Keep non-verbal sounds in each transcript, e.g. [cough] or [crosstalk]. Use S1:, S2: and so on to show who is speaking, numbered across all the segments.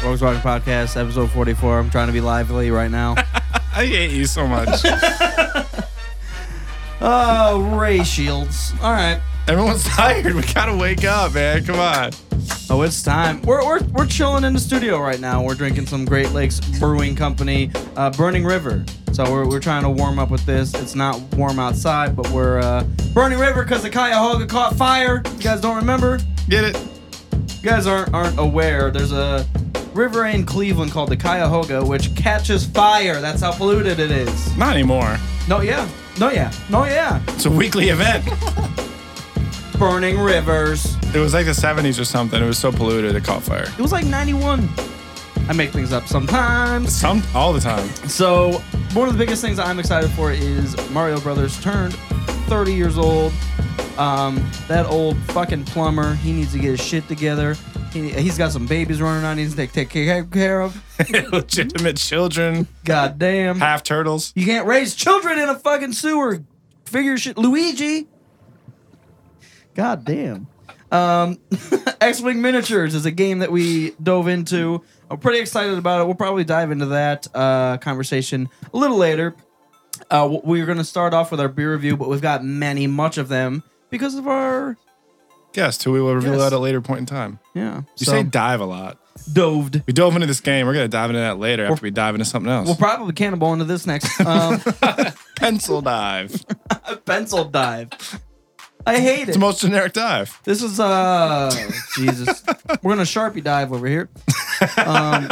S1: Volkswagen Podcast, episode 44. I'm trying to be lively right now.
S2: I hate you so much.
S1: oh, Ray Shields. All right.
S2: Everyone's tired. We gotta wake up, man. Come on.
S1: Oh, it's time. We're, we're, we're chilling in the studio right now. We're drinking some Great Lakes Brewing Company uh, Burning River. So we're, we're trying to warm up with this. It's not warm outside, but we're uh, Burning River because the Cuyahoga caught fire. You guys don't remember?
S2: Get it?
S1: You guys aren't, aren't aware. There's a river in Cleveland called the Cuyahoga, which catches fire. That's how polluted it is.
S2: Not anymore.
S1: No, yeah. No, yeah. No, yeah.
S2: It's a weekly event.
S1: Burning rivers.
S2: It was like the 70s or something. It was so polluted it caught fire.
S1: It was like 91. I make things up sometimes.
S2: Some all the time. [laughs]
S1: So, one of the biggest things that I'm excited for is Mario Brothers turned 30 years old. Um, that old fucking plumber, he needs to get his shit together. He, he's got some babies running around he needs to take, take care [laughs] of.
S2: Legitimate children,
S1: God damn.
S2: half turtles.
S1: You can't raise children in a fucking sewer. Figure shit. Luigi. God damn. Um, [laughs] X Wing Miniatures is a game that we dove into. I'm pretty excited about it. We'll probably dive into that uh, conversation a little later. Uh, w- we're going to start off with our beer review, but we've got many, much of them because of our.
S2: Guess who we will reveal
S1: Yes.
S2: at a later point in time.
S1: Yeah.
S2: You
S1: so,
S2: say dive a lot.
S1: doved.
S2: We dove into this game. We're gonna dive into that later after we dive into something else.
S1: We'll probably cannonball into this next. Um,
S2: Pencil dive. [laughs] It's
S1: pencil dive. I hate it.
S2: the most generic dive.
S1: This is uh Jesus. We're gonna sharpie dive over here. Um,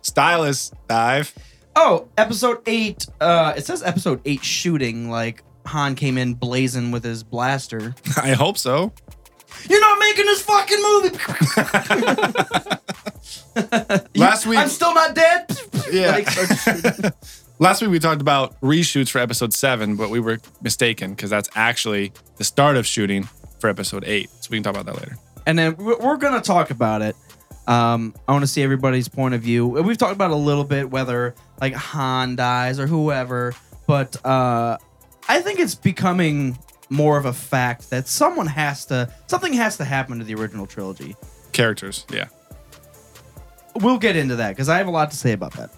S2: Stylus dive. [laughs]
S1: oh, episode eight. Uh, it says episode eight shooting. Like Han came in blazing with his blaster.
S2: I hope so.
S1: You're not making this fucking
S2: [laughs]
S1: movie. [laughs]
S2: Last week,
S1: I'm still not dead.
S2: Yeah.
S1: Like, starts shooting.
S2: [laughs] Last week we talked about reshoots for episode seven, but we were mistaken because that's actually the start of shooting for episode eight. So we can talk about that later.
S1: and then we're we're gonna talk about it. Um, I want to see everybody's point of view. We've talked about it a little bit whether like Han dies or whoever, but uh, I think it's becoming more of a fact that someone has to something has to happen to the original trilogy.
S2: Characters, yeah.
S1: We'll get into that because I have a lot to say about that.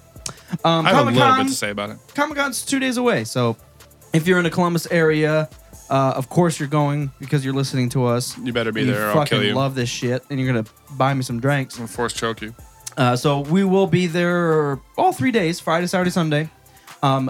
S1: Um,
S2: I have a little bit
S1: Comic-Con-
S2: to say about it.
S1: Comic Con's two days away, so if you're in the Columbus area, uh, of course you're going because you're listening to us.
S2: You better be
S1: you
S2: there or
S1: fucking
S2: I'll kill you.
S1: love this shit, and you're gonna buy me some drinks.
S2: I'm gonna force choke you.
S1: Uh, so we will be there all three days Friday, Saturday, Sunday. Um,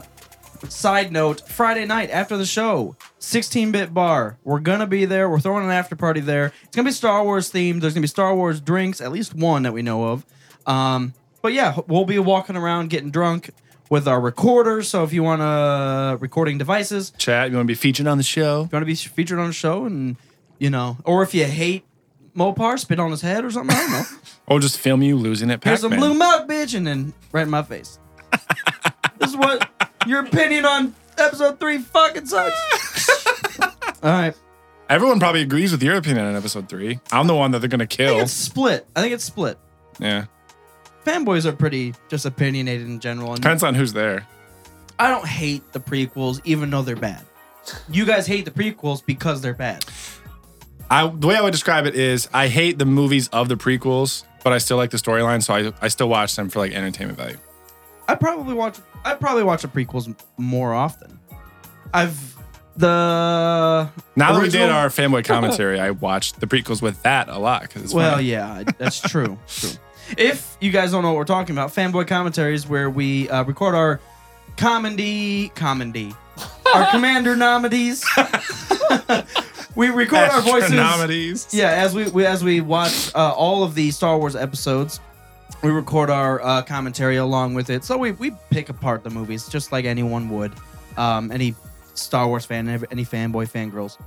S1: side note Friday night after the show, 16 bit bar. We're going to be there. We're throwing an after party there. It's going to be Star Wars themed. There's going to be Star Wars drinks, at least one that we know of. Um, but yeah, we'll be walking around getting drunk with our recorders. So if you want to recording devices, if
S2: Chat, you wanna be featured on the show?
S1: you want to be featured on a show and, you know, or if you hate Mopar, spit on his head or something, I don't know.
S2: Or just film you losing at
S1: Here's
S2: Pac-Man.
S1: a blue mug, bitch, and then right in my face. this is what your opinion on episode three fucking sucks. All right,
S2: Everyone probably agrees with your opinion on episode three. I'm the one that they're gonna
S1: I think
S2: kill.
S1: it's split. I think it's split.
S2: Yeah.
S1: Fanboys are pretty just opinionated in general, and
S2: Depends on who's there.
S1: I don't hate the prequels, even though they're bad. You guys hate the prequels because they're bad.
S2: I the way I would describe it is I hate the movies of the prequels, but I still like the storyline, so I, I still watch them for like entertainment value.
S1: I probably watch. I probably watch the prequels m- more often. I've the
S2: Now that we did
S1: original- [laughs]
S2: our fanboy commentary, I watched the prequels with that a lot because it's
S1: Well,
S2: funny.
S1: yeah, that's true. true. If you guys don't know what we're talking about, fanboy commentaries where we uh, record our comedy, comedy, our commander nominees. we record our voices.
S2: Astronomities.
S1: Yeah, as we, we as we watch uh, all of the Star Wars episodes, we record our uh, commentary along with it. So we we pick apart the movies just like anyone would, um, any Star Wars fan, any fanboy, fangirls.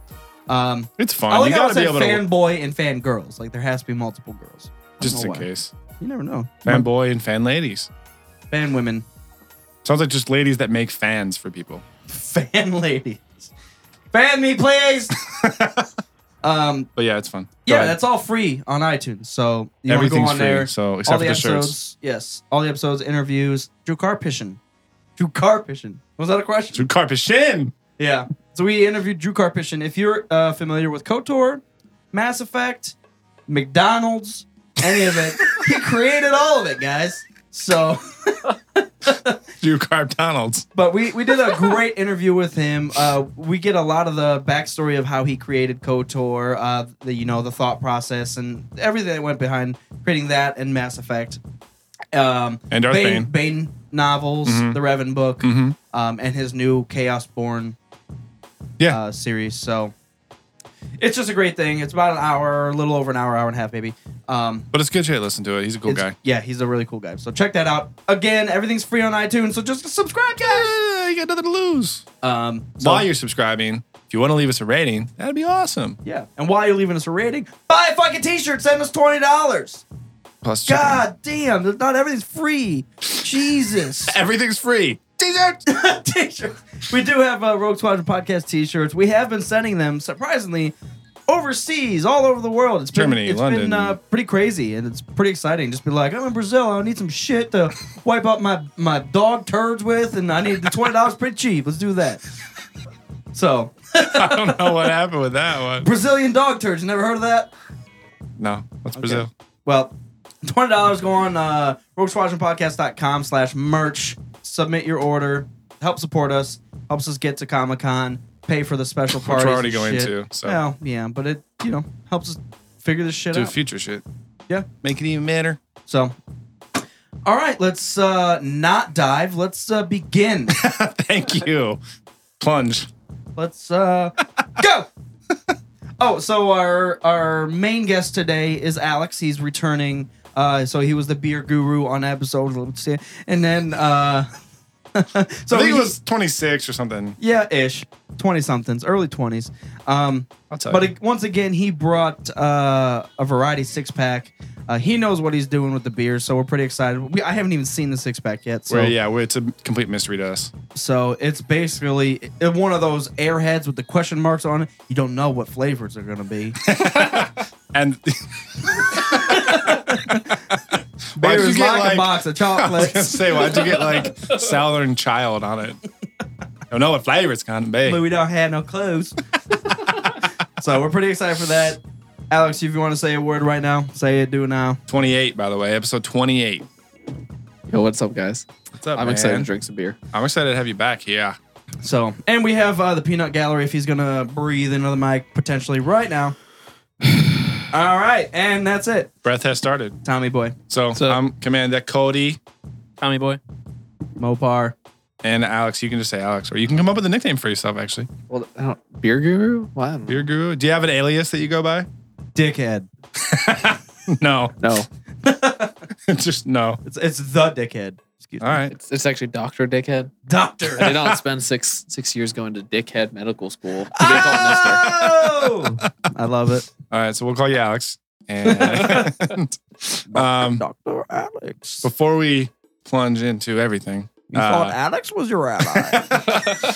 S1: Um,
S2: It's
S1: I
S2: fun.
S1: like
S2: You
S1: how
S2: gotta
S1: it
S2: be
S1: said
S2: able to
S1: fanboy and fangirls. Like there has to be multiple girls. I don't
S2: just
S1: know
S2: in
S1: why.
S2: case.
S1: You never know.
S2: Fanboy and fan ladies.
S1: Fan women, [laughs]
S2: Sounds like just ladies that make fans for people.
S1: fan ladies. Fan me, please. um,
S2: But yeah, it's fun. Go
S1: yeah,
S2: ahead.
S1: that's all free on iTunes. So you wanna
S2: everything's
S1: go on
S2: free.
S1: there.
S2: So
S1: all
S2: except
S1: the,
S2: for the
S1: episodes,
S2: shirts.
S1: yes, all the episodes, interviews. Drew Carpishin. Drew Carpishin. Was that a question?
S2: Through Carpishin.
S1: Yeah. So we interviewed Drew Carpishin. If you're uh, familiar with KOTOR, Mass Effect, McDonald's, any of it, he [laughs] created all of it, guys. So,
S2: Drew Carb Donalds.
S1: but we we did a great interview with him. Uh, we get a lot of the backstory of how he created Kotor, uh, the you know the thought process and everything that went behind creating that and Mass Effect, um,
S2: And Darth
S1: Bane,
S2: Bane.
S1: Bane novels,
S2: Mhm.
S1: the Revan book,
S2: Mm-hmm.
S1: um, and his new Chaos Born
S2: Yeah.
S1: uh, series. So it's just a great thing. It's about an hour, a little over an hour, hour and a half maybe. Um,
S2: but it's good shit. Listen to it. He's a cool
S1: it's-
S2: guy.
S1: Yeah, he's a really cool guy. So check that out. Again, everything's free on iTunes. So just subscribe, guys.
S2: Yeah, Eh, you got nothing to lose.
S1: Um, so-
S2: While you're subscribing, if you want to leave us a rating, that'd be awesome.
S1: yeah, and while you're leaving us a rating, buy a fucking T-shirt. Send us twenty dollars.
S2: Plus, check out-
S1: God damn, there's not everything's free.
S2: [laughs]
S1: Jesus. [laughs]
S2: everything's free.
S1: T-shirts. t-shirts. We do have uh, Rogue Squadron podcast T-shirts. We have been sending them surprisingly overseas, all over the world. It's been,
S2: Germany,
S1: it's been
S2: London.
S1: uh, pretty crazy, and it's pretty exciting. Just be like, I'm in Brazil. I need some shit to wipe out my my dog turds with, and I need the twenty dollars pretty cheap. Let's do that. So
S2: [laughs] I don't know what happened with that one.
S1: Brazilian dog turds. You never heard of that?
S2: No, that's Brazil.
S1: Well, twenty dollars. Go on uh, roguesquadronpodcast.com slash merch. Submit your order. Help support us. Helps us get to Comic Con. Pay for the special
S2: Which
S1: parties.
S2: we're already
S1: and
S2: going
S1: shit.
S2: to. So
S1: Well, yeah, but it you know helps us figure this shit
S2: do
S1: out.
S2: future shit.
S1: Yeah.
S2: Make it even better. [laughs]
S1: so, all right, let's uh, not dive. Let's uh, begin.
S2: [laughs] Thank you. Plunge.
S1: let's uh, go. [laughs] Oh, so our our main guest today is Alex. He's returning. Uh, so he was the beer guru on episode, let's see, and then uh, [laughs] so
S2: So I think
S1: he-
S2: it was 26 or something.
S1: yeah, ish, twenty somethings, early twenties. Um,
S2: I'll tell
S1: but
S2: you.
S1: ag- once again, he brought uh, a variety six pack. Uh, he knows what he's doing with the beer, so we're pretty excited. We, I haven't even seen the six pack yet, so
S2: Where, yeah, where it's a complete mystery to us.
S1: so it's basically i- one of those airheads with the question marks on it. You don't know what flavors are gonna [laughs] be.
S2: And [laughs]
S1: beer
S2: Why'd you
S1: is
S2: get,
S1: like, a
S2: like-
S1: box of [laughs]
S2: I was gonna
S1: chocolates.
S2: say, why'd you get like Southern Child on it? Don't know what flavor it's gonna be.
S1: but we don't have no [laughs] clothes. so we're pretty excited for that. Alex, if you want to say a word right now, say it. Do it now.
S2: 28, by the way, episode 28.
S3: Yo, what's up, guys?
S2: What's up,
S3: I'm
S2: man?
S3: excited to drink some beer.
S2: I'm excited to have you back. Yeah.
S1: So, and we have uh, the peanut gallery if he's gonna breathe into the mic potentially right [sighs] now. All right, and that's it,
S2: Breath has started.
S1: Tommy Boy,
S2: So,
S3: So-
S2: I'm Command Deck Cody
S3: Tommy boy.
S1: Mopar.
S2: and Alex. You can just say Alex, or you can come up with a nickname for yourself, actually.
S3: Well, I don't, beer guru? Well, I don't know.
S2: Beer Guru. Do you have an alias that you go by?
S1: Dickhead.
S2: No.
S3: No,
S2: [laughs] just no.
S1: It's it's the dickhead. Excuse
S2: All
S1: me.
S2: right.
S3: it's, it's actually Doctor Dickhead.
S1: [laughs]
S3: I
S1: Doctor.
S3: did not spend six six years going to Dickhead Medical [laughs] School. To be called Mister.
S1: Oh! I love it.
S2: All right. So we'll call you Alex. And um,
S1: Dr. Alex.
S2: before we plunge into everything,
S1: You
S2: uh,
S1: thought Alex was your ally.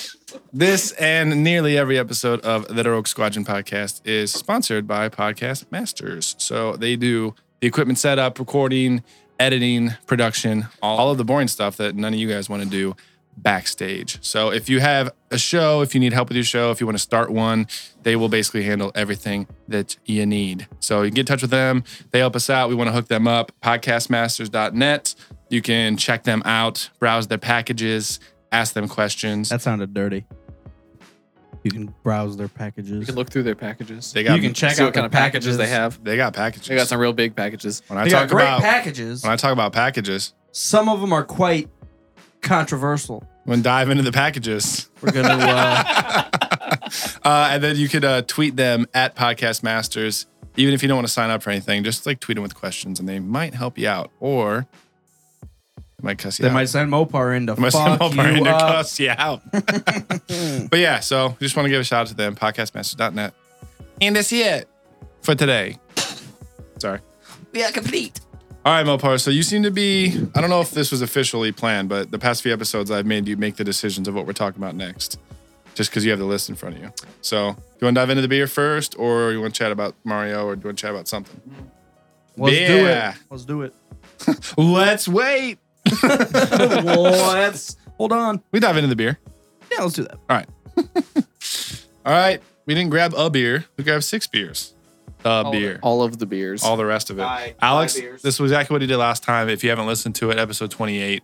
S2: This and nearly every episode of the Rogue Squadron podcast is sponsored by Podcast Masters. So they do the equipment setup, recording, editing, production, all of the boring stuff that none of you guys want to do backstage. So if you have a show, if you need help with your show, if you want to start one, they will basically handle everything that you need. So you can get in touch with them. They help us out. We want to hook them up. Podcastmasters.net. You can check them out, browse their packages, ask them questions.
S1: that sounded dirty. You can browse their packages.
S3: You can look through their packages.
S2: They got
S1: You can check
S3: see
S1: out
S3: what kind
S1: their
S3: of packages. they
S1: packages.
S3: have.
S2: They got packages.
S3: They got some real big packages.
S2: When I
S1: They got
S2: talk
S1: great
S2: about
S1: packages.
S2: when I talk about packages,
S1: Some of them are quite controversial.
S2: I'm gonna dive into the packages,
S1: We're gonna. Uh,
S2: uh, and then you could uh, tweet them at Podcast Masters. Even if you don't want to sign up for anything, just like tweet them with questions, and they might help you out, or they might cuss you
S1: They
S2: out.
S1: might send Mopar in to
S2: They [laughs] might
S1: fuck
S2: send over
S1: you
S2: and
S1: up.
S2: cuss you
S1: [laughs]
S2: out. but yeah, so we just want to give a shout out to them, podcastmasters.net. And that's it for today. Sorry.
S1: We are complete.
S2: All right, Mopar. So you seem to be, I don't know if this was officially planned, but the past few episodes I've made you make the decisions of what we're talking about next, just because you have the list in front of you. So you want to dive into the beer first, or you want to chat about Mario, or do you want to chat about something?
S1: Let's
S2: Yeah.
S1: do it. Let's do it.
S2: Let's wait.
S1: [laughs] Let's hold on.
S2: We dive into the beer.
S1: Yeah, let's
S2: [laughs]
S1: do that.
S2: All right. We didn't grab a beer, we grabbed six beers. the
S3: All-
S2: beer.
S3: All of the beers.
S2: all the rest of it.
S1: Buy- buy
S2: Alex,
S1: beers.
S2: this was exactly what he did last time. If you haven't listened to it, episode 28,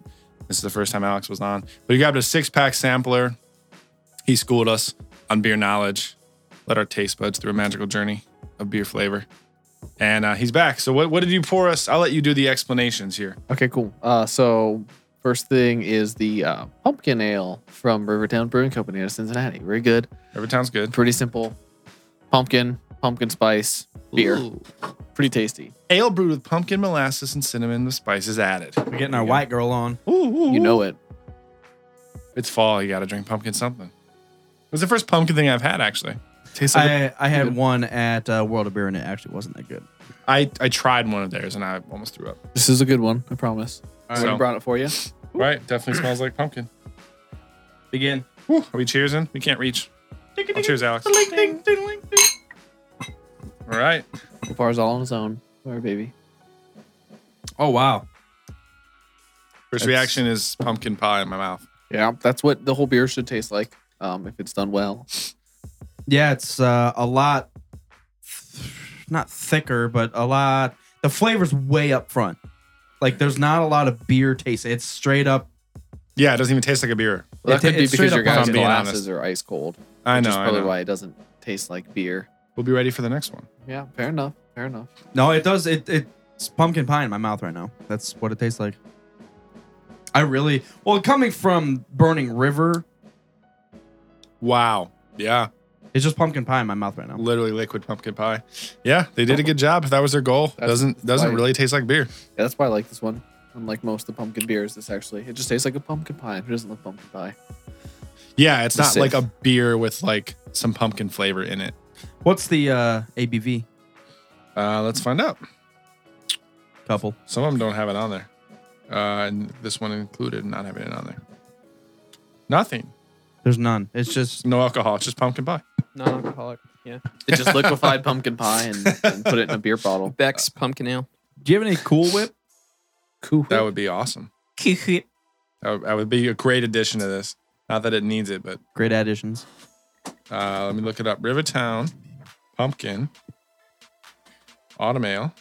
S2: this is the first time Alex was on. But he grabbed a six pack sampler. He schooled us on beer knowledge, led our taste buds through a magical journey of beer flavor. And uh, he's back. So, what, what did you pour us? I'll let you do the explanations here.
S3: Okay, cool. Uh, so first thing is the uh, pumpkin ale from Rivertown Brewing Company out of Cincinnati. Very good.
S2: Rivertown's good.
S3: Pretty simple. Pumpkin, pumpkin spice, beer.
S1: Ooh.
S3: Pretty tasty.
S2: Ale brewed with pumpkin molasses and cinnamon with spices added.
S1: We're getting our white girl on.
S2: Ooh, ooh,
S3: You know it.
S2: It's fall. You got to drink pumpkin something. It was the first pumpkin thing I've had, actually. Tastes like a
S1: I, I had one at uh, World of Beer and it actually wasn't that good.
S2: I, I tried one of theirs and I almost threw up.
S3: This is a good one. I promise.
S1: All
S2: So-
S1: right,
S3: I brought it for you.
S2: Right, definitely smells like pumpkin.
S1: begin.
S2: Whew, are we cheersing? We can't reach. Well, cheers, Alex. All right,
S3: The bar's all on its own. All right, baby.
S1: Oh wow.
S2: first
S3: That's-
S2: reaction is pumpkin pie in my mouth.
S3: Yeah, that's what the whole beer should taste like um, if it's done well.
S1: Yeah, it's uh, a lot, th- not thicker, but a lot. The flavor's way up front. Like there's not a lot of beer taste. It's straight up.
S2: Yeah, it doesn't even taste like a beer.
S3: Well,
S1: It
S3: that
S1: ta-
S3: could be
S1: it's straight
S3: because
S1: up
S3: your guys'
S2: pumpkin. Being
S3: glasses
S2: honest.
S3: are ice cold.
S2: I
S3: which
S2: know.
S3: is
S2: I
S3: probably
S2: know.
S3: why it doesn't taste like beer.
S2: We'll be ready for the next one.
S3: Yeah, fair enough. Fair enough.
S1: No, it does. It it's pumpkin pie in my mouth right now. That's what it tastes like. I really well coming from Burning River.
S2: Wow. Yeah,
S1: It's just pumpkin pie in my mouth right now.
S2: literally liquid pumpkin pie. Yeah, they did a good job. If that was their goal,
S3: That's
S2: doesn't doesn't
S3: right.
S2: really taste like beer.
S3: Yeah, that's why I like this one. Unlike most of the pumpkin beers, this actually it just tastes like a pumpkin pie. and Who doesn't love pumpkin pie?
S2: Yeah, it's
S3: The
S2: not like
S3: Sith.
S2: a beer with like some pumpkin flavor in it.
S1: What's the uh, ABV
S2: Uh, let's find out.
S1: couple?
S2: Some of them don't have it on there. Uh, and this one included not having it on there. Nothing.
S1: There's none. It's just
S2: No alcohol. It's just pumpkin pie.
S4: Non-alcoholic. Yeah.
S3: They just liquefied pumpkin pie and, and put it in a beer bottle.
S4: Beck's pumpkin ale.
S1: Do you have any Cool Whip?
S3: Cool.
S2: That would be awesome. That would, that would be a great addition to this. Not that it needs it, but
S1: Great additions.
S2: uh, let me look it up. Rivertown, pumpkin, autumn ale,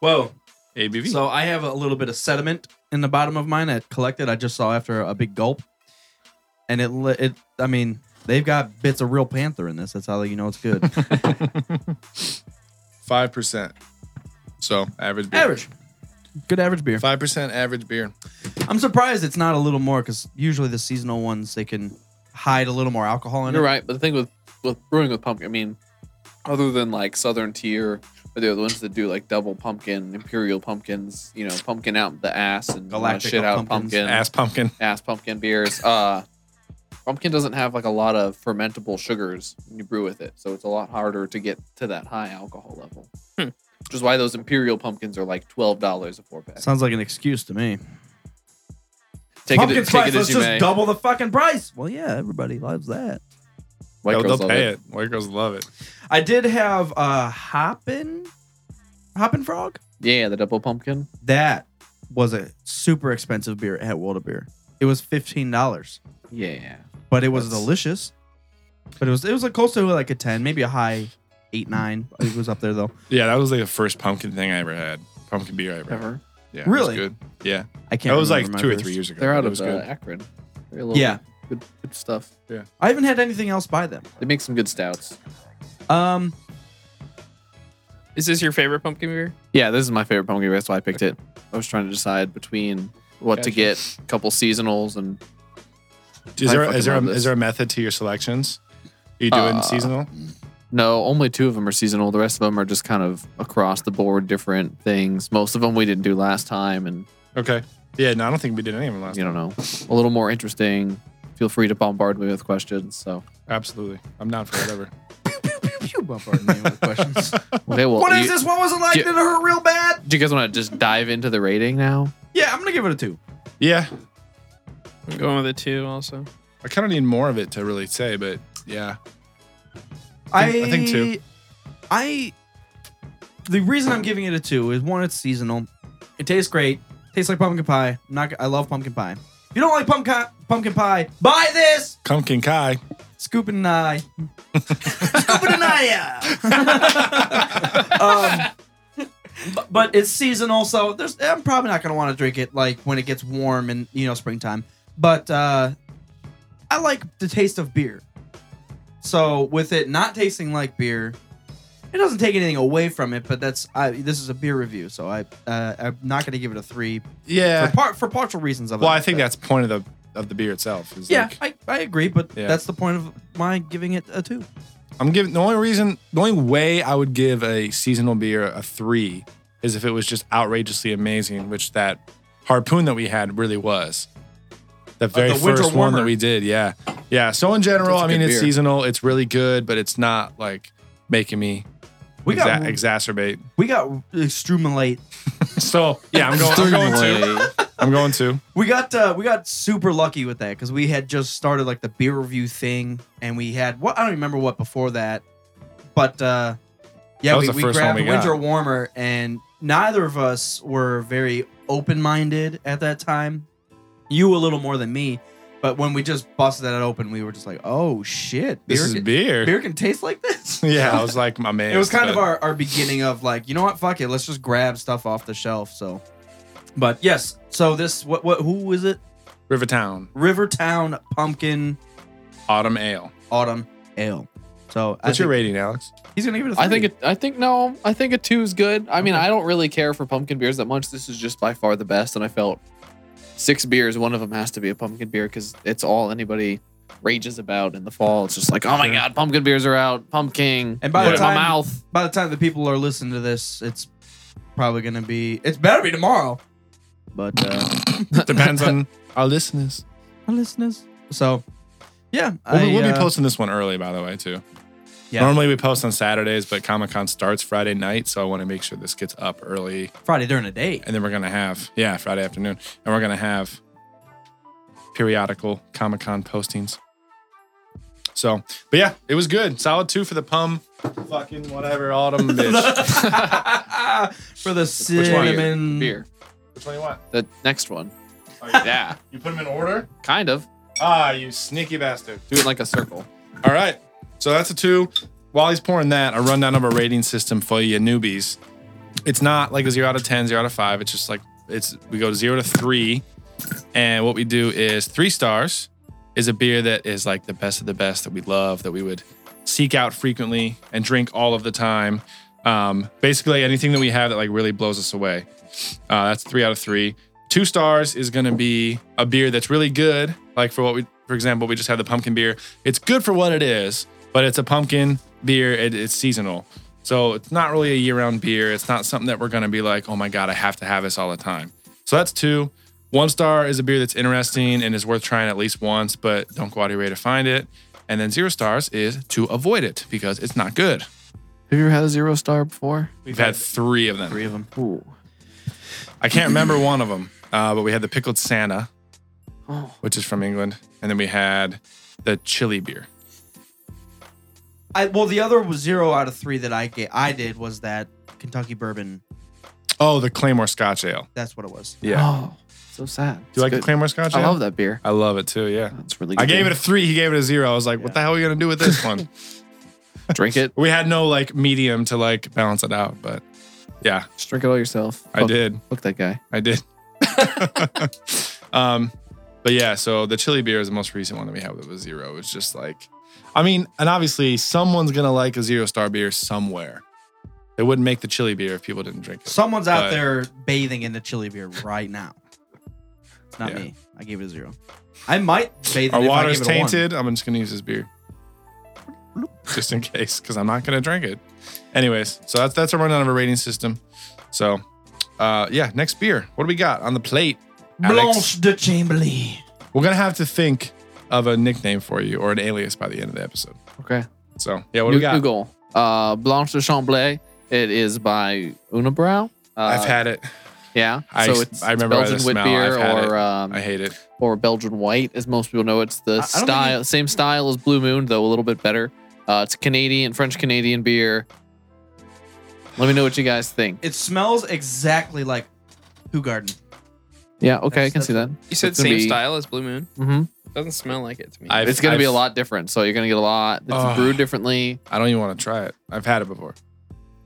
S1: Whoa.
S2: ABV.
S1: So I have a little bit of sediment in the bottom of mine. I collected. I just saw after a big gulp, and it. li- It. I mean, they've got bits of real panther in this. That's how you know it's
S3: [laughs]
S1: good.
S2: Five percent. So average beer.
S1: average. Good average beer.
S2: Five percent average beer.
S1: I'm surprised it's not a little more because usually the seasonal ones they can hide a little more alcohol in
S3: You're
S1: it.
S3: right, but the thing with with brewing with pumpkin, I mean, other than like Southern Tier or the other ones that do like double pumpkin, imperial pumpkins, you know, pumpkin out the ass and you know,
S1: Galactica
S3: shit out
S1: pumpkins.
S3: pumpkin,
S2: Ass pumpkin.
S3: ass pumpkin beers. Uh, pumpkin doesn't have like a lot of fermentable sugars when you brew with it, so it's a lot harder to get to that high alcohol level.
S4: Hmm.
S3: Which is why those imperial pumpkins are like twelve dollars a four pack.
S1: Sounds like an excuse to me.
S3: Take
S1: Pumpkin
S3: it,
S1: spice.
S3: take it
S1: let's
S3: as you
S1: just
S3: may.
S1: double the fucking price. Well, yeah, everybody loves that.
S3: White
S2: they'll
S3: girls
S2: they'll
S3: love
S2: pay it. White girls love it.
S1: I did have a hoppin, hoppin frog.
S3: Yeah, the double pumpkin.
S1: That was a super expensive beer at World of Beer. It was fifteen dollars,
S3: Yeah,
S1: but it was
S3: That's-
S1: delicious. But it was it was like close to like a ten, maybe a high eight nine. It was up there though.
S2: Yeah, that was like the first pumpkin thing I ever had. Pumpkin beer I ever. Had.
S3: ever.
S2: Yeah, it was
S1: Really?
S2: good. Yeah,
S1: I can't.
S2: that was like
S1: remember my
S2: two or
S1: first.
S2: three years ago.
S3: They're out
S2: It
S3: of
S2: was
S3: uh,
S2: good.
S3: Akron. They're a little-
S1: Yeah.
S3: good, good stuff.
S1: I haven't had anything else by them.
S3: They make some good stouts.
S1: Um,
S4: Is this your favorite pumpkin beer?
S3: Yeah, this is my favorite pumpkin beer. That's why I picked it. I was trying to decide between what
S2: Gotcha.
S3: to get, a couple seasonals, and
S2: Is
S3: I
S2: there
S3: fucking
S2: is there a,
S3: love this.
S2: is there a method to your selections? Are you doing
S3: Uh,
S2: seasonal?
S3: no, only two of them are seasonal. The rest of them are just kind of across the board, different things. Most of them we didn't do last time, and
S2: Okay. Yeah, no, I don't think we did any of them last.
S3: you don't know, a little more interesting. Feel free to bombard me with questions. So
S2: Absolutely, I'm not for whatever.
S1: pew, pew, bombarding me with questions.
S3: okay,
S1: [laughs]
S3: well,
S1: What is
S3: you-
S1: this? What was it like?
S3: Yeah.
S1: Did it hurt real bad?
S3: Do you guys want to just dive into the rating now?
S1: Yeah, I'm gonna give it a two.
S2: [laughs] yeah,
S4: I'm going with a two also.
S2: I kind of need more of it to really say, but yeah,
S1: I
S2: think- I think two.
S1: I the reason I'm giving it a two is one, it's seasonal. It tastes great. Tastes like pumpkin pie. I'm not. I love pumpkin pie. If you don't like pumpkin pumpkin pie, buy this.
S2: pumpkin pie.
S1: Scoop and I. [laughs] Scoop and
S2: [laughs]
S1: I. um, bu- but it's seasonal, so there's. I'm probably not gonna want to drink it like when it gets warm and you know springtime. But uh, I like the taste of beer. So with it not tasting like beer, it doesn't take anything away from it. But that's I, this is a beer review, so I uh, I'm not gonna give it a three
S2: [laughs] Yeah.
S1: for, par- for partial reasons. Of
S2: Well,
S1: it,
S2: I think
S1: but-
S2: that's the point of the of the beer itself. Is
S1: yeah,
S2: like,
S1: I, I agree, but
S2: Yeah.
S1: that's the point of my giving it a two.
S2: I'm giving the only reason, the only way I would give a seasonal beer a three is if it was just outrageously amazing, which that harpoon that we had really was. Uh, The very
S1: the winter
S2: first one that
S1: warmer.
S2: we did, yeah, yeah. So in general,
S3: That's a
S2: I mean,
S3: good
S2: it's
S3: beer.
S2: seasonal. It's really good, but it's not like making me
S1: We
S2: exa-
S1: got
S2: exacerbate.
S1: we got uh, extremely late.
S2: So yeah, I'm going. I'm going to. I'm going to.
S1: We got uh, we got super lucky with that because we had just started like the beer review thing, and we had what I don't remember what before that, but uh, yeah,
S2: That
S1: we,
S2: was the
S1: we
S2: first one
S1: grabbed
S2: we got.
S1: winter warmer, and neither of us were very open minded at that time. You a little more than me, but when we just busted that open, we were just like, oh shit,
S2: This is
S1: can,
S2: beer.
S1: beer can taste like this.
S2: [laughs] Yeah, I was like my man.
S1: it was kind of
S2: but-
S1: our, our beginning of like you know what fuck it let's just grab stuff off the shelf so but yes so this what what who is it
S2: Rivertown
S1: rivertown pumpkin
S2: Autumn Ale.
S1: autumn ale so I
S2: What's your
S1: think-
S2: rating, Alex?
S1: he's gonna give it a three.
S3: I think it, I think no, I think a two is good. I mean, I don't really care for pumpkin beers that much. This is just by far the best, and I felt six beers. One of them has to be a pumpkin beer because it's all anybody rages about in the fall. It's just like, oh my god, pumpkin beers are out. Pumpkin
S1: And by
S2: the
S3: Put it in
S1: time-
S3: my mouth,
S1: by the time the people are listening to this it's probably gonna be it's better be tomorrow but uh
S2: Depends on [laughs] our listeners.
S1: our listeners so yeah
S2: We'll, be-
S1: I,
S2: we'll be
S1: uh,
S2: posting this one early, by the way, too.
S1: Yeah.
S2: Normally we post on Saturdays, but Comic Con starts Friday night, so I want to make sure this gets up early,
S1: friday during the
S2: [laughs]
S1: day [laughs]
S2: and then we're gonna have yeah Friday afternoon, and we're gonna have periodical Comic Con postings. So, but yeah, it was good. Solid two for the pum, fucking whatever autumn bitch.
S1: [laughs] for the
S3: Which one?
S1: cinnamon
S3: beer.
S2: Which one you want?
S3: The next one.
S2: Oh, you,
S3: Yeah,
S2: you put them in order?
S3: kind of.
S2: Ah, you sneaky bastard.
S3: Do it like a circle.
S2: All right. So that's a two. While he's pouring that, a rundown of our rating system for you newbies. It's not like a zero out of 10, zero out of five. It's just like it's we go zero to three. And what we do is three stars is a beer that is like the best of the best that we love, that we would seek out frequently and drink all of the time. Um, basically anything that we have that like really blows us away. Uh, that's three out of three. Two stars is going to be a beer that's really good. Like for what we, for example, we just had the pumpkin beer. It's good for what it is, but it's a pumpkin beer. It, it's seasonal. So it's not really a year round beer. It's not something that we're going to be like, oh my God, I have to have this all the time. So that's two. One star is a beer that's interesting and is worth trying at least once, but don't go out of your way to find it. And then zero stars is to avoid it because it's not good.
S3: Have you ever had a zero star before?
S2: We've had three of them.
S1: three of them
S3: Ooh.
S2: I can't remember one of them, uh, but we had the pickled Santa,
S3: Oh.
S2: which is from England, and then we had the chili beer.
S1: I well, the other was zero out of three that I ga- I did was that Kentucky bourbon.
S2: Oh, the Claymore Scotch Ale.
S1: That's what it was.
S2: Yeah.
S3: Oh, so sad.
S2: Do you like
S3: It's
S2: the
S3: good.
S2: Claymore Scotch
S3: I
S2: Ale?
S3: love that beer.
S2: I love it too. Yeah.
S3: That's really. good.
S2: I gave it a three. He gave it a zero. I was like, "What the hell are we gonna do with this
S3: [laughs]
S2: one?"
S3: a drink. It
S2: we had no like medium to like balance it out, but yeah,
S3: just drink it all yourself.
S2: I
S3: Fuck-
S2: did.
S3: Fuck that guy.
S2: I
S3: [laughs]
S2: did. [laughs] um, but yeah, so the chili beer is the most recent one that we have that was zero. It's just like, I mean, and obviously someone's gonna like a zero star beer somewhere. They wouldn't make the chili beer if people didn't drink it.
S1: Someone's out
S2: But-
S1: there bathing in the chili
S2: [laughs]
S1: beer right now. It's not
S2: Yeah.
S1: me. I gave it a zero. I might bathe.
S2: Our
S1: in it if I
S2: water's
S1: give it a one.
S2: tainted. I'm just gonna use this beer, just in case, because I'm not gonna drink it. Anyways, so that's that's a rundown of our rating system. So, uh, yeah, next beer. What do we got on the plate? Alex?
S1: Blanche de Chamberlain.
S2: We're gonna have to think of a nickname for you or an alias by the end of the episode.
S3: Okay.
S2: So yeah, what
S3: new,
S2: do we got?
S3: new goal. Uh, Blanche de Chamblay. It is by Unibrow. Uh,
S2: I've had it.
S3: Yeah.
S2: I-
S3: so it's
S2: I remember by the
S3: Belgian wit
S2: smell.
S3: beer
S2: I've had it.
S3: or um,
S2: I hate it.
S3: or Belgian white, as most people know. It's the
S1: I- I don't think
S3: style, same style as Blue Moon, though a little bit better. Uh, it's Canadian, French Canadian beer. Let me know what you guys think.
S1: It smells exactly like Who Garden.
S3: Yeah. Okay, I
S1: That's-
S3: can see that.
S4: You said
S3: It's gonna
S4: same
S3: be-
S4: style as Blue Moon.
S3: Mm-hmm.
S4: Doesn't smell like it to me.
S2: I've-
S3: it's gonna be a
S2: I've-
S3: lot different. So you're gonna get a lot. It's
S2: Ugh.
S3: brewed differently.
S2: I don't even want to try it. I've had it before.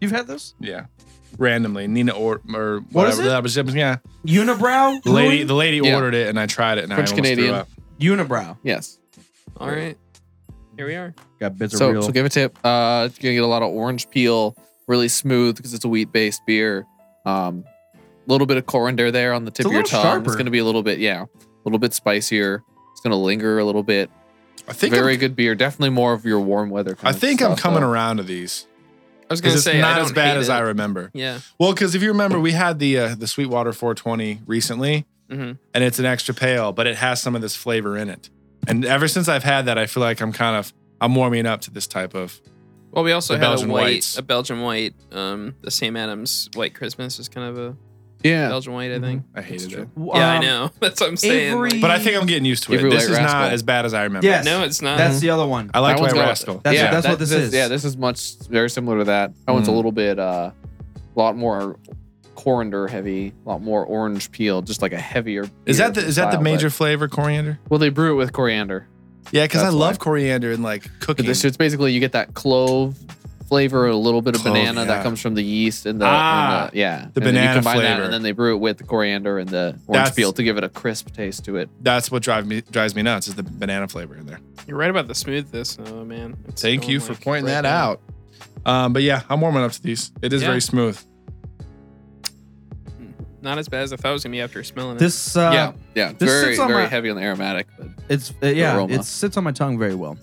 S1: You've had this?
S2: Yeah. Randomly, Nina or or
S1: What is
S2: whatever
S1: it?
S2: that was. Yeah,
S1: Unibrow?
S2: the lady,
S1: Brewing?
S2: the lady
S3: Yeah.
S2: ordered it, and I tried it, and
S3: French
S2: I almost
S3: Canadian.
S2: threw up.
S1: Unibrow.
S3: Yes.
S4: All right. Here we are.
S1: Got bits
S3: So, so give a tip. Uh, it's gonna get a lot of orange peel, really smooth because it's a wheat based beer. Um, a little bit of coriander there on the tip
S1: a
S3: of your
S1: little
S3: tongue.
S1: sharper.
S3: It's gonna be a little bit, yeah, a little bit spicier. It's gonna linger a little bit.
S2: I think
S3: Very
S2: I'm,
S3: good beer. Definitely more of your warm weather.
S2: I
S3: kind of
S2: think I'm
S3: stuff,
S2: coming
S3: though.
S2: around to these
S4: I was
S2: because
S4: gonna
S2: it's
S4: say I
S2: not
S4: don't
S2: as bad
S4: hate
S2: as
S4: it.
S2: I remember.
S4: Yeah.
S2: Well, because if you remember, we had the uh, the Sweetwater 420 recently,
S4: Mhm.
S2: and it's an extra pale, but it has some of this flavor in it. And ever since I've had that, I feel like I'm kind of I'm warming up to this type of.
S4: Well, we also
S2: The
S4: had
S2: Belgian
S4: a white,
S2: whites.
S4: a Belgian white. Um, the Sam Adams White Christmas is kind of a
S3: Yeah.
S4: Belgian white, I think.
S2: I hated it,
S4: Yeah,
S1: Um,
S4: I know. [laughs] That's what I'm saying.
S1: Avery-
S4: like-
S2: but I think I'm getting used to it.
S3: Give her
S2: This
S3: light
S2: is not
S3: rascal.
S2: as bad as I remember.
S1: Yes.
S4: no, it's not.
S1: That's the other one.
S2: Mm-hmm. I like
S3: That one's
S2: White
S3: got-
S2: Rascal.
S1: That's,
S3: Yeah,
S1: that's what this is.
S3: Yeah, this is much very similar to that. That one's a
S2: Mm.
S3: little bit, uh, a lot more coriander heavy, a lot more orange peel, just like a heavier.
S2: Is
S3: beer
S2: that the is that the
S3: style,
S2: major
S3: but-
S2: flavor coriander?
S3: well, they brew it with coriander.
S2: Yeah, because I
S3: That's
S2: love
S3: why.
S2: coriander and like
S3: So
S2: cooking.
S3: this it's basically you get that clove flavor, a little bit of
S2: Clove,
S3: banana
S2: yeah.
S3: that comes from the yeast and the,
S2: Ah,
S3: and the-
S2: the
S3: yeah, And then you
S2: banana
S3: combine
S2: flavor.
S3: That, and then they brew it with the coriander and the orange
S2: That's-
S3: peel to give it a crisp taste to it.
S2: That's what drives me drives me nuts is the banana flavor in there.
S4: You're right about the smoothness, though, man. It's
S2: Thank
S4: going,
S2: you for
S4: like,
S2: pointing
S4: right
S2: that
S4: there.
S2: out. Um, but yeah, I'm warming up to these. It is
S4: Yeah.
S2: very smooth.
S4: Not as bad as I thought it was gonna be after smelling it.
S1: This uh,
S3: yeah, yeah, it's
S1: this
S3: very
S1: sits on
S3: very
S1: my-
S3: heavy on the aromatic, but
S1: it's uh, yeah,
S3: aroma.
S1: it sits on my tongue very well.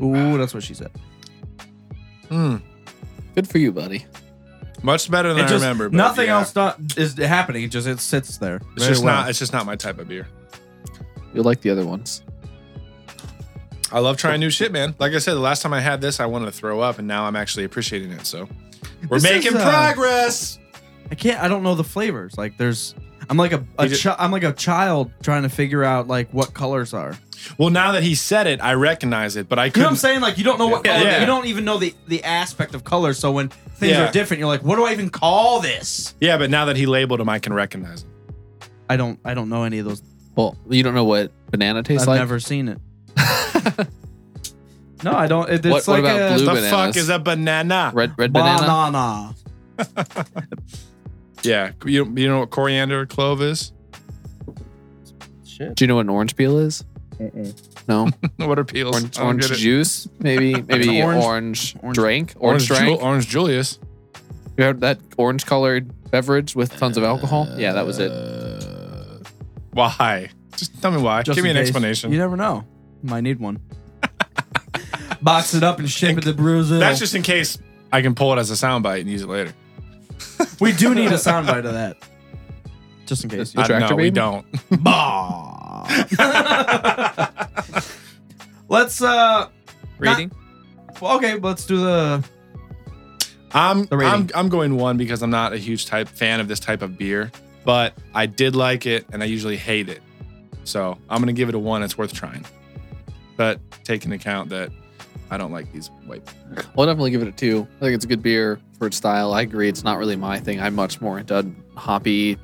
S1: Ooh, that's what she said.
S2: Mm,
S3: good for you, buddy.
S2: much better than
S1: Hmm. It
S2: I
S1: just-
S2: remember. but
S1: nothing
S2: yeah.
S1: else do- is happening. It just it sits there.
S2: It's
S1: very
S2: just
S1: well.
S2: not. It's just not my type of beer.
S3: You'll like the other ones.
S2: I love trying new shit, man. Like I said, the last time I had this, I wanted to throw up, and now I'm actually appreciating it. So we're
S1: This
S2: making
S1: is, uh,
S2: progress.
S1: I can't. I don't know the flavors. Like there's. I'm like a, a
S2: You ju-
S1: chi- I'm like a child trying to figure out like what colors are.
S2: Well, now that he said it, I recognize it, but I
S1: You know what I'm
S2: couldn't.
S1: saying? Like you don't know what
S2: Yeah,
S1: color,
S2: yeah.
S1: you don't even know the the aspect of color. So when things
S2: Yeah.
S1: are different, you're like, what do I even call this?
S2: yeah, but now that he labeled him, I can recognize him.
S1: I don't I don't know any of those.
S3: Well, you don't know what banana tastes
S1: I've
S3: like.
S1: never seen
S3: [laughs]
S1: it. no, I don't. It, it's
S3: What- what
S1: like
S3: about
S1: a
S3: blue?
S2: the
S3: bananas.
S2: fuck is a banana?
S3: Red red banana.
S1: banana.
S2: Yeah, you you know what coriander or clove is?
S1: Shit.
S3: Do you know what an orange peel is? No.
S2: what are peels? I
S3: Orange,
S2: don't
S3: orange
S2: get it.
S3: juice,
S2: [laughs]
S3: maybe maybe
S1: Orange-
S3: orange,
S1: orange-
S3: drink,
S2: Orange,
S3: orange, drink.
S2: Ju- orange Julius.
S3: you had that orange colored beverage with tons of alcohol. yeah, that was it.
S2: it. Why? Just tell me why.
S1: Just
S2: Give me
S1: in
S2: an
S1: case.
S2: explanation.
S1: You never know. Might need
S2: [laughs]
S1: one. Box it up and ship it to Brazil.
S2: That's just in case I can pull it as a soundbite and use it later.
S1: [laughs] we do need a soundbite of that. Just in case.
S2: [laughs]
S3: The
S2: I don't
S3: tractor
S2: know. Uh, We
S1: [laughs]
S3: baby?
S2: don't. [laughs]
S1: let's uh
S4: Rating.
S1: well, okay, let's do the
S2: I'm,
S1: The rating.
S2: I'm I'm going one because I'm not a huge type fan of this type of beer, but I did like it and I usually hate it. So I'm gonna give it a one. It's worth trying. But take into account that I don't like these white.
S3: I'll definitely give it a two. I think it's a good beer for its style. I agree. It's not really my thing. I'm much more into hoppy,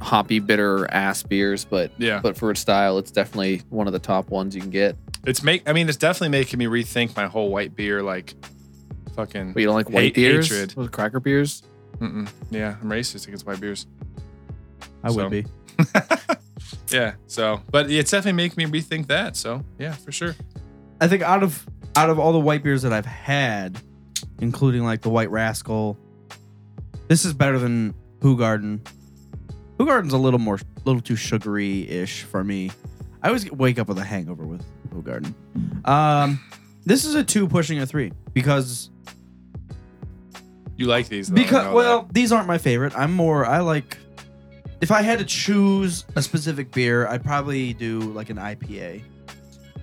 S3: hoppy, bitter ass beers, but
S2: Yeah.
S3: but for its style, it's definitely one of the top ones you can get.
S2: It's make I mean it's definitely making me rethink my whole white beer like fucking
S3: But you don't like white
S2: Hate-
S3: beers,
S2: hatred.
S3: Those cracker beers.
S2: Mm-mm. Yeah, I'm racist against white beers.
S1: I
S2: So-
S1: would be.
S2: Yeah. So, but it's definitely making me rethink that. So, yeah, for sure.
S1: I think out of out of all the white beers that I've had, including like the White Rascal, this is better than Who Garden. Who Garden's a little more, a little too sugary ish for me. I always get- wake up with a hangover with Who Garden. Um, this is a two pushing a three because
S2: You like these? though, I
S1: because
S2: know
S1: well these aren't my favorite. I'm more I like if I had to choose a specific beer, I'd probably do like an IPA.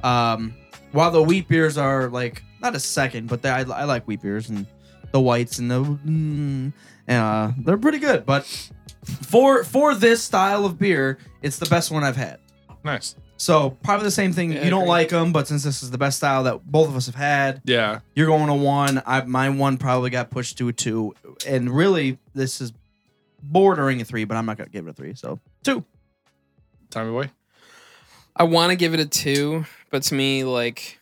S1: Um, while the wheat beers are like not a second, but they, I, I like wheat beers and the whites and the mm, uh, they're pretty good. But for for this style of beer, it's the best one I've had.
S2: that. nice.
S1: So probably the same thing.
S4: Yeah, I
S1: you don't
S4: agree.
S1: like them, but since this is the best style that both of us have had,
S2: Yeah,
S1: you're going to one. I my one probably got pushed to a two, and really this is bordering a three, but I'm not gonna give it a three. So
S2: Tommy boy.
S4: I want to give it a two, but to me, like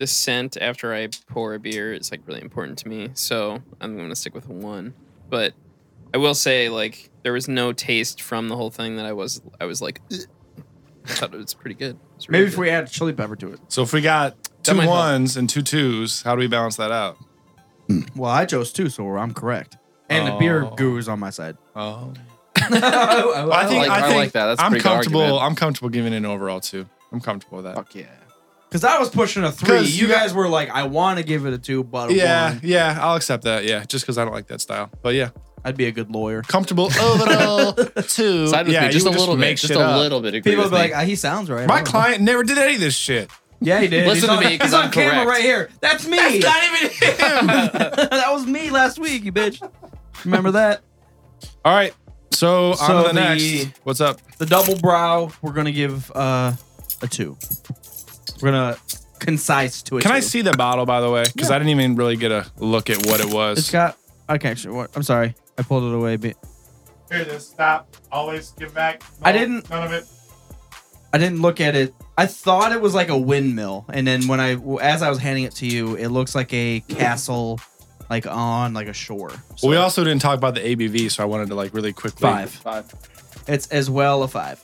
S4: the scent after I pour a beer is like really important to me. So I'm going to stick with a one. But I will say, like, there was no taste from the whole thing that I was. I was like, "Ugh." I thought it was pretty good. It's really
S1: Maybe if
S4: good.
S1: we add chili pepper to it.
S2: So if we got
S4: That
S2: two
S4: might help.
S2: ones and two twos, how do we balance that out?
S1: Well, I chose two, so I'm correct. And the beer
S2: Oh.
S1: guru is on my side.
S2: Oh,
S1: Well, [laughs]
S2: I think
S3: like-
S2: I,
S3: [laughs] I
S2: think
S3: like that. That's a
S2: I'm
S3: pretty good
S2: comfortable.
S3: argument.
S2: I'm comfortable giving it an overall two. I'm comfortable with that.
S3: Fuck yeah.
S1: Because I was pushing a three.
S2: 'Cause
S1: You
S2: you got-
S1: guys were like, I want to give it a two, but a
S2: yeah,
S1: one.
S2: yeah, I'll accept that. Yeah, just because I don't like that style. But yeah,
S1: I'd be a good lawyer.
S2: comfortable [laughs] overall two.
S3: Side with
S2: yeah,
S3: me just a
S2: you would
S3: little bit.
S2: make
S3: Just
S2: shit
S3: a
S2: up.
S3: little bit. Agree
S1: People would
S3: with
S1: be
S3: me.
S1: like, "Ah, he sounds right. I
S2: My
S1: don't know."
S2: client never did any of this shit.
S1: Yeah, he did.
S3: Listen
S1: he's on,
S3: to
S1: [laughs]
S3: me, 'cause
S1: He's on
S3: I'm
S1: camera
S3: correct.
S1: right here. That's me. [laughs]
S2: not [laughs] even him.
S1: that was me last week, you bitch. Remember that?
S2: All right, so,
S1: So
S2: on to the,
S1: the-
S2: next. What's up?
S1: The double brow, we're going to give uh, a two. We're going to concise to it.
S2: Can I see the bottle by the way? Because
S1: Yeah.
S2: I didn't even really get a look at what it was.
S1: It's got. I can't actually. What? I'm sorry. I pulled it away. But
S5: Here it is. Stop. Always give back.
S1: I didn't-
S5: None
S2: Uh,
S5: of it.
S1: I didn't look at it. I thought it was like a windmill, and then when I, as I was handing it to you, it looks like a castle, like on like a shore. So
S2: Well, we also didn't talk about the ABV, so I wanted to like really quickly.
S1: five.
S3: Five.
S1: It's as well a five.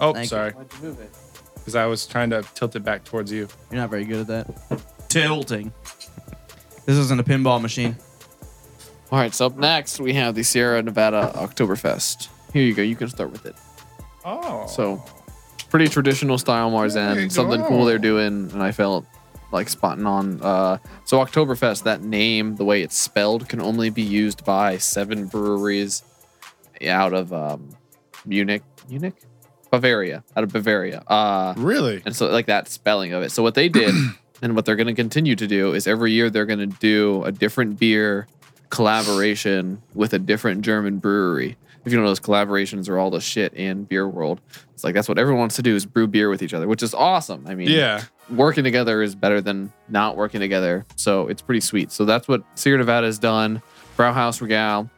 S2: Oh,
S1: Thank you.
S2: sorry,
S3: Why'd you move it?
S2: because I was trying to tilt it back towards you.
S1: You're not very good at that. Tilting. This isn't a pinball machine.
S3: All right. So up next we have the Sierra Nevada Oktoberfest. Here you go. You can start with it.
S2: Oh,
S3: So, pretty traditional style
S2: There you
S3: Marzan. Something
S2: go.
S3: cool they're doing, and I felt like spotting on. Uh, so Oktoberfest, that name, the way it's spelled, can only be used by seven breweries out of um, Munich, Munich, Bavaria, out of Bavaria. Uh,
S2: really?
S3: and so like that spelling of it. So what they did and what they're going to continue to do is every year they're going to do a different beer collaboration with a different German brewery. If you know those collaborations are all the shit in beer world. It's like that's what everyone wants to do is brew beer with each other, which is awesome. I mean,
S2: Yeah.
S3: working together is better than not working together. So it's pretty sweet. So that's what Sierra Nevada has done. Brauhaus Regal,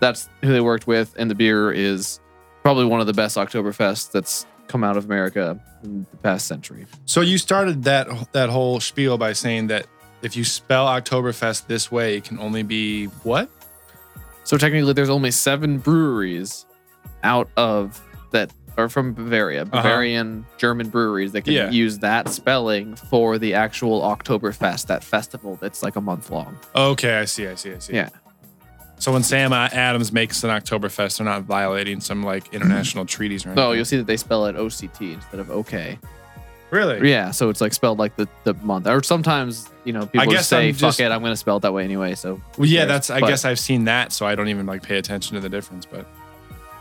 S3: that's who they worked with. And the beer is probably one of the best Oktoberfest that's come out of America in the past century.
S2: So you started that that whole spiel by saying that if you spell Oktoberfest this way, it can only be what?
S3: So technically, there's only seven breweries out of that are from Bavaria, Bavarian German breweries that can
S2: Yeah.
S3: use that spelling for the actual Oktoberfest, that festival that's like a month long.
S2: Okay, I see, I see, I see.
S3: Yeah.
S2: So when Sam Adams makes an Oktoberfest, they're not violating some like international treaties or anything.
S3: No, Oh, you'll see that they spell it OCT instead of OK.
S2: really?
S3: Yeah, so it's like spelled like the, the month. Or sometimes, you know, people
S2: guess
S3: just say,
S2: I'm
S3: fuck
S2: just-
S3: it, I'm going to spell it that way anyway. So
S2: Well, yeah,
S3: Yes,
S2: that's. I
S3: but-
S2: guess I've seen that, so I don't even like pay attention to the difference. But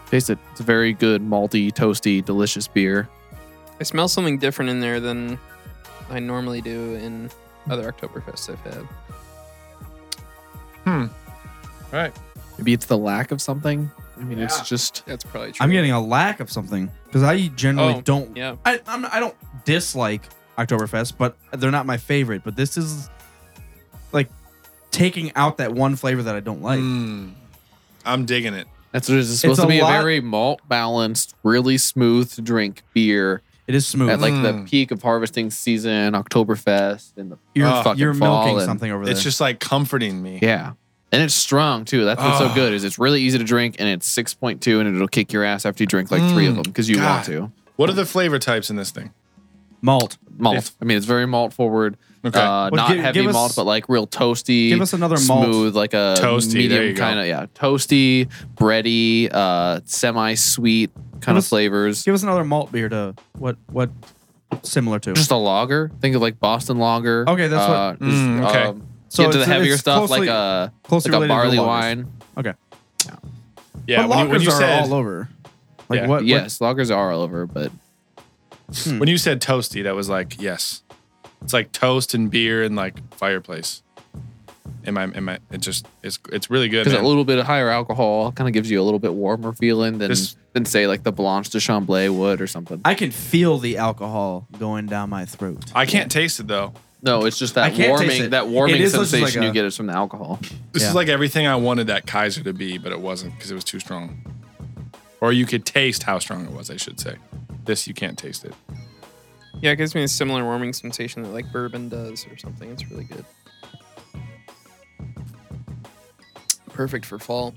S3: taste it. It's a very good, malty, toasty, delicious beer.
S4: I smell something different in there than I normally do in other Oktoberfests I've had.
S2: all right,
S3: Maybe it's the lack of something. I mean, it's
S5: Yeah.
S3: just.
S4: That's probably true.
S1: I'm getting a lack of something because I generally
S4: Oh,
S1: don't.
S4: yeah.
S1: I I'm, I don't dislike Oktoberfest, but they're not my favorite. But this is like taking out that one flavor that I don't like.
S2: Mm. I'm digging it.
S3: That's what it is. It's supposed
S1: a
S3: to be
S1: lot-
S3: a very malt balanced, really smooth to drink beer
S1: It is smooth.
S3: at like the
S2: Mm.
S3: peak of harvesting season, Oktoberfest, and the
S1: you're
S2: Oh,
S1: you're
S3: fucking fall
S1: milking
S3: and-
S1: something over there.
S2: It's just like comforting me.
S3: yeah. And it's strong too. That's what's
S2: Oh.
S3: so good is it's really easy to drink, and it's six point two, and it'll kick your ass after you drink like three of
S2: Mm,
S3: them because you
S2: God.
S3: want to.
S2: What are the flavor types in this thing?
S1: malt.
S3: Malt.
S2: If-
S3: I mean, it's very malt forward.
S2: Okay.
S3: Uh,
S1: Well,
S3: not
S1: give-
S3: heavy
S1: give us-
S3: malt, but like real toasty.
S1: Give us another malt.
S3: smooth, like a
S2: Toasty, there you
S3: medium
S2: go.
S3: kind of yeah, toasty, bready, uh, semi-sweet kind of
S1: us-
S3: flavors.
S1: Give us another malt beer to what what similar to.
S3: Just a lager. Think of like Boston lager.
S1: Okay, that's what-
S3: uh,
S2: Mm, okay.
S3: Um,
S1: So
S3: get to the
S1: it's-
S3: heavier
S1: it's
S3: stuff
S1: closely-
S3: like a
S1: closely
S3: like a
S1: related to
S3: barley
S1: lagers.
S3: wine.
S2: yeah.
S1: but
S2: When you, when
S1: lagers
S2: you
S1: are
S2: said
S1: all over. Like
S2: Yeah.
S1: what? what-
S3: yes, lagers are all over, but
S1: Hmm.
S2: when you said toasty, that was like yes. It's like toast and beer and like fireplace. Am I? Am I? It just it's it's really good.
S3: because a
S2: man.
S3: little bit of higher alcohol kind of gives you a little bit warmer feeling than
S2: This-
S3: than say like the Blanche de Chamblay would or something.
S1: I can feel the alcohol going down my throat.
S2: I can't taste it though.
S3: no, it's just
S1: I
S3: that
S1: can't taste
S3: warming
S1: it.
S3: that
S1: It
S3: warming
S1: is just
S3: sensation
S1: like a-
S3: you get is from the alcohol.
S2: This
S1: Yeah.
S2: is like everything I wanted that Kaiser to be, but it wasn't because it was too strong. Or you could taste how strong it was, I should say. This you can't taste it.
S4: Yeah, it gives me a similar warming sensation that like bourbon does or something. It's really good. Perfect for fall.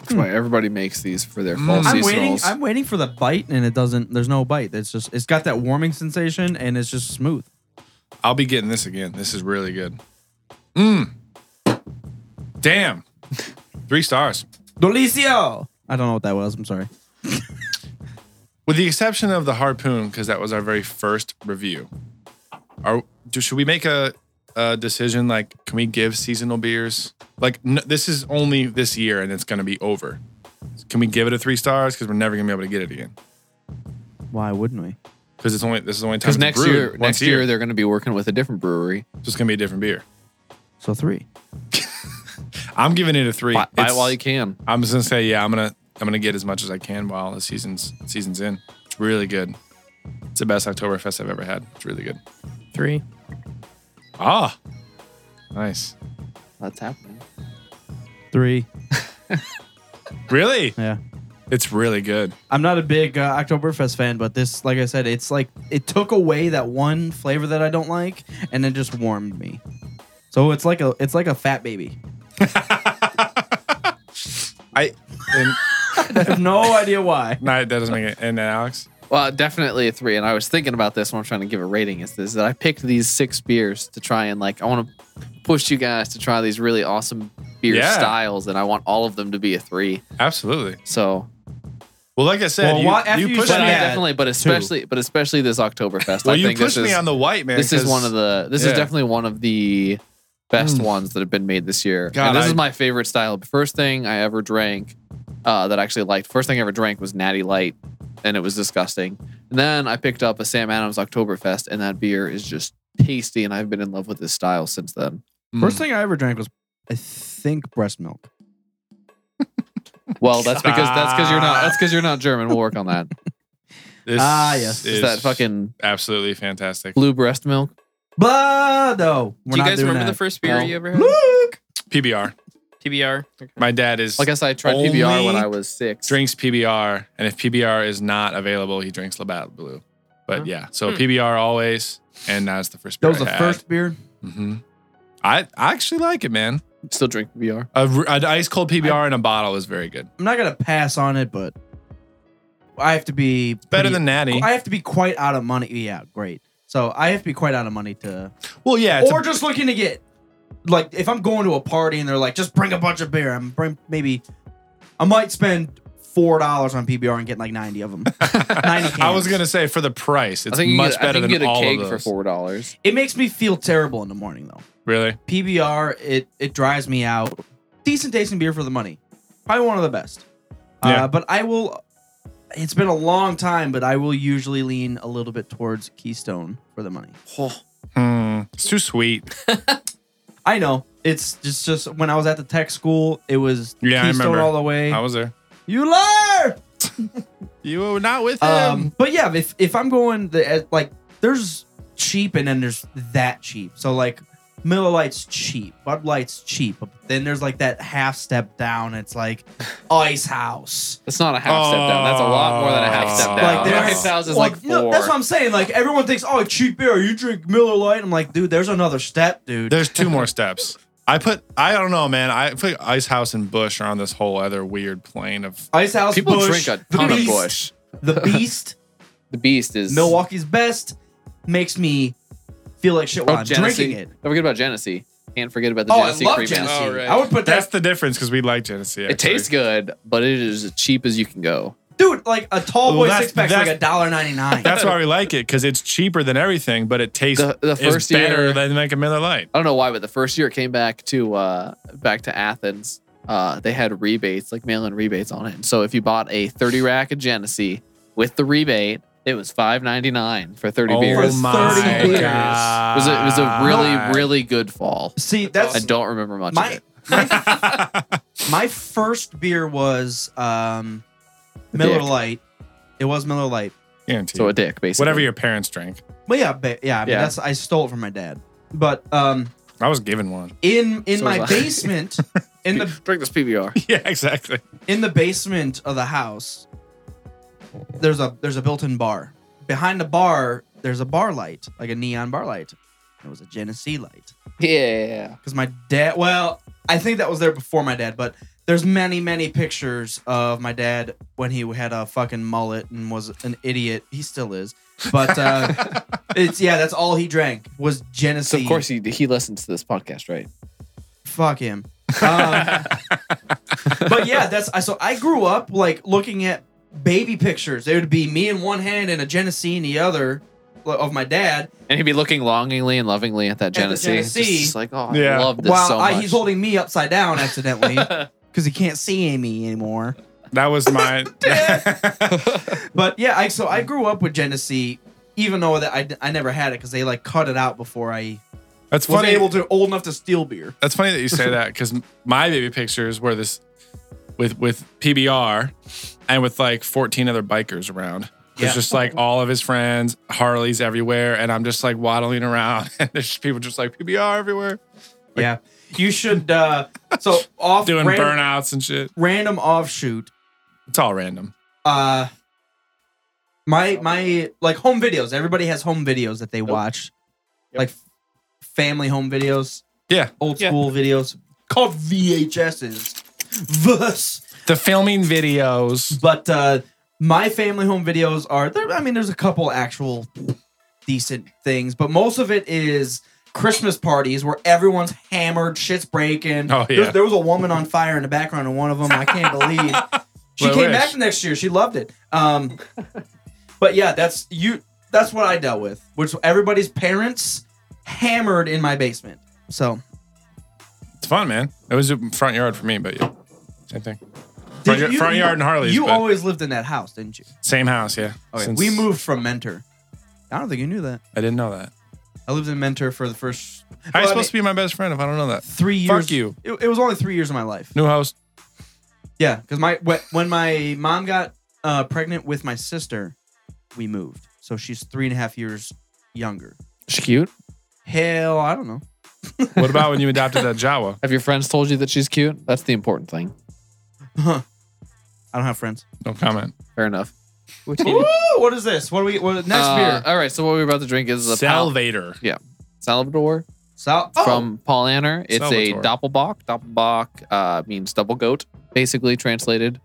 S3: That's why everybody makes these for their fall
S2: Mm.
S1: I'm
S3: seasonals.
S1: waiting. I'm waiting for the bite, and it doesn't. There's no bite. It's just. It's got that warming sensation, and it's just smooth.
S2: I'll be getting this again. This is really good. Mmm. Damn. [laughs] Three stars.
S1: Delicio. I don't know what that was. I'm sorry.
S2: With the exception of the harpoon, because that was our very first review. Are do, should we make a, a decision? Like, can we give seasonal beers? Like, n this is only this year, and it's going to be over. Can we give it a three stars? Because we're never going to be able to get it again.
S1: Why wouldn't we?
S2: Because it's only this is the only time.
S3: Because
S2: it's
S3: next
S2: brewed
S3: year,
S2: once
S3: next
S2: a
S3: year they're going to be working with a different brewery.
S2: so it's going to be a different beer.
S1: So three.
S2: I'm giving it a three.
S3: Buy, buy
S2: It's-
S3: while you can.
S2: I'm just gonna say, yeah, I'm gonna I'm gonna get as much as I can while the season's season's in. It's really good. It's the best Oktoberfest I've ever had. It's really good.
S4: Three.
S2: Ah, nice.
S3: That's happening.
S1: Three.
S2: Really,
S1: Yeah.
S2: it's really good.
S1: I'm not a big uh, Oktoberfest fan, but this, like I said, it's like it took away that one flavor that I don't like, and it just warmed me. So it's like a it's like a fat baby. [laughs]
S2: I and [laughs]
S1: I have no idea why.
S2: no, that doesn't make it. And then Alex,
S3: Well, definitely a three. And I was thinking about this when I'm trying to give a rating. Is this that I picked these six beers to try and like I want to push you guys to try these really awesome beer
S2: Yeah.
S3: styles, and I want all of them to be a three.
S2: absolutely.
S3: So
S2: Well, like I said,
S1: Well,
S2: you,
S1: why- after
S2: you
S1: you
S2: pushed
S3: but
S1: said
S2: me.
S3: I
S1: that-
S3: definitely, but especially, but especially this Oktoberfest.
S2: well,
S3: I
S2: you
S3: think
S2: pushed
S3: this
S2: me
S3: is,
S2: on the white man.
S3: This is
S2: 'cause
S3: one of the. This
S2: yeah.
S3: is definitely one of the best
S2: Mm.
S3: ones that have been made this year.
S2: God,
S3: and this
S2: I-
S3: is my favorite style. The first thing I ever drank uh, that I actually liked. First thing I ever drank was Natty Light, and it was disgusting. And then I picked up a Sam Adams Oktoberfest, and that beer is just tasty. And I've been in love with this style since then.
S4: Hmm.
S2: Mm.
S1: First thing I ever drank was, I think, breast milk.
S3: Well, that's because that's because you're not that's because you're not German. We'll work
S2: [laughs]
S3: on that.
S2: This
S1: Ah, yes.
S3: It's
S2: is
S3: that fucking
S2: absolutely fantastic.
S3: blue breast milk.
S1: But no, we're
S4: Do you
S1: not
S4: guys
S1: doing
S4: remember
S1: that.
S4: the first beer
S3: No.
S4: you ever had?
S1: Luke.
S2: PBR.
S4: TBR. Okay.
S2: My dad is
S3: I guess I tried PBR when
S2: Only
S3: I was six.
S2: drinks PBR, and if PBR is not available, he drinks Labatt Blue. But
S4: Huh.
S2: yeah, so
S4: Hmm.
S2: PBR always, and that's the first.
S1: That
S2: Beer
S1: was the
S2: I had.
S1: first beer.
S2: Mhm. I I actually like it, man.
S3: Still drink PBR.
S2: A, r- an ice cold PBR in a bottle is very good.
S1: I'm not gonna pass on it, but I have to be
S2: Better
S1: pretty-
S2: than Natty.
S1: I have to be quite out of money. Yeah, great. So I have to be quite out of money to,
S2: well, yeah, it's
S1: or
S2: a-
S3: [laughs]
S1: just looking to get, like, if I'm going to a party and they're like, just bring a bunch of beer. I'm bring maybe, I might spend four dollars on PBR and get like ninety of
S2: [laughs]
S1: them.
S2: I
S1: cans.
S2: was gonna say for the price, it's
S3: I think you
S2: much
S3: get, I
S2: better
S3: think
S2: than
S3: you get a
S2: all
S3: keg
S2: of
S3: for
S2: those.
S3: four dollars.
S1: it makes me feel terrible in the morning though.
S2: Really?
S1: PBR, it it drives me out. Decent tasting beer for the money, probably one of the best.
S2: Yeah.
S1: Uh, but I will. It's been a long time, but I will usually lean a little bit towards Keystone for the money.
S2: Hmm. It's too sweet.
S1: I know. It's just just when I was at the tech school, it was
S2: Yeah, I
S1: Keystone
S2: remember.
S1: all the way.
S2: I was there.
S1: you liar!
S2: You were not with him.
S1: Um, but yeah, if if I'm going the as- like, there's cheap and then there's that cheap. So like, Miller Lite's cheap, Bud Light's cheap, but then there's like that half step down. It's
S3: [laughs]
S1: like Ice House.
S3: That's not a half step down. That's a lot more than a half step down.
S1: Like,
S3: Like
S1: there-
S3: Oh, Ice House is
S1: Well,
S3: like
S1: you know,
S3: four.
S1: that's what I'm saying. Like everyone thinks, oh, cheap beer. You drink Miller Lite. I'm like, dude, there's another step, dude.
S2: There's two more steps. I put. I don't know, man. I feel like Ice House and Bush are on this whole other weird plane of
S1: Ice House,
S3: People
S1: Bush,
S3: drink a
S1: The
S3: ton of
S1: Beast,
S3: Bush. [laughs]
S1: The Beast.
S3: The Beast is
S1: Milwaukee's best makes me feel like shit while
S3: Oh,
S1: I'm
S3: Genesee.
S1: drinking it.
S3: Don't forget about Genesee. Can't forget about the
S1: Oh, I
S3: Genesee
S1: love
S3: Cream Ale.
S1: Genesee.
S4: Oh, right.
S1: I would put
S2: That's
S1: that,
S2: the difference because we like Genesee.
S3: It tastes good, but it is as cheap as you can go.
S1: dude, like a tall
S2: Well,
S1: boy
S2: that's-
S1: six pack's like a
S2: that's-
S1: dollar ninety nine.
S2: That's why we like it because it's cheaper than everything, but it tastes
S3: The- the
S2: is
S3: first
S2: better
S3: year-
S2: than like a Miller Lite.
S3: I don't know why, but the first year it came back to uh back to Athens, uh, they had rebates, like mail in rebates on it. And so if you bought a 30 rack of Genesee with the rebate, it was five ninety nine for 30 beers.
S1: For 30 beers.
S3: It was a, it was a
S1: Uh,
S3: really, really good fall.
S1: See,
S3: I
S1: that's
S3: don't remember much of
S1: my
S3: it.
S1: my,
S2: [laughs] really.
S1: my first beer was um, Miller
S3: Dick.
S1: Lite. It was Miller Lite.
S2: Guaranteed.
S3: So a dick, basically.
S2: Whatever your parents drank,
S1: Well, yeah, ba- yeah. I mean,
S3: Yeah.
S1: that's I stole it from my dad. But um,
S2: I was given
S3: [laughs]
S2: one.
S1: in in
S3: So was
S1: my
S3: I.
S1: basement, in
S3: [laughs]
S1: the
S3: drink this PBR.
S2: Yeah, exactly.
S1: in the basement of the house, there's a there's a built in bar. behind the bar, there's a bar light, like a neon bar light. It was a Genesee light.
S3: Yeah.
S1: Because my dad, well, I think that was there before my dad, but there's many, many pictures of my dad when he had a fucking mullet and was an idiot. He still is. But
S3: [laughs]
S1: uh, it's, yeah, that's all he drank was
S3: So
S1: Genesee.
S3: of course he he listens to this podcast, right?
S1: Fuck him.
S3: [laughs]
S1: Um, but yeah, that's, I, so I grew up like looking at baby pictures. There would be me in one hand and a Genesee in the other like, of my dad.
S3: And he'd be looking longingly and lovingly at that
S1: the
S3: Genesee. It's just
S1: Genesee.
S3: like, oh,
S2: Yeah.
S3: I love this
S1: while
S3: so
S1: I,
S3: much.
S1: he's holding me upside down
S3: [laughs]
S1: accidentally because he can't see me anymore.
S2: That was
S3: [laughs]
S2: my.
S1: But yeah, I so I grew up with Genesee, even though that I, I never had it because they like cut it out before I
S2: [laughs] That's
S1: was
S2: funny.
S1: able to old enough to steal beer.
S2: That's funny that you say that because my baby pictures were this with with PBR and with like 14 other bikers around. There's
S1: Yeah.
S2: just like all of his friends, Harleys everywhere, and I'm just like waddling around, [laughs] and there's just people just like PBR everywhere,
S1: yeah, [laughs] you should. uh So off
S2: doing
S1: ran-
S2: burnouts and shit.
S1: random offshoot.
S2: It's all random.
S1: Uh, my my like home videos. Everybody has home videos that they watch, like f- family home videos.
S2: Yeah.
S1: old
S4: Yeah.
S1: school videos called VHSs. Vus.
S2: The filming videos.
S1: But uh, my family home videos are there. I mean, there's a couple actual decent things, but most of it is Christmas parties where everyone's hammered, shit's breaking.
S2: Oh,
S1: There-
S2: yeah.
S1: there, was a woman on fire in the background in one of them. I can't
S2: [laughs]
S1: believe she
S2: Well,
S1: came
S2: wish.
S1: back the next year. She loved it. Um, but yeah, that's you. That's what I dealt with, which everybody's parents hammered in my basement. So
S2: It's fun, man. It was a front yard for me, but yeah, same thing.
S1: Did
S2: Front, yard-
S1: you-
S2: front
S1: you-
S2: yard and Harleys.
S1: you
S2: but
S1: always lived in that house, didn't you?
S2: same house, yeah.
S1: Okay, Oh,
S2: Since-
S1: we moved from Mentor. I don't think you knew that.
S2: I didn't know that.
S1: I lived in Mentor for the first
S2: How are you
S1: Well, I
S2: supposed to be my best friend if I don't know that?
S1: three years.
S2: Fuck you.
S1: It, it was only three years of my life.
S2: New house.
S1: Yeah, because my wh- when my mom got uh, pregnant with my sister, we moved. So she's three and a half years younger.
S3: She cute.
S1: Hell, I don't know.
S2: What about when you adopted that Jawa?
S3: Have your friends told you that she's cute? That's the important thing.
S1: I don't have [laughs] friends.
S2: No comment.
S3: Fair enough.
S1: Ooh, what is this? What do we? What next
S3: Uh,
S1: beer?
S3: All right. So what we're about to drink is a Pal-
S2: Salvator.
S3: Salvador
S1: So oh,
S3: from Paul Anner. It's
S2: Salvatore.
S3: a doppelbock. Doppelbock uh, means double goat, basically translated,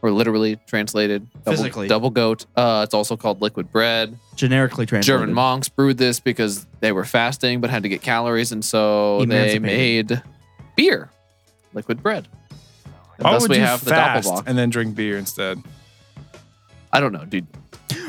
S3: or literally translated. Double,
S1: Physically.
S3: double goat. Uh, it's also called liquid bread.
S1: generically translated.
S3: German monks brewed this because they were fasting but had to get calories, and so they
S1: Emancipated.
S3: made beer, liquid bread. And
S2: Why
S3: thus
S2: would
S3: we
S2: you
S3: have the
S2: fast
S3: doppelbock.
S2: and then drink beer instead?
S3: I don't know, dude.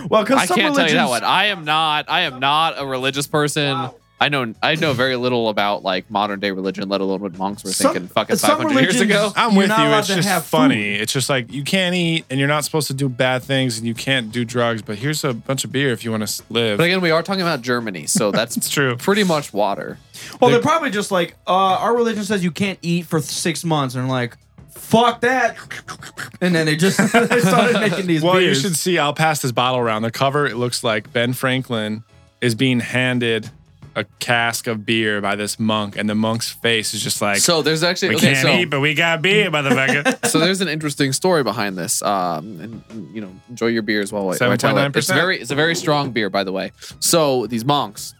S1: Well,
S3: I
S1: because some
S3: can't tell you that
S1: religions-
S3: one. I am not. I am not a religious person. I know. I know very little about like modern day religion, let alone what monks were
S1: Some-
S3: thinking fucking
S1: some
S3: five hundred years
S1: religions-
S3: ago.
S2: I'm
S1: You're
S2: with
S1: not
S2: you.
S1: allowed
S2: It's
S1: to
S2: just
S1: have
S2: funny. It's just like you can't eat and you're not supposed to do bad things and you can't do drugs, but here's a bunch of beer if you want to live.
S3: But again, we are talking about Germany,
S1: [laughs]
S3: so
S2: it's
S3: that's
S2: true.
S3: pretty much water.
S1: Well, they're probably just like uh, our religion says you can't eat for six months, and they're like, "Fuck that," and then they just [laughs] they started making these
S2: Well,
S1: beers.
S2: you should see. I'll pass this bottle around. The cover, it looks like Ben Franklin is being handed a cask of beer by this monk, and the monk's face is just like,
S3: So there's actually
S2: we
S3: okay.
S2: can't
S3: so
S2: eat, but we got
S3: [laughs]
S2: beer, motherfucker.
S3: so there's an interesting story behind this. Um, and you know, enjoy your beers while I, while I tell it. It's
S2: 7.9%.
S3: very, it's a very strong beer, by the way. So these monks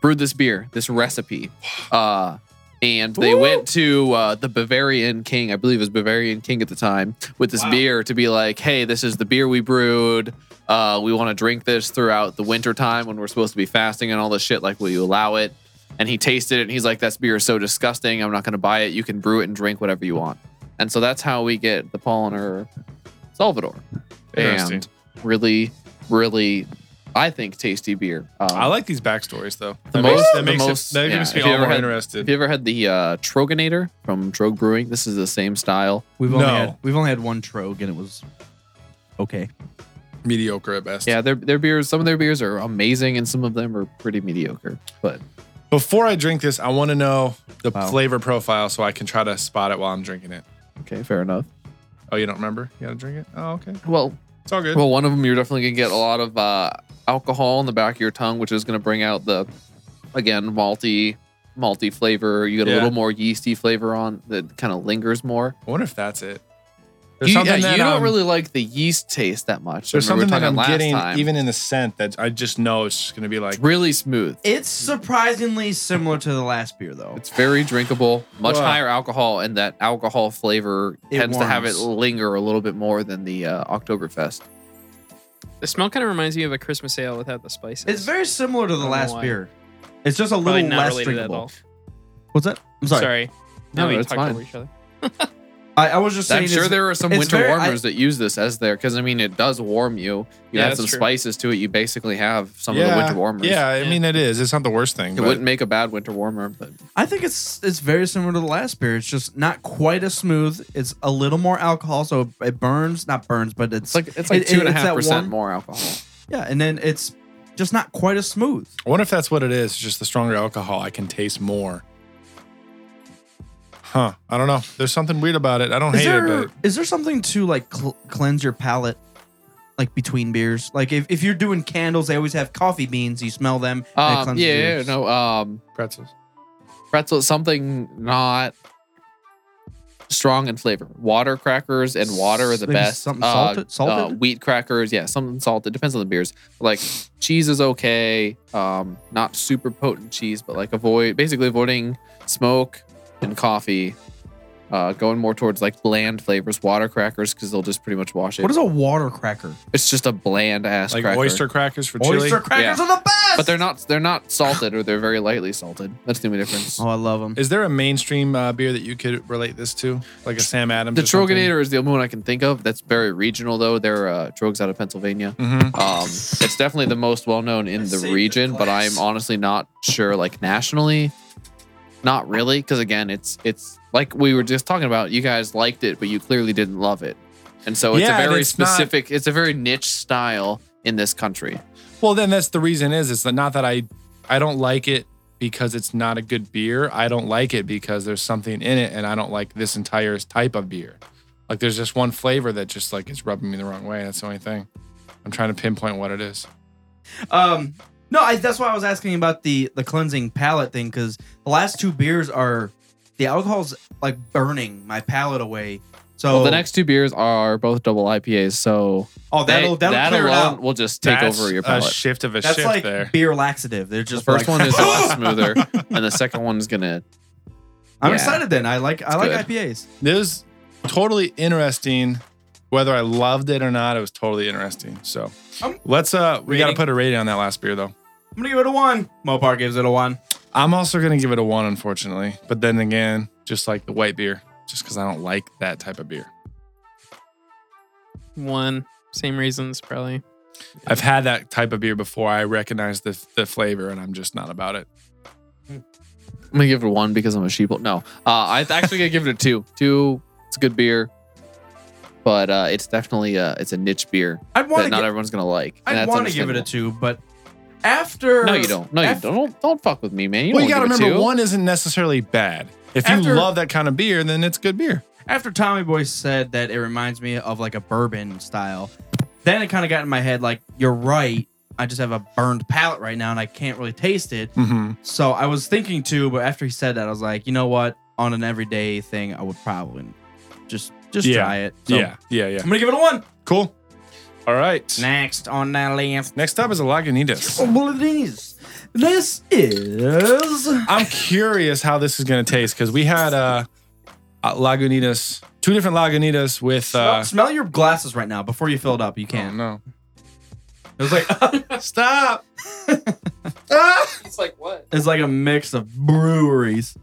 S3: brewed this beer, this recipe, uh, and they went to uh, the Bavarian king, I believe it was Bavarian king at the time, with this beer to be like, hey, this is the beer we brewed. Uh, we want to drink this throughout the winter time when we're supposed to be fasting and all this shit. Like, will you allow it? And he tasted it and he's like, "This beer is so disgusting. I'm not going to buy it. You can brew it and drink whatever you want." And so that's how we get the Polliner Salvador.
S2: Interesting.
S3: And really, really, I think tasty beer. Um,
S2: I like these backstories though. that
S3: The
S2: makes,
S3: most-
S2: that
S3: the
S2: makes
S3: most-
S2: it, that
S3: yeah,
S2: makes me
S3: if you
S2: all
S3: ever
S2: more
S3: had- Have
S2: interested.
S3: you ever had the uh, Troganator from Trog Brewing? This is the same style.
S1: We've only
S2: No.
S1: had we've only had one trogue and it was okay.
S2: Mediocre at best.
S3: Yeah, their their beers. Some of their beers are amazing, and some of them are pretty mediocre. But
S2: Before I drink this, I want to know the
S1: Wow.
S2: flavor profile so I can try to spot it while I'm drinking it.
S3: okay, fair enough.
S2: Oh, you don't remember? You gotta drink it? Oh, okay.
S3: Well,
S2: It's all good.
S3: Well, one of them you're definitely gonna get a lot of uh, alcohol in the back of your tongue, which is gonna bring out the again malty, malty flavor. You get
S2: Yeah.
S3: a little more yeasty flavor on that kind of lingers more.
S2: I wonder if that's it. There's
S3: you, yeah,
S2: something that
S3: you don't
S2: I'm-
S3: really like the yeast taste that much.
S2: There's
S3: I remember
S2: something that I'm
S3: talking last
S2: getting,
S3: time.
S2: even in the scent, that I just know it's just gonna be like
S3: It's really smooth.
S1: It's surprisingly similar to the last beer, though.
S3: It's very drinkable, much
S2: Wow.
S3: higher alcohol, and that alcohol flavor
S1: It
S3: tends to have it
S1: warms.
S3: linger a little bit more than the uh, Oktoberfest.
S4: The smell kind of reminds me of a Christmas ale without the spices.
S1: It's very similar to the
S4: I don't know
S1: last
S4: why.
S1: beer. It's just a
S4: Probably
S1: little
S4: not
S1: less
S4: related at
S1: drinkable.
S4: all.
S1: What's that? I'm sorry.
S4: Sorry.
S3: No,
S4: Now we
S3: that's
S4: talked
S3: fine.
S4: over each other.
S1: I, I was just saying.
S3: I'm sure
S1: it's-
S3: there are some
S1: it's
S3: winter
S1: very-
S3: warmers that use this as their because I mean it does warm you. You
S4: Yeah,
S3: add
S4: that's
S3: some
S4: true.
S3: spices to it. You basically have some of the winter warmers.
S2: Yeah, I
S4: Yeah.
S2: mean it is. It's not the worst thing.
S3: it
S2: but-
S3: wouldn't make a bad winter warmer, but
S1: I think it's it's very similar to the last beer. It's just not quite as smooth. It's a little more alcohol, so it burns. Not burns, but it's,
S3: it's like it's like
S1: It- it-
S3: two and a
S1: it's
S3: half
S1: that
S3: percent
S1: warm-
S3: more alcohol.
S1: yeah, and then it's just not quite as smooth.
S2: I wonder if that's what it is. Just the stronger alcohol, I can taste more. Huh? I don't know. There's something weird about it. I don't
S1: Is
S2: hate
S1: there
S2: it,
S1: is
S2: but
S1: there something to like cl- cleanse your palate, like between beers? Like if, if you're doing candles, they always have coffee beans. You smell them. and it
S3: Um,
S1: cleanses
S3: yeah,
S1: your-
S3: yeah, yeah, no. Um,
S2: pretzels.
S3: pretzel something not strong in flavor. Water crackers and water are the
S1: Maybe
S3: best.
S1: something
S3: Uh,
S1: salted-
S3: Uh,
S1: salted?
S3: wheat crackers, yeah, something salted. Depends on the beers. Like cheese is okay. Um, not super potent cheese, but like avoid basically avoiding smoke and coffee. Uh, going more towards like bland flavors, water crackers, because they'll just pretty much wash it.
S1: What is a water cracker?
S3: it's just a bland ass
S2: Like
S3: cracker.
S2: oyster crackers for chili.
S1: Oyster crackers
S3: Yeah.
S1: are the best.
S3: but they're not they're not salted or they're very lightly salted. That's the only difference.
S1: Oh, I love them.
S2: Is there a mainstream uh, beer that you could relate this to, like a Sam Adams?
S3: The Troganator is the only one I can think of that's very regional, though. They're uh, Trogs out of Pennsylvania.
S2: Mm-hmm.
S3: Um, it's definitely the most well known in the
S1: Saved the
S3: region, but
S1: class.
S3: I'm honestly not sure, like nationally, not really, because again, it's it's like we were just talking about. You guys liked it, but you clearly didn't love it, and so it's
S2: Yeah,
S3: a
S2: and
S3: very
S2: it's not-
S3: specific, it's a very niche style in this country.
S2: Well, then that's the reason is it's not that I I don't like it because it's not a good beer. I don't like it because there's something in it and I don't like this entire type of beer. Like there's just one flavor that just like is rubbing me the wrong way. That's the only thing. I'm trying to pinpoint what it is.
S1: Um, no, I, that's why I was asking about the the cleansing palate thing because the last two beers are the alcohol's like burning my palate away. So
S3: Well, the next two beers are both double IPAs, so
S1: oh that'll
S3: they-
S1: that'll
S3: that
S1: clear it
S3: alone
S1: out.
S3: will just take
S2: That's
S3: over your
S2: a
S3: palate.
S2: shift of a
S1: That's
S2: shift
S1: like
S2: there.
S1: beer laxative. They're
S3: the
S1: just
S3: first
S1: like,
S3: one is
S1: [laughs]
S3: a lot smoother, and the second one's gonna
S1: I'm
S3: yeah.
S1: excited. Then I like I like
S3: good.
S1: IPAs.
S2: It was totally interesting. Whether I loved it or not, it was totally interesting. So
S1: Um,
S2: let's uh we gotta
S4: rating?
S2: put a rating on that last beer
S1: I'm
S2: though.
S1: gonna give it a one. Mopar gives it a one.
S2: I'm also gonna give it a one, unfortunately. But then again, just like the white beer, just because I don't like that type of beer.
S4: One. Same reasons, probably.
S2: I've had that type of beer before. I recognize the the flavor, and I'm just not about it.
S3: I'm gonna give it a one because I'm a sheeple. No, uh, I th- actually gonna give it a two. Two, it's a good beer, but uh, it's definitely a, it's a niche beer
S1: I'd want
S3: that
S1: to
S3: not
S1: gi-
S3: everyone's gonna like. and
S1: I'd
S3: that's
S1: want to give it a
S3: understandable.
S1: two, but after
S3: No, you don't. No, you
S1: af-
S3: don't. don't. Don't fuck with me, man. You
S2: well,
S3: don't
S2: you gotta
S3: give it
S2: remember,
S3: two.
S2: one isn't necessarily bad. If
S1: After-
S2: you love that kind of beer, then it's good beer.
S1: after Tommy Boy said that it reminds me of like a bourbon style, then it kind of got in my head like, you're right. I just have a burned palate right now and I can't really taste it.
S2: Mm-hmm.
S1: So I was thinking too, but after he said that, I was like, you know what? On an everyday thing, I would probably just just
S2: Yeah.
S1: try it. So
S2: yeah, yeah, yeah.
S1: I'm gonna give it a one.
S2: Cool. All right.
S1: Next on that list.
S2: Next up is a Lagunitas.
S1: Well, it is. This is
S2: I'm curious how this is gonna taste because we had uh, uh, Lagunitas, two different Lagunitas with.
S1: smell,
S2: Uh,
S1: smell your glasses right now before you fill it up. You
S2: oh,
S1: can.
S2: no.
S1: It was like [laughs]
S2: Stop. [laughs]
S3: [laughs]
S4: It's like what?
S1: it's like a mix of breweries.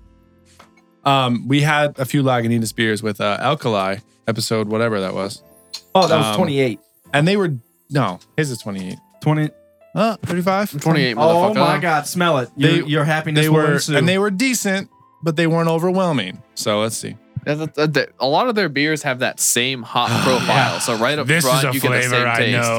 S2: Um, we had a few Lagunitas beers with uh, Alkali episode, whatever that was,
S1: Oh, that was
S2: Um,
S1: 28.
S2: and they were no, his is 28,
S1: 20.
S2: uh, 35.
S3: I'm 28,
S1: Oh
S3: motherfucker.
S1: my God, smell it. Your,
S2: They-
S1: your happiness
S2: They
S1: will
S2: were
S1: ensue.
S2: and they were decent, but they weren't overwhelming. So let's see.
S3: That's- that's- that- that- A lot of their beers have that same hot [sighs]
S1: Oh,
S3: profile.
S2: Yeah.
S3: So right up front, you get the same taste.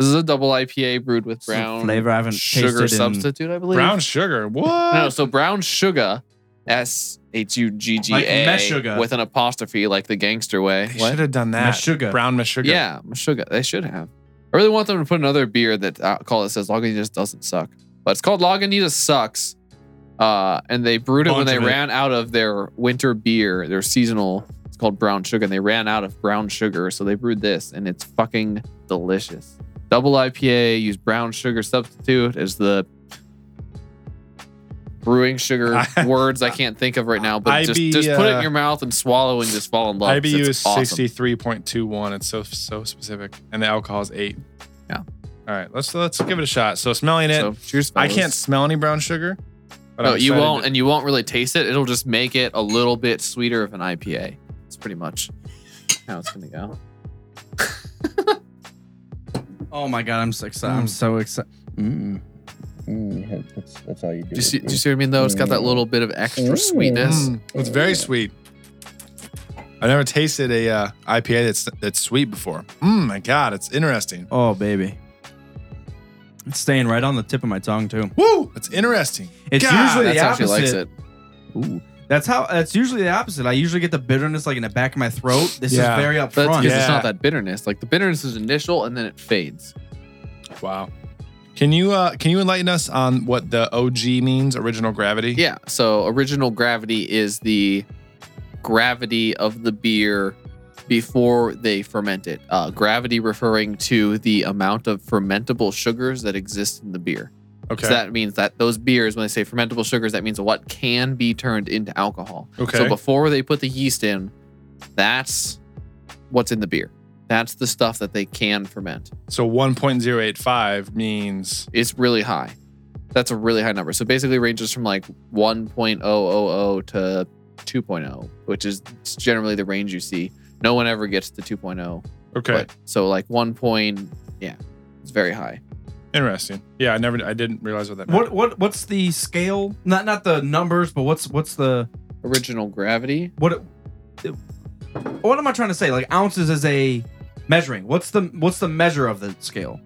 S3: This is a double IPA brewed with
S1: It's a
S3: brown
S1: flavor I haven't
S3: sugar
S1: tasted in-
S3: substitute, I believe.
S2: Brown sugar. What?
S3: No, so brown sugar, S H U G G
S1: Like mesh
S3: A,
S1: sugar.
S3: with an apostrophe, like the gangster way.
S2: they should have done that.
S1: Meshuggah.
S2: Brown sugar.
S3: Yeah, sugar. They should have. I really want them to put another beer that uh, call it says Lagunitas doesn't suck, but it's called Lagunitas sucks. Uh, and they brewed it when
S2: Bunch
S3: they
S2: of it.
S3: ran out of their winter beer, their seasonal It's called brown sugar, and they ran out of brown sugar, so they brewed this, and it's fucking delicious. Double IPA, use brown sugar substitute as the
S2: [laughs]
S3: brewing sugar words I can't think of right now, but just,
S2: IB,
S3: just put it
S2: uh,
S3: in your mouth and swallow and just fall in love. 'cause
S2: IBU
S3: it's
S2: is
S3: awesome.
S2: sixty three point two one. It's so so specific, and the alcohol is eight.
S3: Yeah.
S2: All right, let's let's give it a shot. So smelling it,
S3: So cheers,
S2: I
S3: fellas.
S2: can't smell any brown sugar. But
S3: No,
S2: I'm
S3: you
S2: excited
S3: won't,
S2: to-
S3: and you won't really taste it. It'll just make it a little bit sweeter of an IPA. It's pretty much how it's gonna go.
S1: Oh my god, I'm so excited. I'm
S2: Mm.
S1: so excited. Mm.
S3: Do you, see, do you see what I mean? Though it's got that
S1: Mm.
S3: little bit of extra sweetness.
S2: Mm, it's very sweet. I never tasted a uh, IPA that's that's sweet before. Mm, my God, it's interesting.
S1: Oh baby, it's staying right on the tip of my tongue too.
S2: Woo, it's interesting.
S1: It's
S2: God,
S1: usually
S3: That's
S1: the
S3: how she
S1: opposite.
S3: likes it.
S1: Ooh. That's how. That's usually the opposite. I usually get the bitterness like in the back of my throat. This
S2: Yeah.
S1: is very up
S3: But that's
S1: front.
S3: because it's
S2: Yeah.
S3: not that bitterness. Like the bitterness is initial and then it fades.
S2: Wow. Can you uh, can you enlighten us on what the OG means? Original gravity.
S3: Yeah. So original gravity is the gravity of the beer before they ferment it. Uh, gravity referring to the amount of fermentable sugars that exist in the beer.
S2: Okay.
S3: So that means that those beers, when they say fermentable sugars, that means what can be turned into alcohol.
S2: okay.
S3: So before they put the yeast in, that's what's in the beer. That's the stuff that they can ferment.
S2: So 1.085 means
S3: It's really high. That's a really high number. So basically ranges from like 1.000 to 2.0, which is generally the range you see. No one ever gets to 2.0.
S2: okay.
S3: But, so like 1. Point, yeah, it's very high.
S2: Interesting. Yeah, I never I didn't realize what that
S1: What
S2: meant.
S1: what what's the scale? Not not the numbers, but what's what's the
S3: Original gravity.
S1: what? What am I trying to say? Like ounces is a measuring. What's the what's the measure of the scale?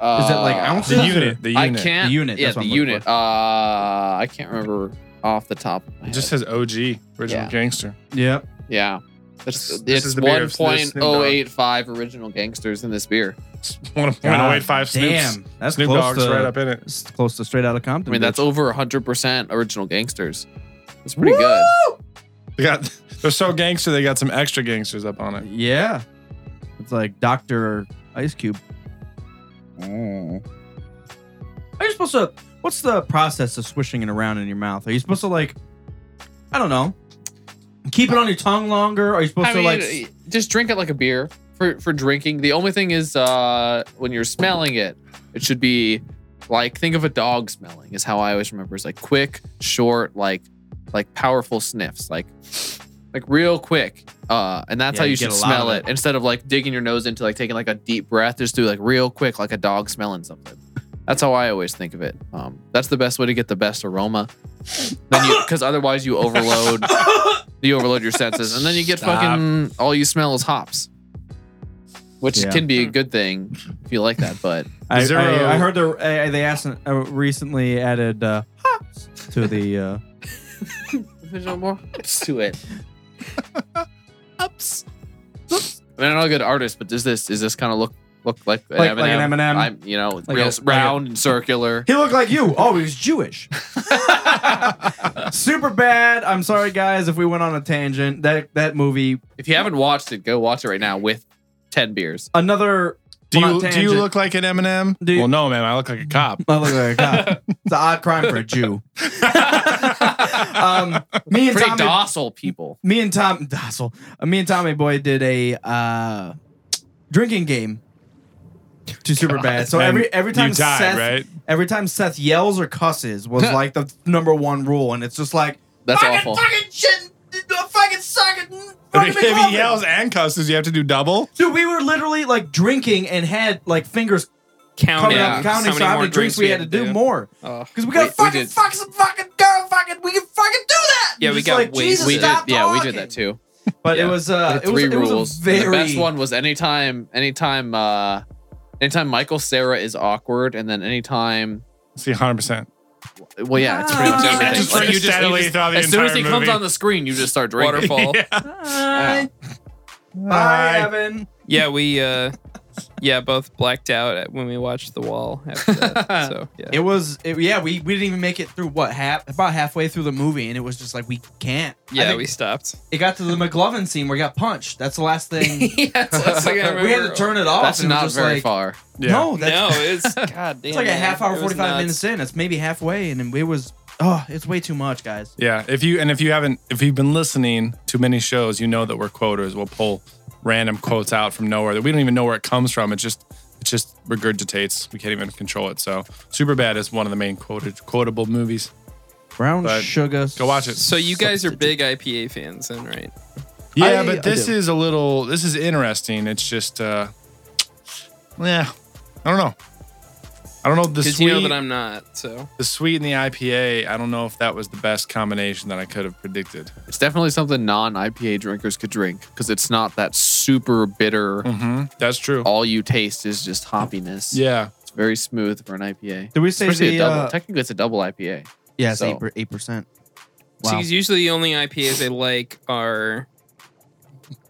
S3: Uh,
S1: Is it like ounces?
S2: the unit, the
S3: I
S2: unit.
S3: can't.
S1: The unit,
S3: Yeah,
S1: that's what
S3: the
S1: I'm looking
S3: unit. Uh, I can't remember off the top. Of my
S2: It
S3: head.
S2: just says OG, original
S3: Yeah.
S2: gangster. [laughs]
S1: Yeah.
S3: yeah. It's,
S2: This-
S3: it's
S2: this is the beer of Snoop Dogg.
S3: 1.085 original gangsters in this beer.
S2: It's 1.085 Snoops.
S1: Damn, that's
S2: Snoop
S1: close
S2: Dogg's
S1: to
S2: right up in it.
S1: s- close to straight out of
S3: I
S1: Compton.
S3: mean, that's
S1: bitch.
S3: over 100% original gangsters. That's pretty good.
S2: They got they're so gangster they got some extra gangsters up on it.
S1: yeah. It's like Doctor Ice Cube.
S3: Mm.
S1: Are you supposed to? What's the process of swishing it around in your mouth? Are you supposed to like? I don't know. Keep it on your tongue longer. Are you supposed
S3: I
S1: to
S3: mean,
S1: like? s-
S3: just drink it like a beer for, for drinking. The only thing is uh, when you're smelling it, it should be like think of a dog smelling is how I always remember. It's like quick, short, like like powerful sniffs, like like real quick. Uh, and that's
S1: Yeah,
S3: how
S1: you
S3: you
S1: get
S3: should
S1: a lot
S3: smell
S1: of
S3: it. instead of like digging your nose into like taking like a deep breath. Just do like real quick, like a dog smelling something. That's how I always think of it. Um, that's the best way to get the best aroma. Then you, because otherwise you overload you overload your senses, and then you get
S2: Stop.
S3: fucking all you smell is hops, which
S1: Yeah.
S3: can be a good thing if you like that. But
S1: I,
S2: Zero-
S1: I, I heard the, uh, they asked, uh, recently added uh, hops to the. Uh,
S3: there's no more ups
S1: [laughs]
S3: to it. ups. I mean, I'm not a good artist, but does this is this kind of look look like an
S1: Like-
S3: M&M?
S1: like an M&M?
S3: I'm, you know,
S1: Like
S3: real
S1: a- like
S3: round and circular.
S1: he looked like you. Oh, he was [laughs] Jewish. Super bad. I'm sorry, guys, if we went on a tangent. That that movie.
S3: If you haven't watched it, go watch it right now with ten beers.
S1: Another.
S2: Do
S1: Well,
S2: you
S1: not
S2: do you
S1: tangent.
S2: look like an Eminem?
S1: Do you-
S2: well, no, man. I look like a cop.
S1: I look like a cop. it's an odd crime for a
S2: [laughs]
S1: Jew. Um, me and
S3: Pretty
S1: Tommy
S3: docile people.
S1: me and Tom [laughs] Dossel, uh, me and Tommy Boy did a uh, drinking game to super bad. So
S2: And
S1: every every time
S2: you died,
S1: Seth
S2: right?
S1: every time Seth yells or cusses was like the number one rule, and it's just like
S3: That's
S1: fucking
S3: awful.
S1: fucking shit, uh, fucking suck it. mm, fucking
S2: [laughs] If he, if he
S1: McLovin."
S2: yells and cusses, you have to do double.
S1: dude, we were literally like drinking and had like fingers
S4: Counting,
S1: coming
S3: yeah.
S1: up, counting so how many drinks we had to do more
S4: Oh.
S1: because we gotta
S3: We- we
S1: fucking
S3: did-
S1: fuck some fucking girl, fucking we can fucking do that.
S4: Yeah,
S1: You're
S4: we
S1: just
S4: got
S1: like,
S4: way-
S1: Jesus,
S3: we did,
S1: stop
S3: yeah, we did
S1: talking."
S3: that too.
S1: But
S4: Yeah.
S1: it was uh,
S3: Like
S1: it was,
S3: three
S1: it was a
S3: rules.
S1: very
S3: The best one was anytime, anytime, uh, anytime Michael Sarah is awkward, and then anytime.
S2: See, 100. percent
S3: Well, yeah, it's pretty much
S1: Ah.
S3: everything.
S1: Just
S2: drink steadily throughout the
S3: as soon as he
S2: entire
S3: comes
S2: movie.
S3: on the screen, you
S1: [laughs]
S3: just start drinking.
S4: Waterfall.
S1: Hi. Bye, Evan.
S4: Yeah, we uh yeah, both blacked out at- when we watched The Wall
S1: [laughs]
S4: after that. so yeah,
S1: It was, it, yeah, we, we didn't even make it through what half about halfway through the movie, and it was just like we can't. I
S4: yeah,
S1: think
S4: we stopped.
S1: It got to the McLovin scene where he got punched. That's the last thing.
S4: [laughs] yeah, that's the last thing I
S1: [laughs] we had to
S4: remember.
S1: turn it off.
S3: That's
S1: and it was
S3: not
S1: just
S3: very
S1: like,
S3: far.
S2: Yeah.
S1: No, that's,
S4: No, it's
S1: [laughs]
S4: god damn.
S1: it's like a
S4: man.
S1: half hour,
S4: It was
S1: forty five
S4: nuts.
S1: minutes in. It's maybe halfway, and it was oh, it's way too much, guys.
S2: Yeah. If you and if you haven't if you've been listening to many shows, you know that we're quoters. We'll pull random quotes out from nowhere that we don't even know where it comes from. It just it just regurgitates. We can't even control it. So Superbad is one of the main quoted quotable movies.
S1: Brown
S2: But
S1: sugar.
S2: go watch it.
S4: So you guys are big IPA fans, then, right?
S2: Yeah,
S1: I- I
S2: but this
S1: do.
S2: is a little this is interesting. It's just uh yeah. I don't know. I don't know the
S4: Because
S2: sweet
S4: you know that I'm not. So
S2: the sweet and the IPA. I don't know if that was the best combination that I could have predicted.
S3: It's definitely something non IPA drinkers could drink because it's not that super bitter.
S2: Mm-hmm. That's true.
S3: All you taste is just hoppiness.
S2: Yeah.
S3: It's very smooth for an IPA.
S1: Did we say
S3: Especially a
S1: the?
S3: double.
S1: Uh,
S3: Technically, it's a double IPA.
S1: yeah, it's
S3: so-
S1: eight per- eight percent.
S4: See,
S1: Wow.
S4: 'cause usually the only IPAs I like are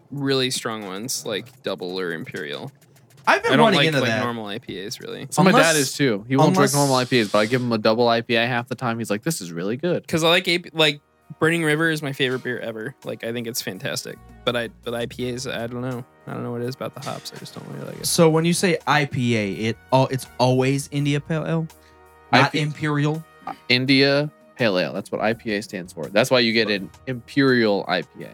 S4: really strong ones, like double or imperial.
S1: I've
S4: I
S1: been
S4: don't
S1: wanting
S4: like,
S1: into
S4: like
S1: that.
S4: normal IPAs, really.
S3: So my
S1: Unless-
S3: dad is too. He won't
S1: unless-
S3: drink normal IPAs, but I give him a double IPA half the time. He's like, this is really good.
S4: Because I like AP, like Burning River is my favorite beer ever. Like I think it's fantastic. But I but IPAs, I don't know. I don't know what it is about the hops. I just don't really like it.
S1: So when you say IPA, it all it's always India Pale Ale, not
S3: IP
S1: Imperial.
S3: India Pale Ale. That's what IPA stands for. That's why you get an Imperial IPA,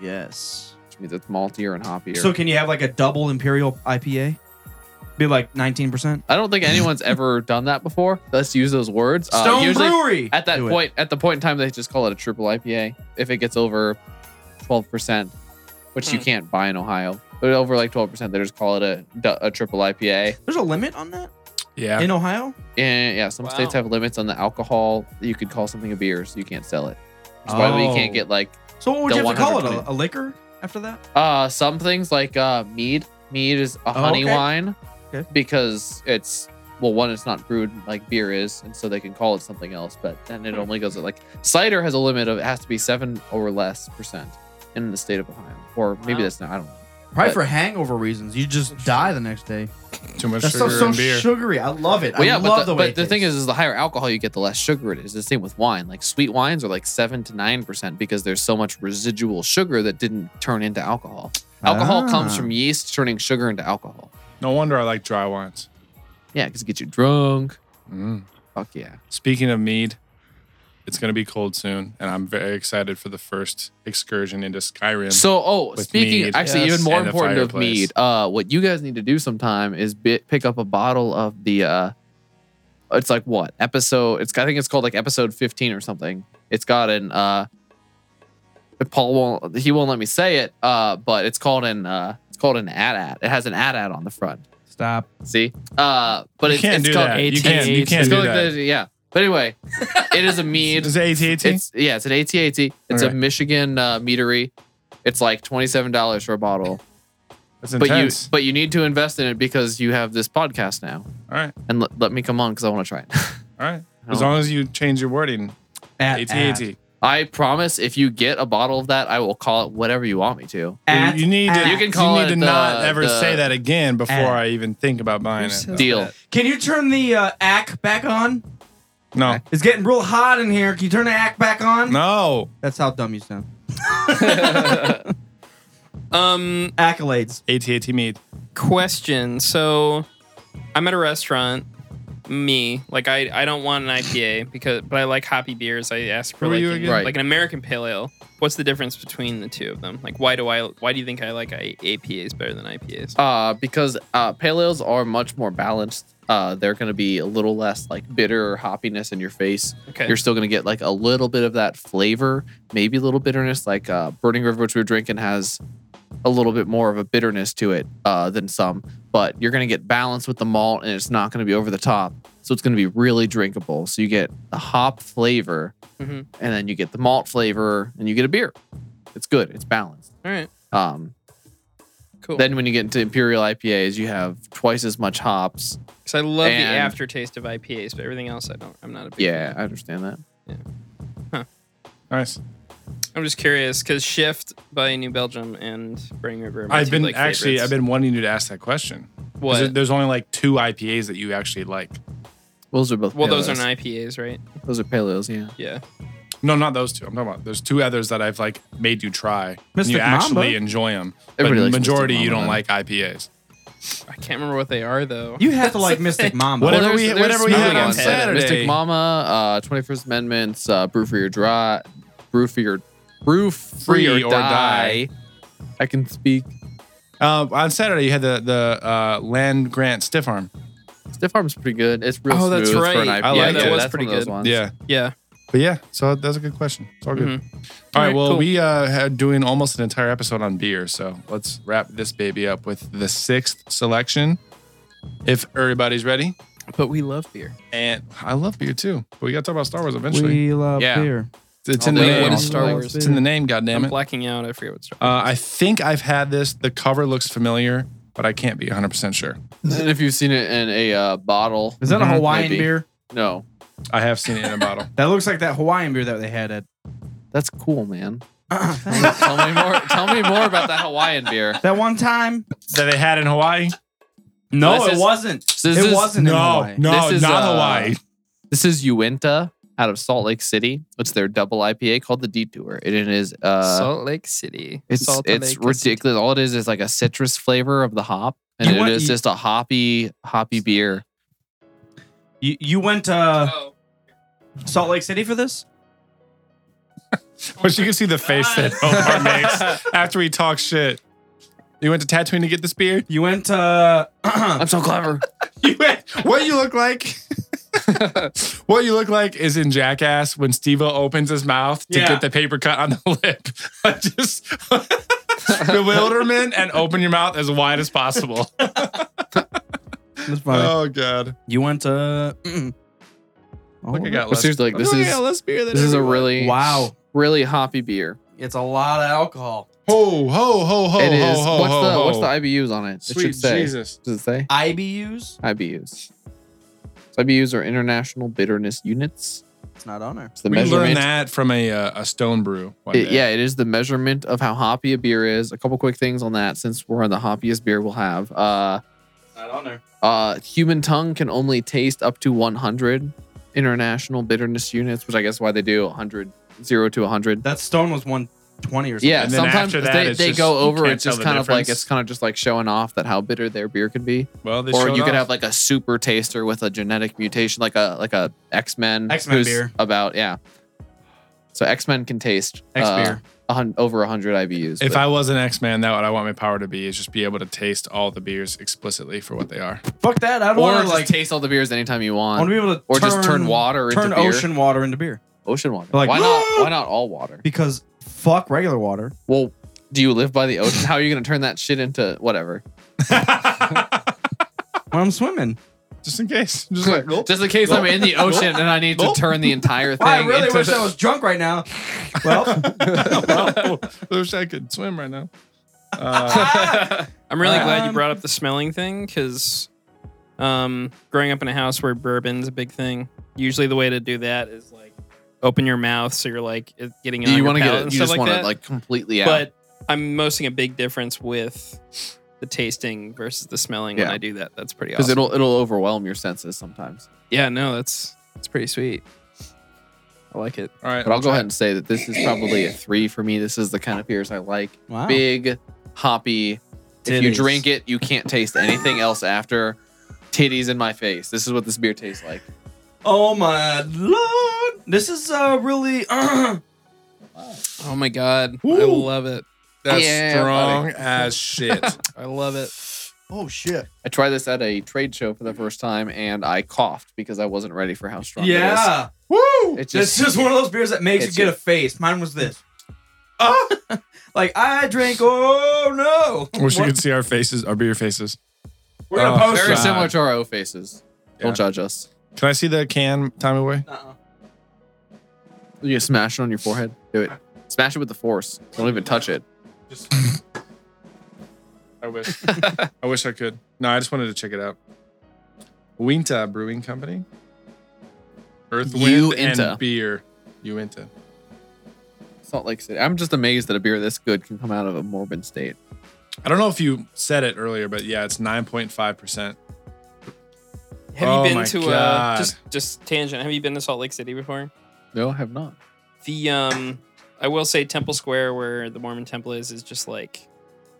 S1: Yes.
S3: which means it's maltier and hoppier.
S1: So can you have like a double Imperial IPA? Be like nineteen percent.
S3: I don't think
S1: [laughs]
S3: anyone's ever done that before. Let's use those words. Uh,
S1: Stone
S3: usually-
S1: Brewery.
S3: At that
S1: Do it.
S3: point, at the point in time, they just call it a triple IPA. If it gets over twelve percent, which you
S4: Hmm.
S3: can't buy in Ohio, but over like twelve percent, they just call it a du- a triple IPA.
S1: there's a limit on that
S2: Yeah.
S1: in Ohio.
S3: And yeah, some
S4: Wow.
S3: states have limits on the alcohol that you could call something a beer, so you can't sell it. That's why you
S1: Oh.
S3: can't get like
S1: So what would
S3: The
S1: you have to call it?
S3: 120.
S1: A, a liquor after that?
S3: uh some things like uh mead. Mead is a honey
S1: Oh, okay.
S3: wine
S1: Okay.
S3: because it's well one it's not brewed like beer is and so they can call it something else but then
S1: Hmm.
S3: it only goes at like cider has a limit of it has to be seven or less percent in the state of ohio or maybe
S4: Wow.
S3: that's not i don't know
S1: Probably
S3: But-
S1: for hangover reasons. You just die the next day.
S2: Too much
S1: That's so,
S2: sugar
S1: so
S2: and beer.
S1: sugary. I love it.
S3: well
S1: I
S3: yeah
S1: love
S3: but, the,
S1: the, way.
S3: but
S1: it
S3: the thing
S1: tastes.
S3: is is the higher alcohol you get the less sugar it is the same with wine like sweet wines are like seven to nine percent because there's so much residual sugar that didn't turn into alcohol alcohol comes
S1: Ah.
S3: from yeast turning sugar into alcohol
S2: no wonder I like dry wines.
S3: yeah because it gets you drunk
S2: Mm.
S3: fuck yeah
S2: Speaking of mead, it's going to be cold soon, and I'm very excited for the first excursion into Skyrim.
S3: So, oh,
S2: with
S3: speaking
S2: mead.
S3: actually,
S4: Yes.
S3: even more
S2: And the
S3: important of
S2: fireplace.
S3: mead, uh, what you guys need to do sometime is bit, pick up a bottle of the. Uh, it's like what episode? It's I think it's called like episode fifteen or something. It's got an. Uh, Paul won't. He won't let me say it. Uh, but it's called an. Uh, it's called an AT-AT. It has an AT-AT on the front.
S1: stop.
S3: See. Uh, but
S2: you
S3: it's,
S2: can't
S3: it's
S2: do
S3: called.
S2: that. You
S3: it's-
S2: can't. You can't
S3: it's
S2: do
S3: called
S2: that.
S3: the- yeah. But anyway, it is
S2: [laughs]
S3: a mead.
S2: Is it AT&T?
S3: It's yeah, it's an AT-AT. It's a
S2: Alright.
S3: Michigan uh, meadery. It's like twenty seven dollars for a bottle,
S2: That's
S3: but you
S2: intense.
S3: but you need to invest in it because you have this podcast now.
S2: all right,
S3: And let let me come on because I want to try it. [laughs]
S2: all right.
S3: I
S2: As
S3: don't-
S2: long as you change your wording,
S1: At,
S2: AT&T.
S1: at-
S2: You-
S3: I promise, if you get a bottle of that, I will call it whatever you want me to.
S1: at-
S2: you need
S1: at.
S2: to.
S3: You can call
S2: need
S3: it
S2: to not
S3: the-
S2: ever
S3: the-
S2: say that again before
S1: at.
S2: I even think about buying
S4: Who
S2: it.
S4: says
S3: Deal.
S4: that?
S1: Can you turn the uh, ack back on?
S2: No,
S1: It's getting real hot in here. Can you turn the ack back on?
S2: no.
S1: That's how dumb you sound.
S4: Um,
S1: Accolades.
S2: AT&T mead.
S4: question. So I'm at a restaurant. Me, like I, I don't want an IPA because, but I like hoppy beers. I ask for
S2: Who are
S4: like,
S2: you
S4: an-
S2: again?
S3: Right.
S4: like an American pale ale. What's the difference between the two of them? Like, why do I, why do you think I like I, APAs better than IPAs?
S3: Uh, because uh, pale ales are much more balanced. Uh, they're going to be a little less like bitter or hoppiness in your face.
S4: Okay,
S3: you're still going to get like a little bit of that flavor, maybe a little bitterness. Like uh, Burning River, which we were drinking, has a little bit more of a bitterness to it uh, than some, but you're going to get balance with the malt and it's not going to be over the top. So it's going to be really drinkable. So you get the hop flavor
S4: Mhm.
S3: and then you get the malt flavor and you get a beer. It's good, it's balanced.
S4: all right,
S3: Um,
S4: cool.
S3: Then when you get into Imperial IPAs, you have twice as much hops.
S4: Because I love the
S3: And-
S4: aftertaste of IPAs, but everything else I don't. I'm not a big
S3: Yeah,
S4: fan.
S3: I understand that.
S2: Nice.
S4: I'm just curious because Shift by New Belgium and Burning River. are my
S2: I've
S4: two,
S2: been
S4: like,
S2: actually.
S4: favorites.
S2: I've been wanting you to ask that question. 'Cause
S4: What?
S2: There's only like two IPAs that you actually like.
S3: Those are both.
S4: Well, those are
S3: paleos.
S4: not IPAs, right?
S3: Those are paleos. Yeah.
S4: Yeah.
S2: No, not those two. I'm talking about there's two others that I've like made you try. and you
S1: Mystic
S2: actually
S1: Mamba?
S2: enjoy them.
S3: Everybody
S2: but
S3: likes
S2: majority
S3: Mystic
S2: you don't
S3: Mamba.
S2: like IPAs.
S4: I can't remember what they are though.
S1: You have to
S4: That's
S1: like
S4: the
S1: Mystic
S4: [laughs] thing.
S1: Mamba.
S2: Whatever
S3: there's-
S2: we-
S3: there's
S2: whatever we
S3: smelling
S4: had on
S3: ones.
S2: Saturday.
S3: Mystic Mama, uh, 21st Amendments, uh, Brew for Your Dry, Brew for Your, Brew Free, or, die. I can speak.
S2: Uh, on Saturday you had the the uh, land grant stiff arm.
S3: Stiff Arm's pretty good. It's real
S4: Oh,
S3: smooth
S4: that's
S3: for an
S4: right.
S3: IPA.
S2: I like it.
S3: That's
S4: That was
S3: one of
S4: pretty
S3: those
S4: good.
S3: ones.
S2: Yeah.
S4: Yeah.
S2: But yeah, so that's a good question. It's all good.
S4: Mhm.
S2: Mm-hmm. All right,
S4: Alright,
S2: well,
S4: cool.
S2: we uh, are doing almost an entire episode on beer, so let's wrap this baby up with the sixth selection. If everybody's ready,
S4: But we love beer.
S2: and I love beer too, but we got to talk about Star Wars eventually.
S1: We love
S4: Yeah.
S1: beer.
S2: it's in the
S4: Wait,
S2: name.
S4: what is Star
S1: Like
S4: Wars?
S2: It's in the name. God damn
S4: I'm
S2: it! Uh,
S4: blacking out. I forget what Star
S2: I think I've had this. The cover looks familiar, but I can't be 100 percent sure.
S3: And if you've seen it in a uh, bottle,
S1: Is that a
S2: Mhm,
S1: Hawaiian
S3: maybe.
S1: beer?
S3: no,
S2: I have seen it in a bottle.
S1: That looks like that Hawaiian beer that they had at.
S3: that's cool, man. tell me more. Tell me more about that Hawaiian
S2: [laughs]
S3: beer.
S1: That one time?
S2: [laughs] that they had in Hawaii.
S1: No,
S3: This
S1: it
S3: is-
S1: wasn't.
S3: this
S1: it
S3: is-
S1: wasn't in Hawaii.
S3: This is, uh, This is Uinta out of Salt Lake City. It's their double IPA called the Detour, and it is uh,
S4: Salt Lake City.
S3: It's
S4: Salt
S3: it's
S4: Lake City.
S3: ridiculous. All it is is like a citrus flavor of the hop, and
S1: You
S3: it
S1: want-
S3: is
S1: you-
S3: just a hoppy hoppy beer.
S1: You, you went to
S4: Oh.
S1: Salt Lake City for this?
S2: But you can see the face that [laughs] Omar makes after he talks shit. You went to Tatooine to get this beer. [laughs]
S1: You went to. [clears throat]
S3: I'm so [laughs] clever.
S2: You what you look like? [laughs] what you look like is in Jackass when Steve opens his mouth to
S1: Yeah.
S2: get the paper cut on the [laughs] lip. Just [laughs] bewilderment and open your mouth as wide as possible.
S1: That's funny.
S2: Oh god.
S1: you went to. Mm-mm. Oh,
S2: Look, I got
S3: But
S2: less.
S3: seriously, like, this
S2: look, I
S3: is-
S2: got less beer than
S3: This is a
S2: everyone.
S3: really
S1: Wow.
S3: really hoppy beer.
S1: It's a lot of alcohol.
S2: ho ho ho ho
S3: it is.
S2: ho ho.
S3: what's
S2: ho,
S3: the
S2: ho.
S3: what's the IBUs on it? it
S2: Sweet
S3: should say.
S2: Jesus.
S3: Does it say
S1: IBUs?
S3: IBUs? So IBUs are international bitterness units.
S1: It's not on there.
S3: It's the
S2: we learned
S3: measurement.
S2: that from a uh, a stone brew. one
S3: It-
S2: day.
S3: yeah, it is the measurement of how hoppy a beer is. A couple quick things on that, since we're on the hoppiest beer we'll have. Uh,
S1: It's not on there.
S3: Uh, human tongue can only taste up to 100 international bitterness units, which I guess why they do 100, 0 to 100.
S1: That stone was 120 or something.
S3: Yeah,
S2: And then
S3: sometimes
S2: after that,
S3: they,
S2: it's
S3: they
S2: just-
S3: go
S2: you
S3: over.
S2: can't
S3: It's
S2: tell
S3: just
S2: the
S3: kind of like
S2: difference.
S3: it's kind of just like showing off that how bitter their beer can be,
S2: Well, they
S3: or
S2: showed
S3: you could
S2: off.
S3: have like a super taster with a genetic mutation, like a like a X Men
S1: X-Men beer.
S3: about yeah. So X Men can taste
S1: X
S3: uh,
S1: beer.
S3: a hun- over 100 IBUs.
S2: If
S3: but-
S2: I was an X Man, that what I want my power to be is just be able to taste all the beers explicitly for what they are.
S1: Fuck that. I don't
S3: or
S1: want
S3: just
S1: to like.
S3: taste all the beers anytime you
S1: I want
S3: want,
S1: to be able to.
S3: or just turn water
S1: Turn
S3: into beer.
S1: ocean water into beer.
S3: ocean water.
S1: Like,
S3: why not? Why not all water?
S1: Because fuck regular water.
S3: Well, do you live by the ocean? How are you going to turn that shit into whatever?
S1: When I'm swimming.
S2: Just in case. [laughs] Just like, nope.
S3: Just in case I'm in the ocean and I need to turn the entire thing.
S1: I really
S3: into
S1: wish I was drunk right now. [laughs] Well,
S2: I wish I could swim right now. Uh, [laughs]
S4: I'm really
S1: Alright.
S4: glad you
S1: Um,
S4: brought up the smelling thing because um, growing up in a house where bourbon's a big thing, usually the way to do that is like open your mouth so you're like it- getting it.
S3: [laughs] You
S4: want to
S3: get it?
S4: and
S3: You
S4: stuff
S3: just
S4: like
S3: want
S4: that.
S3: it like completely out.
S4: But I'm noticing a big difference with the tasting versus the smelling
S3: Yeah.
S4: when I do that. That's pretty
S3: because
S4: awesome.
S3: it'll it'll overwhelm your senses sometimes.
S4: yeah, no, that's that's pretty sweet. I like it.
S2: all right.
S3: But I'll go ahead and say that this is probably a three for me. This is the kind of beers I like.
S1: wow.
S3: Big, hoppy. If you
S1: Titties.
S3: drink it, you can't taste anything else after. Titties in my face. This is what this beer tastes like.
S1: Oh my lord! This is uh really. [clears throat]
S4: Oh my god, I
S1: Ooh.
S4: love it.
S2: That's
S3: Yeah,
S2: strong
S3: buddy.
S2: as shit.
S4: I love it.
S1: oh shit!
S3: I tried this at a trade show for the first time and I coughed because I wasn't ready for how strong it is.
S1: Yeah. Woo!
S3: It
S1: It's
S3: just-
S1: just one of those beers that makes you
S3: It's
S1: get a
S3: just-
S1: face. Mine was this. Ah! [laughs] like I drank. Oh no!
S2: Wish you
S1: What-
S2: could see our faces, our beer faces.
S1: We're gonna
S2: Oh,
S1: post
S3: Very
S2: God.
S3: similar to our O faces.
S2: Yeah.
S3: Don't judge us.
S2: Can I see the can time away?
S1: it. Uh-uh.
S3: You gonna smash it on your forehead. Do it. Smash it with the force. Don't even touch it.
S5: Just
S2: I wish. [laughs] I wish I could. No, I just wanted to check it out. Winta Brewing Company. Earth, wind,
S3: Uinta.
S2: and beer. Uinta.
S3: Salt Lake City. I'm just amazed that a beer this good can come out of a morbid state.
S2: I don't know if you said it earlier, but yeah, it's 9.5%.
S4: Have
S2: Oh
S4: you been
S2: my
S4: to
S2: God.
S4: uh just just tangent? Have you been to Salt Lake City before?
S3: No, I have not.
S4: The um I will say Temple Square where the Mormon temple is is just like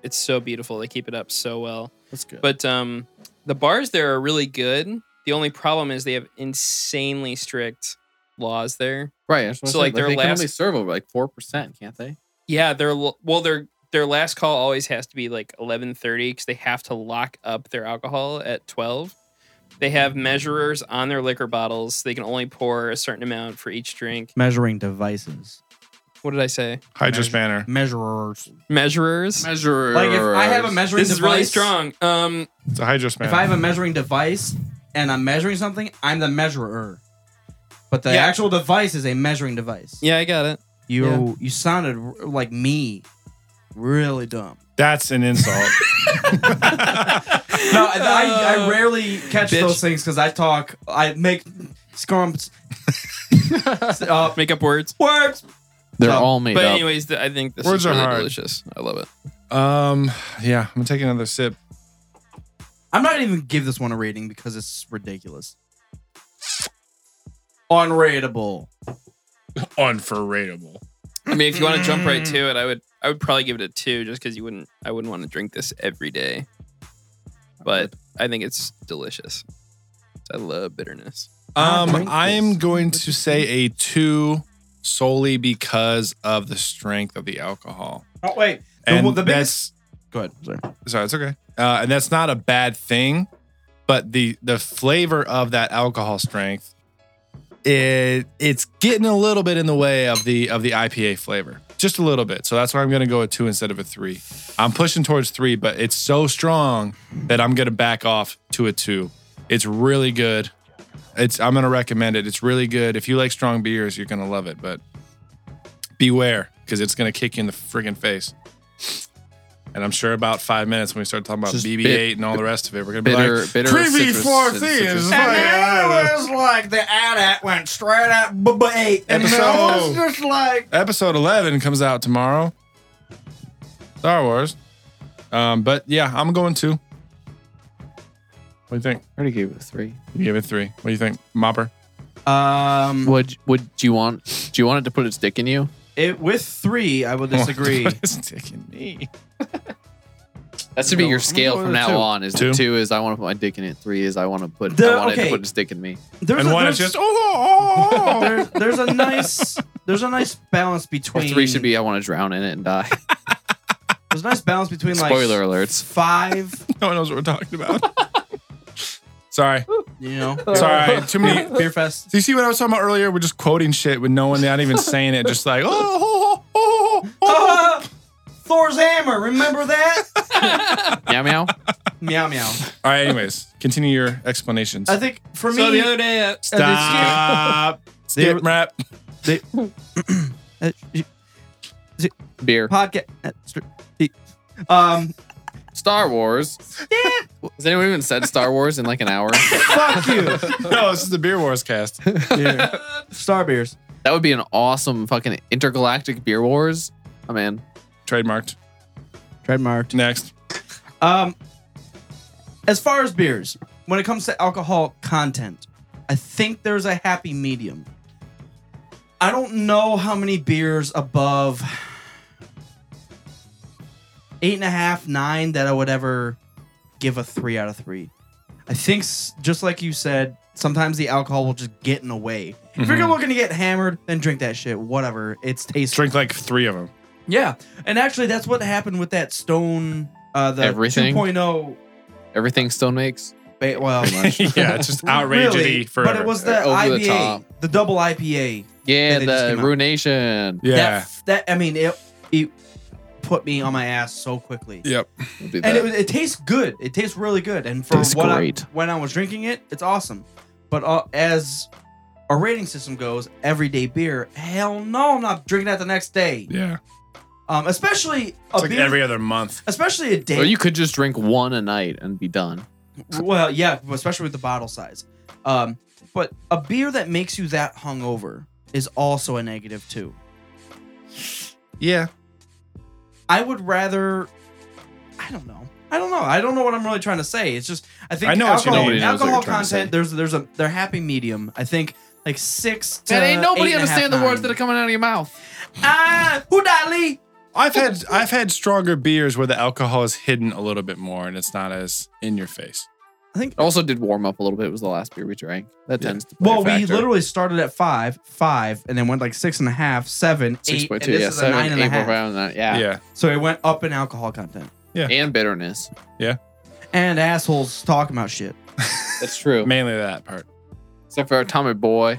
S4: it's so beautiful. They keep it up so well.
S3: That's good.
S4: But um the bars there are really good. The only problem is they have insanely strict laws there.
S3: right. That's what
S4: so,
S3: I said.
S4: like, their
S3: they can only
S4: last-
S3: serve over like four percent, can't they?
S4: Yeah, their l- well, their their last call always has to be like eleven thirty because they have to lock up their alcohol at twelve. They have measurers on their liquor bottles. They can only pour a certain amount for each drink.
S1: Measuring devices.
S4: What did I say?
S2: Hydra spanner.
S1: Measurers.
S4: Measurers.
S3: Measure.
S1: Like if I have a measuring
S4: This
S1: device.
S4: is really strong. Um,
S2: It's a hydro spanner.
S1: If I have a measuring device and I'm measuring something, I'm the measurer. But the
S4: Yeah.
S1: actual device is a measuring device.
S4: yeah, I got it.
S1: You you sounded r- like me. Really dumb.
S2: That's
S1: [laughs]
S2: an insult.
S1: [laughs] No, I, I,
S4: [laughs]
S1: I rarely catch
S4: bitch.
S1: those things because I talk, I make
S4: [laughs]
S1: scrumps, uh,
S4: Make up words.
S1: words.
S3: They're
S1: Um,
S3: all made
S4: But
S3: up.
S4: anyways, th- I think this
S2: Words
S4: is
S2: are
S4: really
S2: hard.
S4: delicious. I love it.
S2: um, yeah, I'm gonna take another sip.
S1: I'm not even gonna give this one a rating because it's ridiculous. Unrateable.
S2: Unforrateable.
S4: I mean, if you want to jump right to it, I would. I would probably give it a two, just because you wouldn't. I wouldn't want to drink this every day. But I think it's delicious. I love bitterness.
S1: I'll
S2: Um,
S1: drink
S2: I am
S1: this.
S2: going to say a two solely because of the strength of the alcohol.
S1: Oh wait, the,
S2: And
S1: the biggest.
S2: that's-
S1: Go ahead. Sorry.
S2: sorry, it's okay. Uh, and that's not a bad thing, but the the flavor of that alcohol strength, it it's getting a little bit in the way of the of the IPA flavor, just a little bit. So that's why I'm going to go a two instead of a three. I'm pushing towards three, but it's so strong that I'm going to back off to a two. It's really good. It's I'm going to recommend it. It's really good. If you like strong beers, you're going to love it. But beware, because it's going to kick you in the friggin' face. And I'm sure about five minutes when we start talking about
S3: Just
S2: BB8
S3: bit-
S2: and all the rest of it, we're gonna
S3: bitter,
S2: be like,
S3: bitter.
S2: "Three
S3: citrus
S2: V4
S3: and
S2: things."
S3: citrus.
S2: It's
S1: And
S2: like,
S1: then
S2: ah,
S1: it was like the ad at went straight at b- b- eight. And
S2: Episode.
S1: I was just like,
S2: episode 11 comes out tomorrow. Star Wars. Um, but yeah, I'm going two. What do you think?
S3: I already gave it a three.
S2: You gave it three. What do you think, Mopper? [laughs]
S1: um,
S3: Would would do you want? Do you want it to put its dick in you?
S1: it, with three, [laughs] I will disagree.
S2: [laughs] What is taking me?
S3: That's to be
S1: No,
S3: your
S1: I'm gonna
S3: scale
S1: go
S3: from
S1: with a
S3: now
S1: two.
S3: on. Is
S2: Two.
S3: two. is I want to put my dick in it. Three is I want to put
S1: The-
S3: I want it
S1: okay.
S3: to put its dick in me.
S1: There's
S2: and
S1: a,
S2: one is
S1: there's,
S2: just, oh, oh, oh, [laughs]
S1: [laughs]
S2: oh."
S1: there- there's a nice, there's a nice balance
S3: Or
S1: between.
S3: three should be I want to drown in it
S1: [laughs]
S3: and die.
S1: There's a nice balance between like
S3: Spoiler alerts.
S1: five,
S2: no one knows what we're talking about. [laughs] Sorry.
S1: you [laughs] know,
S2: Sorry.
S1: [laughs]
S2: Too many.
S1: beer fest.
S2: So you see what I was talking about earlier? We're just quoting shit with no one, not even saying it, just like, [laughs] oh, oh, oh, oh, oh,
S1: Ah, Thor's hammer. Remember that?
S3: meow meow.
S1: meow meow.
S2: oh. All right, anyways, continue your explanations.
S1: I think for me,
S4: so the other day, uh,
S2: Stop. [laughs] Skip rap.
S3: Beer.
S1: uh, podcast. uh,
S4: [laughs]
S1: Um,
S3: Star Wars. Has anyone even said Star Wars in like an hour?
S1: fuck you.
S2: [laughs] No, this is the Beer Wars cast.
S1: Yeah. Star beers.
S3: That would be an awesome fucking intergalactic beer wars. Oh, I'm in.
S2: Trademarked.
S1: Trademarked.
S2: Next.
S1: Um, as far as beers, when it comes to alcohol content, I think there's a happy medium. I don't know how many beers above eight and a half, nine that I would ever give a three out of three. I think, s- just like you said, sometimes the alcohol will just get in the way. If you're
S2: Mhm.
S1: looking to get hammered, then drink that shit. Whatever. It's tasty.
S2: Drink like three of them.
S1: Yeah, and actually, that's what happened with that stone. Uh, the
S3: Everything?
S1: 2.0.
S3: Everything Stone makes.
S1: Ba-
S3: [laughs]
S1: well,
S2: [laughs] yeah, it's just outragegeity
S1: really,
S2: E forever.
S1: But it was
S3: Or
S1: the
S3: over the
S1: IPA,
S3: top.
S1: the, double IPA.
S3: Yeah,
S1: they just
S3: the
S1: came out.
S3: ruination.
S2: yeah.
S1: that, that I mean, it it put me on my ass so quickly.
S2: Yep.
S3: We'll do
S1: And
S3: that.
S1: it, was- it tastes good. It tastes really good. And for
S3: Tastes
S1: what I,
S3: great.
S1: when I was drinking it, it's awesome. But uh, as a rating system goes, everyday beer, hell no, I'm not drinking that the next day.
S2: Yeah.
S1: Um, especially a
S2: It's like
S1: beer,
S2: every other month.
S1: especially a day.
S3: or you could just drink one a night and be done.
S1: Well, yeah, especially with the bottle size. Um, but a beer that makes you that hungover is also a negative too.
S2: Yeah.
S1: I would rather I don't know. I don't know. I don't know what I'm really trying to say. It's just I think
S2: I know what you
S1: alcohol,
S2: mean. Nobody
S3: knows what
S1: alcohol
S3: you're trying to
S1: content. There's there's a they're happy medium. I think like six. To
S3: Man, ain't nobody
S1: uh, eight and a half,
S3: understand the words that
S1: nine.
S3: are coming out of your mouth.
S1: ah who died Lee.
S2: I've had I've had stronger beers where the alcohol is hidden a little bit more and it's not as in your face.
S1: I think.
S3: It also did warm up a little bit. It was the last beer we drank. That
S2: Yeah.
S3: tends to play a
S1: Well, we
S3: factor.
S1: literally started at five, five, and then went like six and a half, seven, eight,
S3: six point two,
S1: and this
S3: yeah,
S1: is
S3: seven,
S1: a nine and a
S3: eight,
S1: half.
S3: around that, yeah.
S2: yeah.
S1: So it went up in alcohol content [laughs]
S3: and bitterness.
S1: and assholes talking about shit.
S3: That's true.
S2: mainly that part.
S3: Except for our Tommy boy,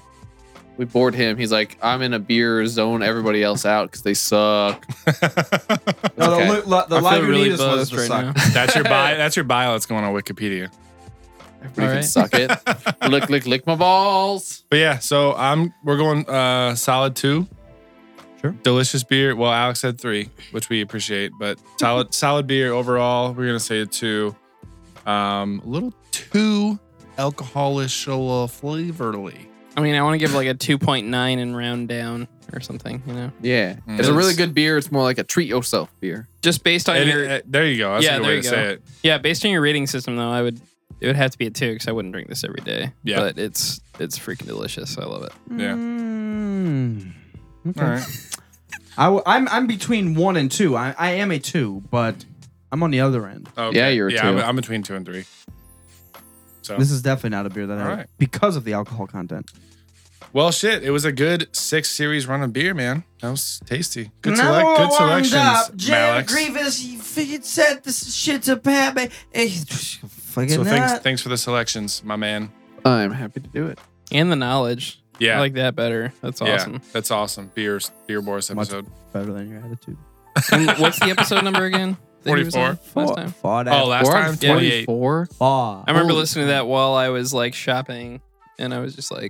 S3: we bored him. He's like, I'm in a beer zone. Everybody else out because they
S1: [laughs]
S3: suck. It's
S1: No,
S3: okay.
S1: the, li- the
S4: I
S1: live
S4: feel really
S1: really was
S4: buzzed
S1: the
S4: right
S1: suck. [laughs]
S4: now.
S2: that's your bio. That's your bio that's going on Wikipedia.
S3: Everybody can
S4: Alright.
S3: suck
S1: [laughs]
S3: it.
S2: but
S3: lick, lick, lick my balls.
S2: yeah, so I'm we're going uh solid two.
S1: Sure.
S2: Delicious beer. Well, Alex had three, which we appreciate, but
S4: [laughs]
S2: solid solid beer overall. We're gonna say a two. Um, a little too alcoholish, a little flavorly.
S4: I mean, I want to give like a 2.9 and round down or something, you know?
S3: Yeah.
S2: Mm.
S3: It's a really
S4: It's-
S3: good beer. It's more like a treat yourself beer.
S4: Just based on
S2: It-
S4: your
S2: it- uh, there you go. That's
S4: Oh, Yeah,
S2: a good
S4: there
S2: way
S4: you
S2: to
S4: go.
S2: say it.
S4: yeah, based on your rating system though, I would it would have to be a 2 cuz I wouldn't drink this every day.
S2: Yeah.
S4: But it's it's freaking delicious. I love it.
S2: Yeah.
S1: Mm. Okay.
S2: All right.
S1: I w- I'm I'm between one and two. I, I am a two, but I'm on the other end.
S2: Oh, Okay.
S3: Yeah, you're a
S2: yeah,
S3: two.
S2: I'm, I'm between two and three. So
S1: This is definitely not a beer that I
S2: Oh. All
S1: like
S2: right.
S1: because of the alcohol content.
S2: well, shit. It was a good six series run of beer, man. That was tasty. Good,
S1: Now
S2: select,
S1: we're
S2: good
S1: warmed up.
S2: selections,
S1: Jim
S2: Alex.
S1: Grievous, you figured set this shit to Pat. man. Hey, Fucking
S2: So thanks,
S1: not.
S2: thanks for the selections, my man.
S3: I'm happy to do it.
S4: And the knowledge.
S2: Yeah,
S4: I like that better. That's
S2: yeah,
S4: awesome.
S2: that's awesome. Beers, beer boars episode.
S1: Better than your attitude.
S2: [laughs]
S4: and what's the episode number again? that he was
S2: 44.
S4: on Last
S1: Fought-
S4: time.
S1: fought
S2: Oh,
S1: after-
S2: last
S3: We're on
S2: time, 48.
S3: 44.
S1: fought.
S4: I remember
S3: Holy
S4: listening to that while I was like shopping and I was just like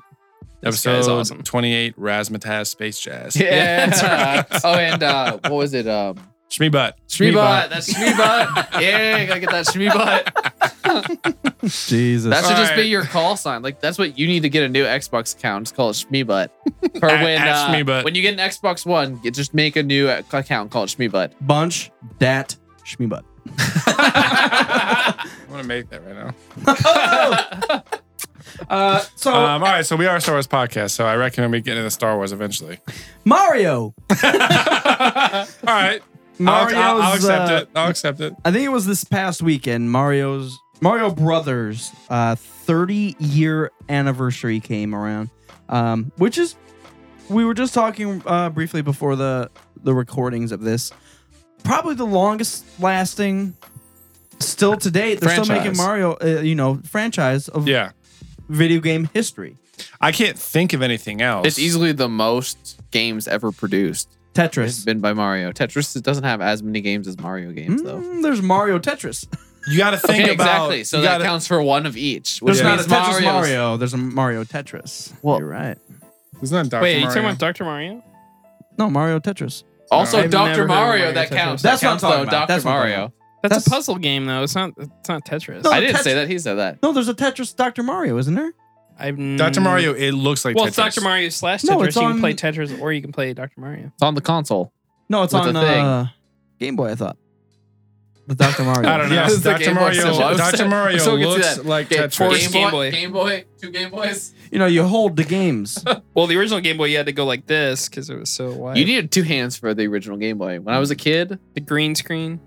S4: this
S2: Episode
S4: guy's awesome.
S2: 28, Razzmatazz Space Jazz.
S3: Yeah. [laughs]
S4: that's
S1: [laughs]
S4: right.
S3: oh, and uh, what was it? Um,
S2: Shmee butt.
S3: Shmeebot. That's Shmeebot. yeah, gotta get that Shmeebot.
S1: Jesus.
S3: [laughs] That should
S2: All
S3: just be
S2: right.
S3: your call sign. Like that's what you need to get a new Xbox account. Just call it Shmeebutt. Or
S2: At-
S3: when
S2: at
S3: uh,
S2: Shmeebutt.
S3: when you get an Xbox One, get, just make a new ac- account called Shmeebutt.
S1: bunch dat schmeebutt.
S2: I want to make that right now.
S1: Uh, so
S2: Um, all right, so we are a Star Wars podcast, so I recommend we get into Star Wars eventually.
S1: Mario.
S2: All right, I'll,
S1: Mario's.
S2: I'll- I'll accept
S1: uh,
S2: it. I'll accept it.
S1: I think it was this past weekend. Mario's Mario Brothers uh, 30 year anniversary came around, um, which is we were just talking uh, briefly before the the recordings of this. Probably the longest lasting, still to date. They're still making
S3: Franchise.
S1: Mario, uh, you know, franchise of
S2: Yeah,
S1: video game history.
S2: I can't think of anything else.
S3: It's easily the most games ever produced. It's
S1: Tetris.
S3: been by Mario. Tetris doesn't have as many games as Mario games though.
S1: Mm, there's Mario Tetris.
S2: You got to think
S3: Okay,
S2: about
S3: exactly. So
S2: you
S3: that
S2: gotta-
S3: counts for one of each. Which
S1: There's not a
S3: means
S1: Tetris
S3: Mario's,
S1: Mario. There's a Mario Tetris.
S3: Well-
S1: You're right.
S2: It's not Dr.
S4: Wait, are you
S2: Mario.
S4: talking about Dr. Mario?
S1: No, Mario Tetris.
S3: Also,
S4: I've never heard
S3: Dr.
S4: of
S3: Mario,
S4: Mario
S3: that
S4: Tetris.
S3: counts.
S1: That's
S3: that
S1: what I'm
S3: counts,
S1: talking
S3: though.
S1: about.
S3: Dr.
S1: That's what I'm
S3: Mario.
S1: talking
S4: That's,
S1: That's-
S4: a puzzle game though. It's not it's not Tetris.
S1: No.
S4: I,
S3: I didn't
S1: Tetris-
S3: say that. He said that.
S1: No, there's a Tetris Dr. Mario, isn't there?
S4: I've
S2: Dr. Mario, it looks like
S4: Mm. Well,
S2: Tetris.
S4: it's Dr. Mario slash Tetris.
S1: No, it's
S4: you
S1: on-
S4: can play Tetris or you can play Dr. Mario.
S3: It's on the console.
S1: No, it's
S3: With
S1: on
S3: the thing.
S1: uh, Game Boy, I thought. The Dr. Mario.
S2: I
S1: [laughs]
S2: don't know.
S3: Yeah, it's the
S2: Dr.
S3: Game Boy
S2: Mario,
S3: symbol. I'm
S2: Dr.
S3: so-
S2: Mario
S3: I'm so good to
S2: looks
S3: that.
S2: like
S3: Game,
S2: Tetris.
S4: Game Boy- Boy.
S3: Game Boy, two Game Boys.
S1: You know, you hold the games.
S4: Well, the original Game Boy, you had to go like this because it was so wide.
S3: You needed two hands for the original Game Boy. When I was a kid,
S4: the green screen.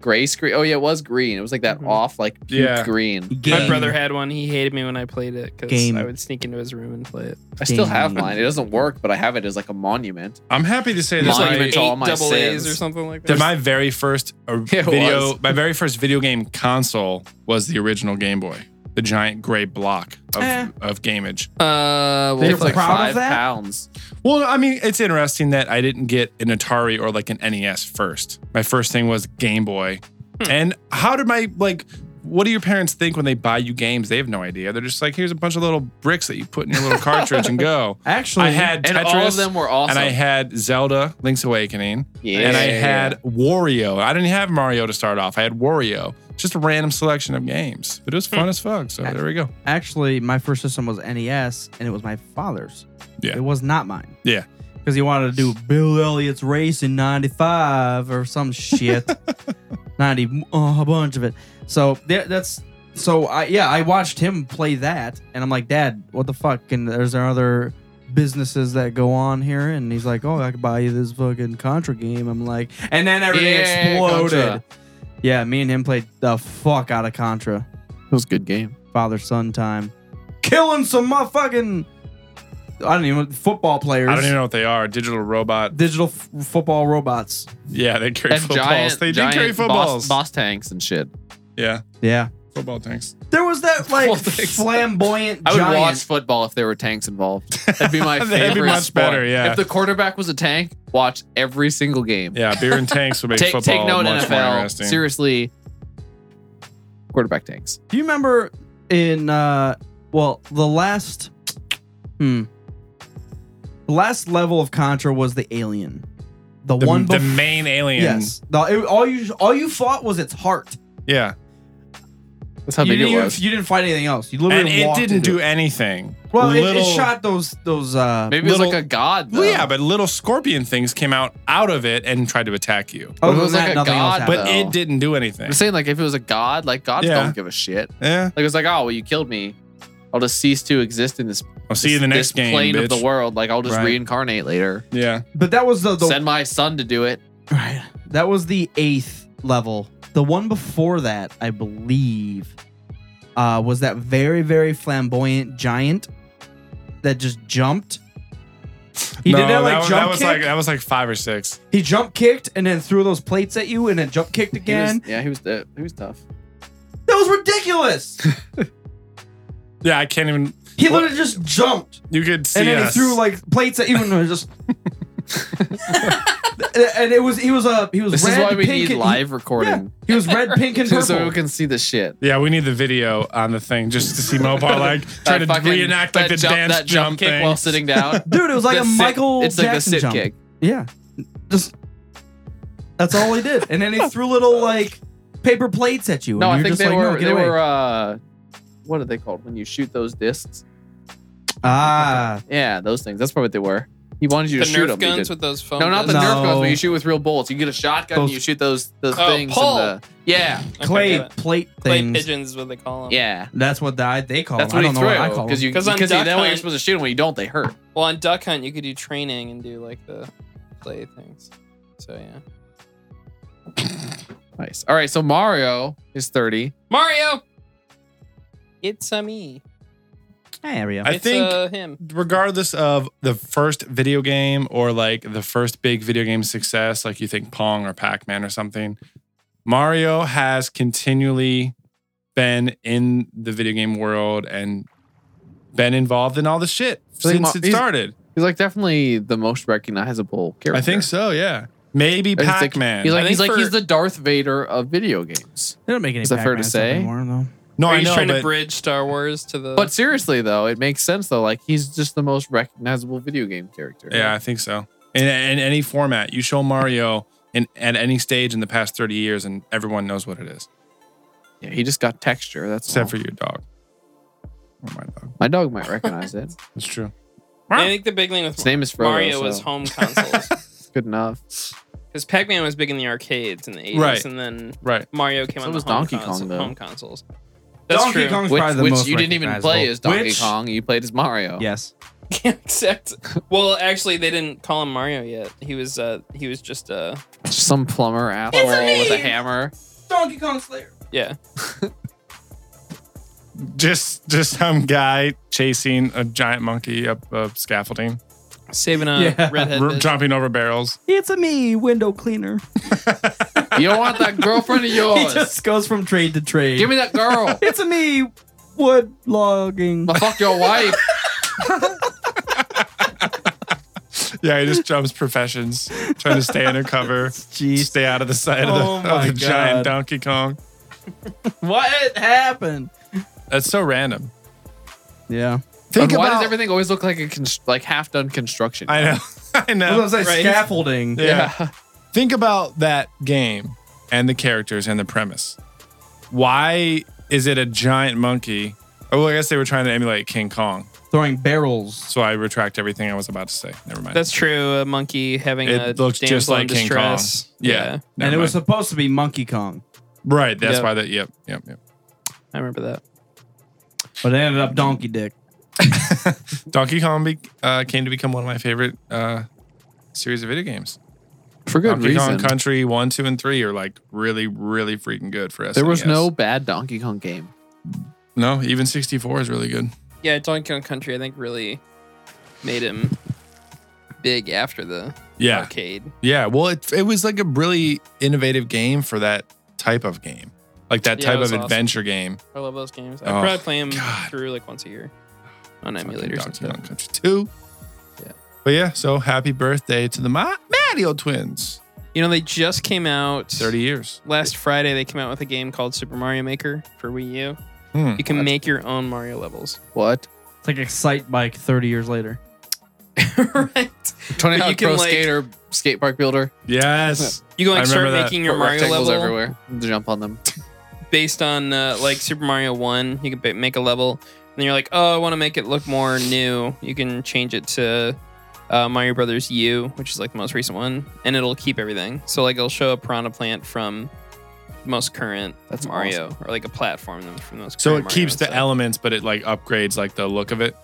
S3: gray screen. Oh yeah, it was green. It was like that
S4: Mhm.
S3: off, like puke
S2: Yeah.
S3: green.
S4: My brother had one. He hated me when I played it because
S1: Game.
S4: I would sneak into his room and play it.
S3: I still have
S1: Dang.
S3: mine. It doesn't work, but I have it as like a monument.
S2: I'm happy to say
S4: It's
S2: that
S3: Mine-
S4: like
S2: my,
S3: Monument
S4: eight
S3: to all my
S4: double A's
S3: sins.
S4: or something like
S2: that
S4: that.
S2: my very first uh,
S3: [laughs] It
S2: video,
S3: was.
S2: my very first video game console was the original Game Boy, the giant gray block of,
S1: Eh.
S2: of gamage.
S4: uh,
S1: They
S4: well,
S1: You're
S3: It's like
S1: proud of
S3: five
S1: that?
S3: pounds.
S2: Well, I mean, it's interesting that I didn't get an Atari or like an NES first. My first thing was Game Boy.
S3: Hmm.
S2: And how did my like? What do your parents think when they buy you games? They have no idea. They're just like, here's a bunch of little bricks that you put in your little cartridge and
S3: [laughs]
S2: go.
S1: Actually,
S2: I had
S3: And
S2: Tetris.
S3: all of them were awesome.
S2: and I had Zelda Link's Awakening,
S3: yeah.
S2: and I had Wario. I didn't have Mario to start off. I had Wario. Just a random selection of games, but it was fun
S3: Hmm.
S2: as fuck. So there we go.
S1: actually, my first system was NES, E and it was my father's.
S2: Yeah.
S1: It was not mine.
S2: Yeah.
S1: Because because he wanted to do Bill Elliott's race in '95 or some shit. Ninety, oh, a bunch of it. So there, that's so. I yeah, I watched him play that, and I'm like, Dad, what the fuck? And there's there other businesses that go on here, and he's like, Oh, I could buy you this fucking Contra game. I'm like, and then everything
S4: Yeah,
S1: exploded.
S4: Contra.
S1: Yeah, me and him played the fuck out of Contra
S3: It was a good game.
S1: father son time, killing some motherfucking I don't even football players.
S2: I don't even know what they are. Digital robot.
S1: Digital f- football robots.
S2: Yeah, they carry footballs. they do carry footballs.
S3: Boss, boss tanks and shit.
S2: Yeah,
S1: Yeah,
S2: football tanks.
S1: there was that like
S3: Well, thanks.
S1: flamboyant
S3: I would
S1: giant.
S3: watch football if there were tanks involved.
S2: [laughs]
S3: That'd be my
S2: That'd
S3: favorite.
S2: be much
S3: sport.
S2: better, yeah.
S3: If the quarterback was a tank, watch every single game.
S2: Yeah, beer and tanks would make
S3: take,
S2: football
S3: take note,
S2: much more
S3: NFL.
S2: interesting.
S3: Seriously, quarterback tanks.
S1: Do you remember in uh well the last hmm the last level of Contra was the alien, the,
S2: The,
S1: one
S2: the
S1: bef-
S2: main alien.
S1: yes the, it- all you all you fought was its heart.
S2: Yeah,
S3: That's how
S1: you
S3: big
S1: didn't
S3: it
S1: even-
S3: was.
S1: you didn't fight anything else. You literally
S2: and it
S1: walked
S2: didn't
S1: into
S2: do
S1: it.
S2: anything.
S1: well. it- It,
S2: Little-
S1: shot those those uh
S3: Maybe it was
S2: little-
S3: like a god.
S2: Well,
S3: though.
S2: yeah, but little scorpion things came out out of it and tried to attack you.
S1: other
S3: Oh, it
S1: than
S3: was like
S1: that,
S3: a
S1: nothing else
S3: god,
S1: happened.
S2: But
S3: No.
S2: it didn't do
S3: I'm
S2: anything. Eh?
S3: saying like if it was a god, like gods
S2: Yeah.
S3: don't give a shit.
S2: Yeah.
S3: Like it's like, oh well, you killed me. I'll just cease to exist in this.
S2: I'll see you in the next
S3: this
S2: game,
S3: plane
S2: bitch.
S3: of the world. Like I'll just
S1: Right.
S3: reincarnate later.
S2: Yeah.
S1: But that was the, the
S3: Send my son to do it.
S1: [laughs] Right. That was the eighth level. The one before that, I believe, uh, was that very, very flamboyant giant that just jumped. He did that like
S2: was,
S1: jump
S2: was
S1: kick.
S2: like that was like five or six.
S1: he jump kicked and then threw those plates at you and then jump kicked
S3: He was-
S1: again.
S3: yeah, he was the, he was tough.
S1: that was ridiculous.
S2: Yeah, I can't even.
S1: he literally just jumped
S2: You could see.
S1: and then
S2: us.
S1: he threw like plates at you and it was just. [laughs] and it was he was a he was
S3: This
S1: red
S3: is why we
S1: pink
S3: need
S1: and,
S3: live recording
S1: He, was red pink and purple.
S3: so we can see the shit.
S2: Yeah, we need the video on the thing just to see
S1: [laughs]
S2: Mopar like
S3: That
S2: trying to
S3: fucking-
S2: reenact like
S3: that
S2: the dance
S3: that
S2: jump,
S3: kick
S2: thing.
S3: while sitting down.
S1: Dude, [laughs] it was like
S3: The
S1: a
S3: sit-
S1: Michael
S3: It's like the
S1: Jackson
S3: sit
S1: jump.
S3: kick.
S1: Yeah. Just that's all he did. And then [laughs] he threw little like paper plates at you.
S3: No,
S1: and
S3: I
S1: you're
S3: think
S1: just
S3: they
S1: like,
S3: were
S1: no, get
S3: they
S1: away.
S3: were uh, what are they called when you shoot those discs?
S1: ah,
S3: Yeah, those things. That's probably what they were. He wanted you
S4: The
S3: to shoot
S4: Nerf
S3: them. He
S4: guns
S3: did.
S4: with those foam.
S3: no, not the
S1: No.
S3: Nerf guns. But you shoot with real bullets. You get a shotgun. and
S1: Those-
S3: You shoot those those
S4: Oh,
S3: things.
S4: pull.
S3: And the, yeah,
S1: clay plate
S4: Clay
S1: things.
S4: pigeons is what they call them.
S3: yeah.
S1: That's what the, I, they call
S3: That's
S1: them.
S3: what
S1: I
S3: he
S1: don't know what I
S3: threw
S1: call
S3: because
S1: them.
S3: you
S4: 'Cause
S3: because
S4: on
S3: that
S4: Duck
S3: way you're
S4: Hunt-
S3: supposed to shoot them. When you don't, they hurt.
S4: Well, on Duck Hunt, you could do training and do like the clay things. So yeah.
S3: Nice. All right, so Mario is thirty.
S4: Mario. It's a me.
S1: Hey, Ariel.
S2: I
S4: it's
S2: think-
S4: uh, him.
S2: regardless of the first video game or like the first big video game success, like you think Pong or Pac Man or something, Mario has continually been in the video game world and been involved in all the shit
S3: think
S2: since
S3: Ma-
S2: it
S3: he's-
S2: started.
S3: He's like definitely the most recognizable character.
S2: I think so, yeah. Maybe
S3: He's like-
S2: Pac Man.
S3: He's like
S4: I
S3: he's
S4: think
S3: like
S4: for-
S3: he's the Darth Vader of video games.
S1: They don't make any
S3: Is that fair to
S1: Pac-Man stuff
S3: say?
S1: anymore, though.
S2: no,
S4: Are
S2: I
S4: you
S2: know,
S4: trying to
S2: but
S4: bridge Star Wars to the?
S3: But seriously though, it makes sense though. Like he's just the most recognizable video game character.
S2: yeah, I think so. In, in any format, you show Mario in, at any stage in the past 30 years and everyone knows what it is,
S3: Yeah, he just got texture. That's
S2: except
S3: all.
S2: for your dog. Oh. Or my dog.
S3: my dog might recognize it.
S2: It's true.
S4: I think the big thing with
S3: His name is Frodo,
S4: Mario
S3: so
S4: was
S3: [laughs]
S4: home consoles
S3: It's good enough.
S4: because Pac-Man was big in the arcades in the eighties,
S2: Right.
S4: and then
S2: Right.
S4: Mario came
S3: So
S4: on
S3: was
S4: the home,
S3: Donkey Kong,
S4: console-
S3: though.
S4: home consoles. That's
S1: Donkey
S4: true.
S1: Kong's probably
S3: Which,
S1: the
S3: which
S1: most
S3: you didn't even
S1: recognizable.
S3: play as Donkey
S1: Which-
S3: Kong. You played as Mario.
S1: Yes.
S4: [laughs] Except, well, actually, they didn't call him Mario yet. He was, uh, he was just, uh,
S3: Just some plumber asshole with a hammer.
S1: Donkey Kong Slayer.
S4: yeah.
S2: Just just some guy chasing a giant monkey up a scaffolding,
S4: Saving a
S1: Yeah.
S2: [laughs]
S4: redhead.
S2: r-
S4: bitch.
S2: jumping over barrels.
S1: It's a me window cleaner.
S3: You don't want that girlfriend of
S1: He
S3: yours.
S1: just goes from trade to trade.
S3: Give me that girl.
S1: it's a me wood logging.
S3: But fuck your wife.
S2: Yeah, he just jumps professions, trying to stay undercover,
S1: Jeez.
S2: stay out of the sight of the,
S1: Oh
S2: of
S1: my
S2: the
S1: God.
S2: giant Donkey Kong.
S1: What happened?
S2: That's so random.
S1: Yeah.
S3: But why does everything always look like a const- like half done construction?
S2: I know. [laughs] I know.
S1: What was I
S4: right.
S1: scaffolding?
S2: Yeah. Think about that game and the characters and the premise. Why is it a giant monkey? Oh, well, I guess they were trying to emulate King Kong,
S1: throwing barrels.
S2: So I retract everything I was about to say. Never mind.
S4: That's uh, true. A monkey having
S2: It
S4: a
S2: looks
S4: damsel
S2: just like
S4: in
S2: King
S4: distress.
S2: Kong. Yeah. Never
S1: and it was
S2: mind.
S1: supposed to be Monkey Kong,
S2: right. That's
S4: Yep.
S2: why that. Yep. Yep. Yep.
S4: I remember that.
S1: but it ended up Donkey Dick.
S2: Donkey Kong be, uh, came to become one of my favorite uh, series of video games.
S3: [laughs] For good
S2: Donkey
S3: reason.
S2: Kong Country one, two, and three are like really, really freaking good for us.
S3: there was no bad Donkey Kong game.
S2: no. Even sixty four is really good.
S4: Yeah, Donkey Kong Country, I think, really made him big after the
S2: Yeah.
S4: arcade.
S2: Yeah, well, it, it was like a really innovative game for that type of game, like that
S4: Yeah, it
S2: type
S4: was
S2: of
S4: awesome.
S2: adventure game.
S4: I love those games. I
S2: Oh,
S4: probably play them
S2: God.
S4: through like once a year on
S2: Fucking
S4: emulators and
S2: Donkey
S4: stuff.
S2: Kong Country Two.
S4: Yeah.
S2: but yeah. So happy birthday to the Ma- Mario twins.
S4: You know, they just came out
S2: Thirty years.
S4: last Friday. They came out with a game called Super Mario Maker for Wii U.
S2: Hmm.
S4: You can make your own Mario levels.
S2: [laughs]
S3: What?
S1: It's like Excite Bike 30 years later.
S4: right.
S3: Tony
S4: But you
S3: Hawk
S4: can,
S3: Pro
S4: like-
S3: Skater skate park builder.
S4: [laughs]
S2: Yes.
S4: You can
S2: I
S4: like start
S2: remember that.
S4: making your
S3: Put
S4: Mario
S3: rectangles
S4: level
S3: everywhere. Jump on them.
S4: based on uh, like Super Mario One. You can ba- make a level, and then you're like, oh, I want to make it look more new. You can change it to uh, Mario Brothers U, which is like the most recent one, and it'll keep everything. So like it'll show a piranha plant from the most current
S3: That's
S4: Mario, or like a platform from the most.
S2: So
S4: current
S2: it keeps
S4: Mario,
S2: the
S4: so-
S2: elements, but it like upgrades like the look of it.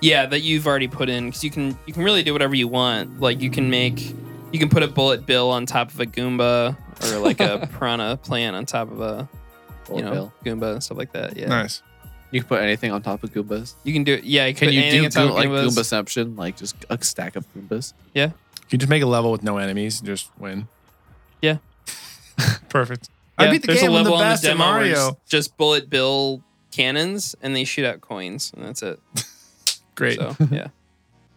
S4: yeah that you've already put in because you can you can really do whatever you want. Like you can make you can put a bullet bill on top of a Goomba or like a piranha plant on top of a you
S3: Old
S4: know
S3: Bill.
S4: Goomba and stuff like that. Yeah.
S2: Nice.
S3: You can put anything on top of Goombas.
S4: You can do it. Yeah, you
S3: Can
S4: put
S3: you
S4: anything
S3: do
S4: on top
S3: Goom-
S4: of
S3: like
S4: Goombas.
S3: Goombaception? Like just a stack of Goombas.
S2: You just make a level with no enemies and just win.
S4: Yeah.
S2: [laughs] Perfect.
S4: Yeah,
S2: I beat the
S4: there's
S2: game
S4: a
S2: with the
S4: level on
S2: best at
S4: demo where it's
S2: Mario.
S4: Just bullet bill cannons, and they shoot out coins, and that's it.
S2: Great.
S4: So yeah,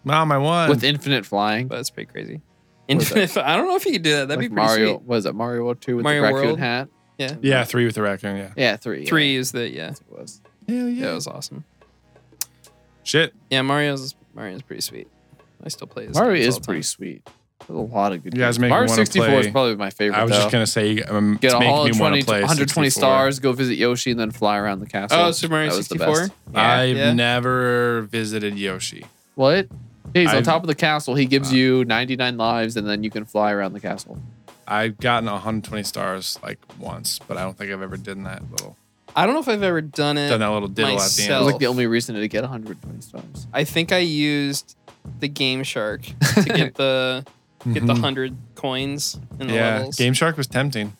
S2: Mom, I won.
S3: With infinite flying.
S4: but it's pretty crazy.
S3: What is that?
S4: Infinite. [laughs] I don't know if you could do that. That'd
S3: like
S4: be pretty
S3: Mario.
S4: sweet.
S3: What is it? Mario World 2 with
S4: Mario
S3: the raccoon
S4: World?
S3: hat?
S4: Yeah.
S2: yeah, three with the raccoon. Yeah.
S3: Yeah, three. yeah.
S4: Three is the yeah.
S3: That's what it was.
S2: Hell
S4: Yeah, it was awesome.
S2: Shit.
S4: Yeah, Mario's Mario's pretty sweet. I still play his
S3: Mario
S4: games
S3: is
S4: all the
S3: pretty
S4: time.
S3: sweet. There's a lot of good
S2: You guys
S3: games.
S2: make me
S3: Mario
S2: wanna
S3: 64 is
S2: play-
S3: probably my favorite.
S2: I was
S3: though.
S2: just gonna say, um,
S3: get
S2: it's
S3: a
S2: making
S3: all
S2: me want
S3: 20,
S2: to play 64.
S3: 120 stars, go visit Yoshi, and then fly around the castle.
S4: Oh, Super Mario
S3: That was the
S4: sixty
S3: best.
S4: four.
S2: I've never visited Yoshi.
S3: What? He's
S2: I-
S3: on top of the castle. He gives
S2: Uh,
S3: you 99 lives, and then you can fly around the castle.
S2: I've gotten 120 stars like once, but I don't think I've ever done that little
S4: I don't know if I've ever done it.
S2: done that little diddle at the end.
S3: That was
S4: Myself.
S3: like the only reason to get 120 stars.
S4: I think I used the
S3: [laughs]
S4: Game Shark to get the get the
S2: Mhm.
S4: hundred coins in the
S2: yeah,
S4: levels.
S2: Game Shark was tempting.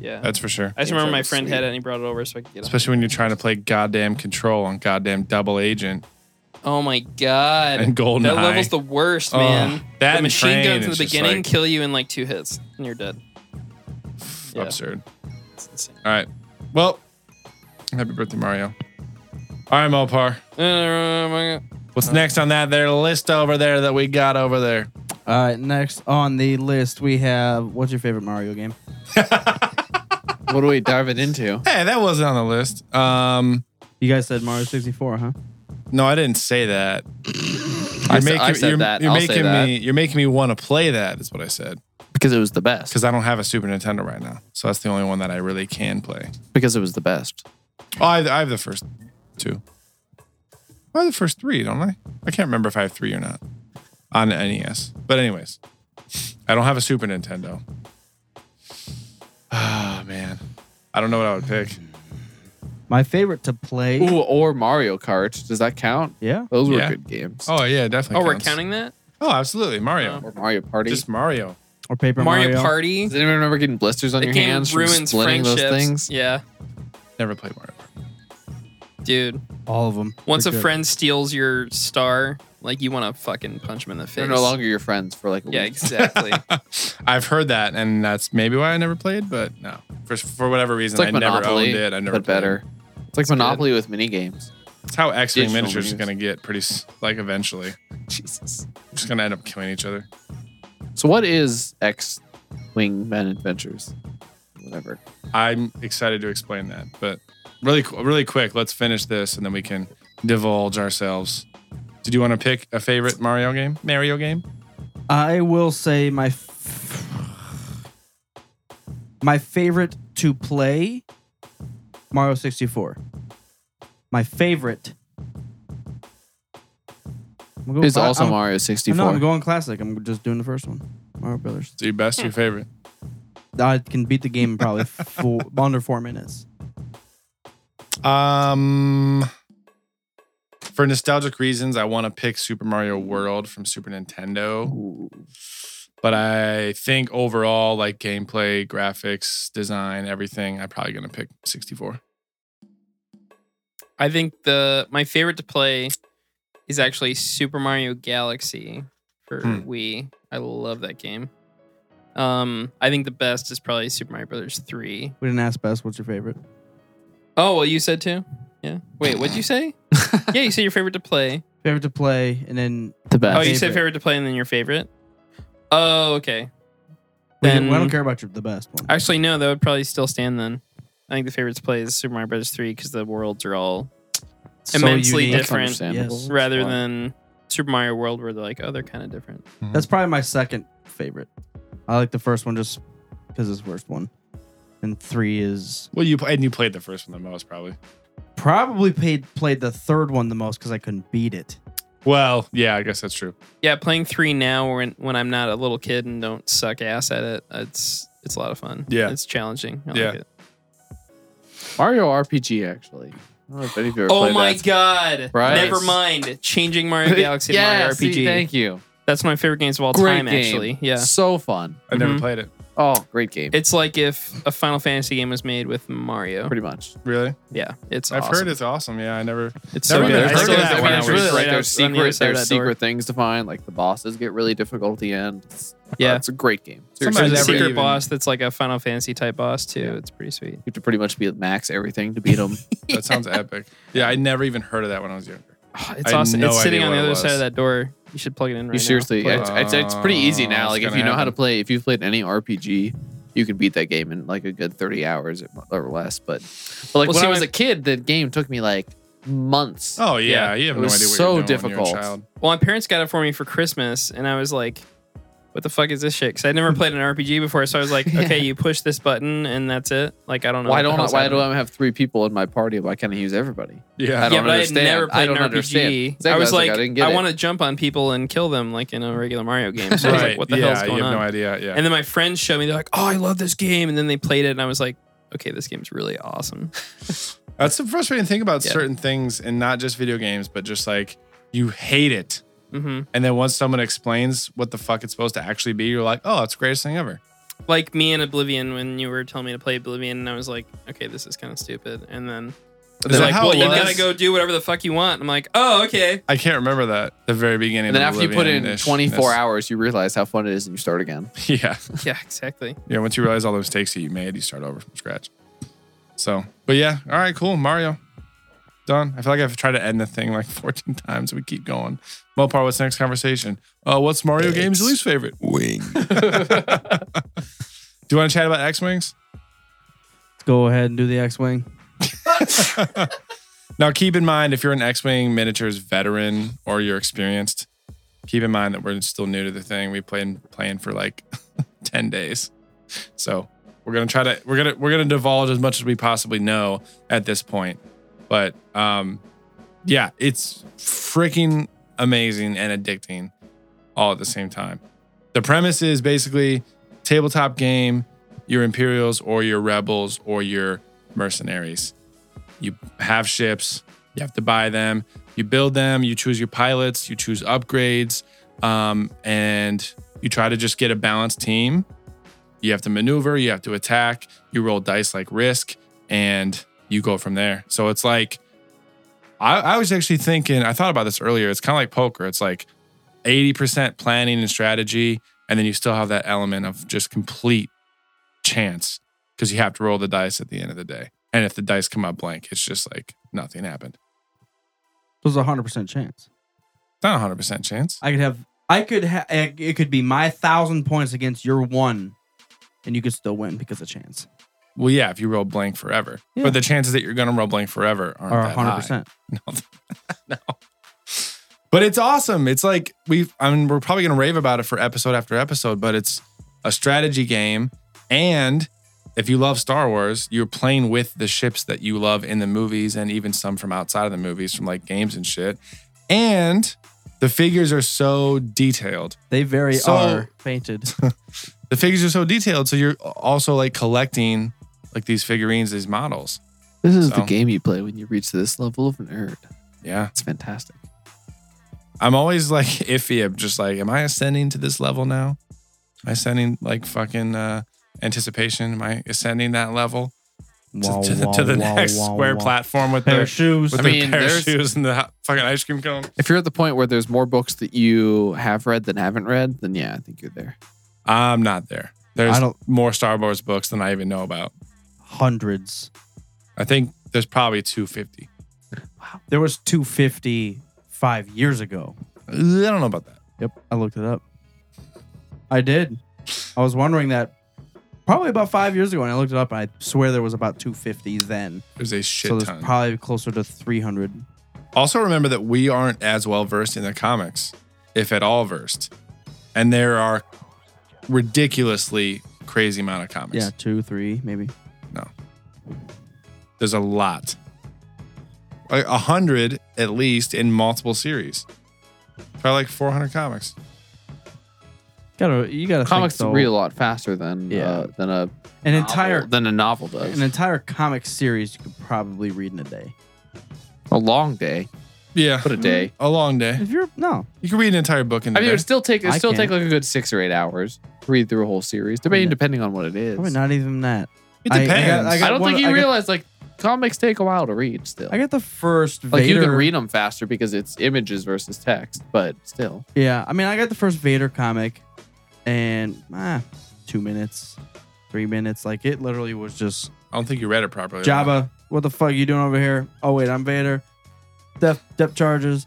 S4: yeah.
S2: That's for sure.
S4: I just
S3: Game
S4: remember
S3: Shark
S4: my
S3: was
S4: friend
S3: sweet.
S4: had it and he brought it over so I could get it.
S2: Especially when you're trying to play goddamn control on goddamn double agent
S4: Oh my god.
S2: and golden
S4: that level's the worst,
S2: Oh,
S4: man.
S2: that
S4: the
S2: and
S4: machine
S2: train
S4: guns in the
S2: is just
S4: beginning
S2: like-
S4: kill you in like two hits and you're dead. Yeah.
S2: absurd.
S4: It's insane.
S2: All right. Well, happy birthday, Mario. All right, Mopar.
S4: Oh my God.
S2: What's next on that there list over there that we got over there?
S1: All right, next on the list we have what's your favorite Mario game?
S3: what are we
S2: [laughs]
S3: diving into?
S2: Hey, that wasn't on the list. Um,
S1: You guys said Mario 64, huh?
S2: No, I didn't say
S3: [clears throat]
S2: that. You're
S3: I sa- I said
S2: you're,
S3: that.
S2: You're
S3: I'll say
S2: making
S3: that.
S2: me. You're making me want to play that. Is what I said.
S3: Because it was the best.
S2: Because I don't have a Super Nintendo right now, so that's the only one that I really can play.
S3: Because it was the best.
S2: Oh, I, I have the first two. I have the first three, don't I? I can't remember if I have three or not on NES. But anyways, I don't have a Super Nintendo. Ah man, I don't know what I would pick.
S1: My favorite to play.
S3: Ooh, or Mario Kart. Does that count?
S1: Yeah.
S3: Those were
S2: Yeah.
S3: good games.
S2: Oh yeah,
S4: Oh,
S2: definitely.
S4: we're
S2: counts.
S4: counting that?
S2: Oh, absolutely, Mario.
S3: Or Mario Party.
S2: Just Mario.
S1: Or Paper
S4: Mario,
S1: Mario.
S4: Party.
S3: Does anyone remember getting blisters on
S4: That
S3: your
S4: game
S3: hands from
S4: ruins
S3: splitting
S4: friendships.
S3: those things?
S4: Yeah.
S2: Never played Mario.
S4: Dude.
S1: All of them.
S4: Once a
S1: They're good.
S4: friend steals your star, like you want to fucking punch him in the face.
S3: They're no longer your friends for like a
S4: yeah,
S3: week.
S4: [laughs] exactly.
S2: [laughs] I've heard that, and that's maybe why I never played. But no, for for whatever
S3: It's
S2: reason,
S3: like
S2: I never
S3: Monopoly,
S2: owned it. I never
S3: but
S2: played it.
S3: better. It's like Monopoly with mini games.
S2: It's how X Wing
S3: Digital
S2: miniatures is
S3: menus.
S2: gonna get pretty s- like eventually.
S3: Jesus.
S2: We're just gonna end up killing each other.
S3: So what is X Wing Men Adventures? Whatever.
S2: I'm excited to explain that, but really, qu- really quick, let's finish this, and then we can divulge ourselves. Did you want to pick a favorite Mario game? Mario game?
S1: I will say my f- my favorite to play Mario 64. My favorite I'm go-
S3: It's
S1: I-
S3: also
S1: I'm-
S3: Mario
S1: No,
S3: 64.
S1: I'm going classic. I'm just doing the first one. Mario Brothers.
S2: So your best, your favorite.
S1: I can beat the game in
S3: [laughs]
S1: probably four, under four minutes.
S2: Um, for nostalgic reasons, I want to pick Super Mario World from Super Nintendo. But I think overall, like gameplay, graphics, design, everything, I'm probably gonna pick 64.
S4: I think the my favorite to play is actually Super Mario Galaxy for
S2: Hmm.
S4: Wii. I love that game. Um, I think the best is probably Super Mario Brothers three.
S1: We didn't ask best. What's your favorite?
S4: Oh well, you said two. Yeah. Wait, what'd you say? [laughs] yeah, you said your favorite to play.
S1: Favorite to play, and then
S3: the
S4: Oh,
S3: best.
S4: you said
S1: Favorite.
S4: favorite to play, and then your favorite. Oh, okay.
S1: we
S4: Then
S1: don't- I don't care about your, the best one.
S4: Actually, no, that would probably still stand then. I think the favorites play is Super Mario Brothers 3 because the worlds are all
S1: So
S4: immensely
S1: unique.
S3: That's
S4: different
S3: understandable.
S1: Yes.
S3: That's
S4: rather
S3: why.
S4: than Super Mario World where they're like, oh, they're kind of different.
S1: That's probably my second favorite. I like the first one just because it's the first one, and three is
S2: Well, you pl- and you played the first one the most, probably.
S1: probably played played the third one the most because I couldn't beat it.
S2: Well, yeah, I guess that's true.
S4: Yeah, playing 3 now when, when I'm not a little kid and don't suck ass at it, it's it's a lot of fun.
S2: Yeah.
S4: It's challenging. I like
S2: Yeah.
S4: it.
S3: Mario RPG, actually. I don't know if any of you ever
S4: Oh
S3: played
S4: my
S3: that.
S4: God.
S3: Right.
S4: Never mind.
S3: [laughs]
S4: Changing Mario Galaxy
S3: yeah,
S4: to Mario
S3: see,
S4: RPG.
S3: thank you.
S4: That's my favorite games of all
S3: Great
S4: time,
S3: game.
S4: actually. Yeah.
S3: So fun.
S2: I never
S4: Mhm.
S2: played it.
S3: Oh, great game.
S4: It's like if a Final Fantasy game was made with Mario.
S3: Pretty much.
S2: Really?
S4: Yeah, it's.
S2: I've
S4: awesome.
S2: heard it's awesome. Yeah, I [laughs] never.
S4: It's
S2: Never mind.
S4: so good.
S2: I've
S4: I
S2: heard
S4: still
S2: that
S4: have
S2: one.
S4: the
S2: It's really
S4: really
S3: like
S4: right
S3: there's
S4: out- on the
S3: secret,
S4: other side of
S3: there's
S4: that door.
S3: secret things to find. Like the bosses get really difficult at the end. It's-
S4: Yeah.
S3: it's a great game.
S2: Sometimes
S3: Seriously,
S4: There's a
S2: never
S4: secret
S2: even-
S4: boss that's like a Final Fantasy type boss too. It's pretty
S3: [sighs]
S4: sweet.
S3: you have to pretty much beat max everything to beat them.
S4: [laughs]
S2: That sounds epic. Yeah, I never even heard of that when I was younger.
S4: It's
S2: I had
S4: awesome.
S2: no
S4: it's sitting
S2: idea
S4: on the
S2: what it
S4: other
S2: was.
S4: side of that door. You should plug it in right
S3: you seriously,
S4: now. Plug
S3: it's,
S4: it.
S3: it's, it's pretty easy now.
S2: Oh,
S3: Like
S2: it's
S3: if you know
S2: gonna
S3: how to
S2: happen.
S3: play, if you've played any RPG, you can beat that game in like a good thirty hours or less. But, but like
S4: Well,
S3: when
S4: see,
S3: I was
S4: my-
S3: a kid, the game took me like months.
S2: Oh yeah,
S4: Yeah,
S2: you have
S3: it
S2: no
S3: was
S2: idea. What
S3: so
S2: you're doing when you're a
S3: difficult.
S2: child.
S4: Well, my parents got it for me for Christmas, and I was like, "What the fuck is this shit?" Because I'd never played an RPG before, so I was
S3: [laughs]
S4: like,
S3: Yeah.
S4: "Okay, you push this button, and that's it." Like I don't know.
S3: why
S4: what the
S3: don't I,
S4: hell's
S3: why
S4: happening.
S3: do I have three people in my party? Why can't I use everybody?
S2: Yeah,
S3: I
S4: yeah,
S3: don't
S4: but
S3: understand.
S4: I had never
S3: I
S4: played
S3: don't
S4: an
S3: understand.
S4: RPG.
S3: Exactly.
S4: I was like, I,
S3: didn't get it.
S4: want to jump on people and kill them like in a regular Mario game. So I was
S2: Right.
S4: like, what the
S2: yeah,
S4: hell's going
S2: you have
S4: on?
S2: no idea. Yeah.
S4: And then my friends showed me, they're like, oh, I love this game. And then they played it, and I was like, okay, this game's really awesome.
S2: That's the frustrating thing about
S4: Yeah.
S2: certain things and not just video games, but just like you hate it.
S4: hmm
S2: And then once someone explains what the fuck it's supposed to actually be, you're like, oh, it's the greatest thing ever.
S4: Like me and Oblivion, when you were telling me to play Oblivion, and I was like, okay, this is kind of stupid. And then
S2: Is
S4: they're
S2: that
S4: like,
S2: how
S4: well,
S2: it
S4: you
S2: was?
S4: gotta go do whatever the fuck you want. I'm like, oh, okay.
S2: I can't remember that the very beginning.
S3: And then
S2: of
S3: after you put in
S2: Oblivion-ish-ness.
S3: 24 hours, you realize how fun it is and you start again.
S2: [laughs] Yeah.
S4: Yeah, exactly.
S2: Yeah. Once you realize all the mistakes that you made, you start over from scratch. So, but yeah. All right. Cool. Mario. Done. I feel like I've tried to end the thing like [laughs] 14 times. We keep going. Mopar, what's the next conversation? Uh, what's Mario game's least favorite? Wing. [laughs] Do you want to chat about X Wings?
S1: Let's go ahead and do the X-wing.
S2: Now, keep in mind if you're an X Wing miniatures veteran or you're experienced, keep in mind that we're still new to the thing. We've been playing for like [laughs] 10 days. So we're gonna try to we're gonna we're gonna divulge as much as we possibly know at this point. But um yeah, it's freaking amazing and addicting all at the same time. The premise is basically tabletop game, your Imperials or your rebels or your mercenaries you have ships you have to buy them you build them you choose your pilots you choose upgrades um, and you try to just get a balanced team you have to maneuver you have to attack you roll dice like risk and you go from there so it's like i, I was actually thinking i thought about this earlier it's kind of like poker it's like 80% planning and strategy and then you still have that element of just complete chance because you have to roll the dice at the end of the day and if the dice come out blank, it's just like nothing happened.
S1: It was a hundred percent chance.
S2: Not a hundred percent chance.
S1: I could have. I could. Ha- eh, it could be my thousand points against your one, and you could still win because of chance.
S2: Well, yeah, if you roll blank forever,
S1: Yeah.
S2: but the chances that you're gonna roll blank forever aren't
S1: Or
S2: that
S1: hundred
S2: high.
S1: percent.
S2: But it's awesome. It's like we've. I mean, we're probably gonna rave about it for episode after episode. But it's a strategy game, and if you love Star Wars, you're playing with the ships that you love in the movies, and even some from outside of the movies, from like games and shit. And The figures are so detailed.
S1: They very
S2: So-
S1: are
S2: [laughs]
S1: painted.
S2: The figures are so detailed. So you're also like collecting like these figurines, these models.
S3: This is
S2: So.
S3: the game you play when you reach this level of nerd.
S2: Yeah.
S3: It's fantastic.
S2: I'm always like [laughs] iffy. I'm just like, am I ascending to this level now? Am I ascending like fucking uh, anticipation? Am I ascending that level to,
S1: Wah,
S2: to the,
S1: wah,
S2: to the
S1: wah,
S2: next
S1: wah,
S2: square
S1: wah.
S2: platform with
S1: Pair
S2: their,
S1: of shoes.
S2: with
S3: I
S2: their
S3: mean,
S2: pair of
S3: there's-
S2: shoes and the hot fucking ice cream cone?
S3: If you're at the point where there's more books that you have read than haven't read, then yeah, I think you're there.
S2: I'm not there. There's
S1: I don't-
S2: more Star Wars books than I even know about.
S1: Hundreds.
S2: I think there's probably 250.
S1: There was 250 five years ago.
S2: I don't know about that.
S1: Yep, I looked it up. I did. I was wondering that probably about five years ago, and I looked it up. And I swear there was about 250 then,
S2: There's a shit
S1: so there's
S2: ton.
S1: probably closer to 300.
S2: also, remember that we aren't as well versed in the comics, if at all versed. And there are ridiculously crazy amount of comics.
S1: Yeah, two, three, maybe.
S2: There's a lot. Like a hundred at least in multiple series. Probably like 400 comics.
S1: Gotta you gotta
S3: Comics
S1: think, though,
S3: read a lot faster than
S1: Yeah.
S3: uh, than a
S1: an
S3: novel-
S1: entire
S3: than a novel does.
S1: an entire comic series you could probably read in a day.
S3: a long day,
S2: Yeah.
S1: Hmm?
S3: but a day.
S2: A long day.
S1: If you're no,
S2: You can read an entire book in a
S3: I mean, it
S2: day.
S3: would still take it
S1: I
S3: still take
S1: can't.
S3: like a good six or eight hours to read through a whole series, depending
S1: Yeah.
S3: depending on what it is.
S1: probably not even that.
S2: It
S1: I- I got-
S2: depends.
S1: I got-
S3: I don't
S1: one-
S3: think you
S1: I got-
S3: realize like comics take a while to read. Still,
S1: I got the first Vader.
S3: like you can read them faster because it's images versus text, but still,
S1: Yeah, I mean, I got the first Vader comic, and ah, two minutes, three minutes. Like it literally was just
S2: I don't think you read it properly.
S1: Jabba, what the fuck you doing over here? Oh wait, I'm Vader. Depth depth charges.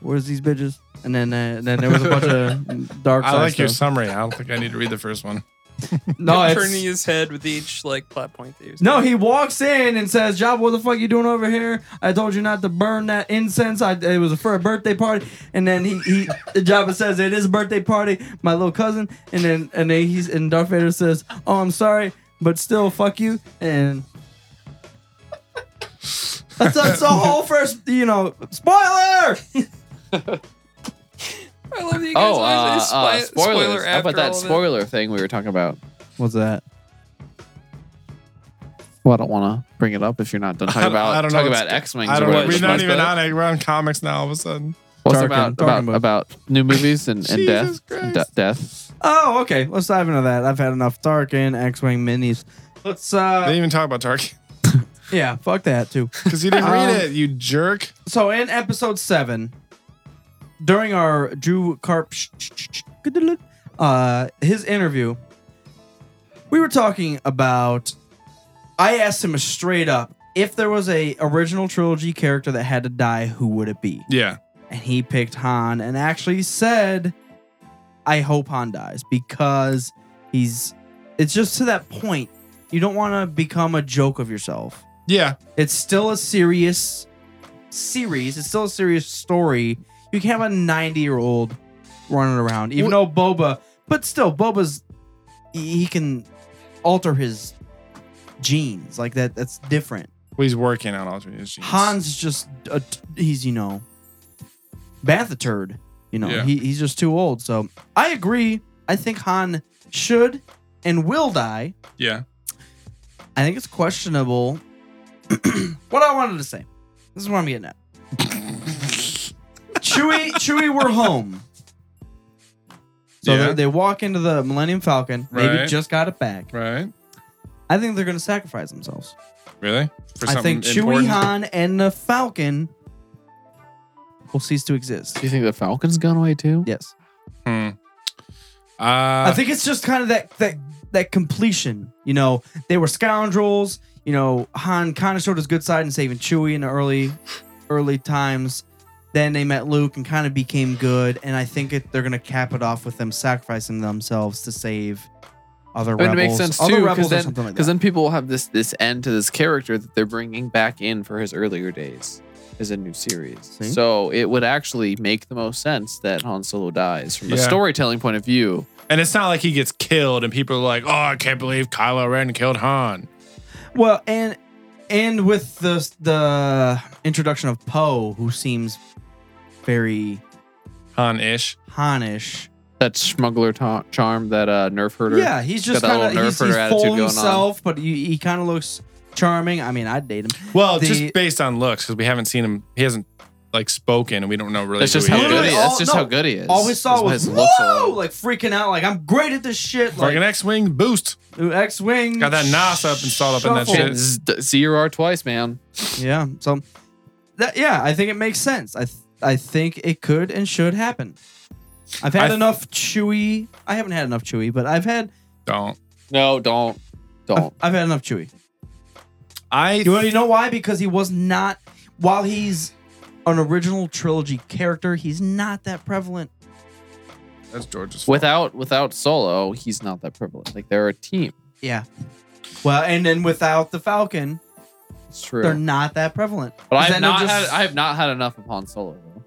S1: Where's these bitches? And then uh, then there was a bunch
S2: [laughs]
S1: of dark
S2: I
S1: side
S2: like your
S1: stuff.
S2: summary. I don't think I need to read the first one. [laughs]
S1: No,
S4: Him
S1: it's-
S4: turning his head with each like plot point. That he was
S1: no,
S4: doing.
S1: he walks in and says, "Jabba, what the fuck you doing over here? I told you not to burn that incense. I, it was for a birthday party." And then he, he [laughs] Jabba says, "It is a birthday party, my little cousin." And then and then he's and Darth Vader says, "Oh, I'm sorry, but still, fuck you." And that's, that's the whole first, you know, spoiler.
S4: I love that you guys.
S3: oh, uh,
S4: always say
S3: uh,
S4: spi-
S3: spoilers!
S4: Spoiler
S3: How
S4: after
S3: about that
S4: all of it.
S3: spoiler thing we were talking about?
S1: What's that?
S3: Well, I don't want to bring it up if you're
S2: [laughs]
S3: not done
S2: I
S3: talking
S2: don't-
S3: about
S2: I don't know
S3: talking
S2: what's-
S3: about X Wings.
S2: I don't.
S3: Or
S2: We're
S3: whatever.
S2: not even on it. We're on comics now. All of a sudden.
S3: What's
S1: Tarkin,
S3: about
S1: Tarkin book.
S3: about, about new movies and, and
S2: Jesus
S3: death,
S2: Christ.
S3: De- death.
S1: Oh, okay. Let's dive into that. I've had enough Tarkin, X-wing minis. Let's
S2: they
S1: uh,
S2: didn't even talk about Tarkin [laughs]
S1: yeah, fuck that too.
S2: because you didn't
S1: Um,
S2: read it. You jerk.
S1: So in episode seven, during our Drew Carp, uh, his interview, we were talking about. I asked him straight up if there was a original trilogy character that had to die, who would it be?
S2: Yeah.
S1: and he picked Han and actually said, I hope Han dies because he's. It's just to that point. You don't want to become a joke of yourself.
S2: Yeah.
S1: It's still a serious series, it's still a serious story. You can't have a 90 year old running around, even though Boba, but still, Boba's. He he can alter his genes. Like that, that's different.
S2: Well, he's working on alternate genes.
S1: Han's just a, he's you know bathatard. You know
S2: Yeah.
S1: he, he's just too old. So I agree. I think Han should and will die.
S2: Yeah.
S1: I think it's questionable. [clears throat] what I wanted to say. This is what I'm getting at. Chewie, Chewie, we're home. So
S2: Yeah.
S1: they they walk into the Millennium Falcon. Maybe
S2: Right.
S1: just got it back.
S2: Right.
S1: I think they're going to sacrifice themselves.
S2: Really? For
S1: I think Chewie,
S2: important?
S1: Han, and the Falcon will cease to exist.
S3: Do you think the Falcon's gone away too?
S1: Yes,
S2: Hmm. Uh,
S1: I think it's just kind of that that that completion. You know, they were scoundrels. You know, Han kind of showed his good side in saving Chewie in the early early times. Then they met Luke and kind of became good. And I think it, they're gonna cap it off with them sacrificing themselves to save other
S3: I mean,
S1: rebels.
S3: it makes sense
S1: other
S3: too
S1: rebels
S3: because
S1: or
S3: then,
S1: something like that.
S3: because then people will have this this end to this character that they're bringing back in for his earlier days as a new series.
S1: See?
S3: So it would actually make the most sense that Han Solo dies from a
S2: Yeah.
S3: storytelling point of view.
S2: and it's not like he gets killed and people are like, oh, I can't believe Kylo Ren killed Han.
S1: Well, and and with the the introduction of Poe, who seems very
S2: Han ish.
S1: Hanish.
S3: That smuggler ta- charm, that uh, nerf herder.
S1: Yeah, he's just
S3: Got that
S1: kind of
S3: little
S1: he's,
S3: nerf
S1: he's
S3: herder attitude
S1: full
S3: going on.
S1: himself, but he, he kind of looks charming. I mean, I'd date him.
S2: Well,
S1: The-
S2: just based on looks, because we haven't seen him. He hasn't like spoken, and we don't know really.
S3: That's
S2: who
S3: just
S2: he
S3: how
S2: is.
S3: good he is.
S1: Literally all-
S3: That's just
S1: no,
S3: how good he is.
S1: All we saw
S3: That's why
S1: was
S3: his looks are
S1: whoa,
S3: like-
S1: like freaking out, like I'm great at this shit. Like
S2: Fucking X-wing boost.
S1: X Wing
S2: Got that NOS up installed up in that
S3: Shit,
S2: shit.
S3: z- d- zero twice, man.
S1: Yeah. So that yeah, I think it makes sense. I th- I think it could and should happen. I've had
S2: I-
S1: enough chewy. I haven't had enough chewy, but I've had
S2: Don't.
S3: No, don't,
S1: I've,
S3: don't.
S1: I've had enough chewy.
S2: I
S1: You want to know why? Because he was not. While he's an original trilogy character, he's not that prevalent.
S2: that's George's. fault.
S3: Without without solo, he's not that prevalent. Like they're a team.
S1: Yeah. Well, and then without the Falcon,
S3: It's true.
S1: they're not that prevalent.
S3: but I
S1: Is
S3: have
S1: that no
S3: not
S1: just-
S3: had I have not had enough of Han Solo. Though.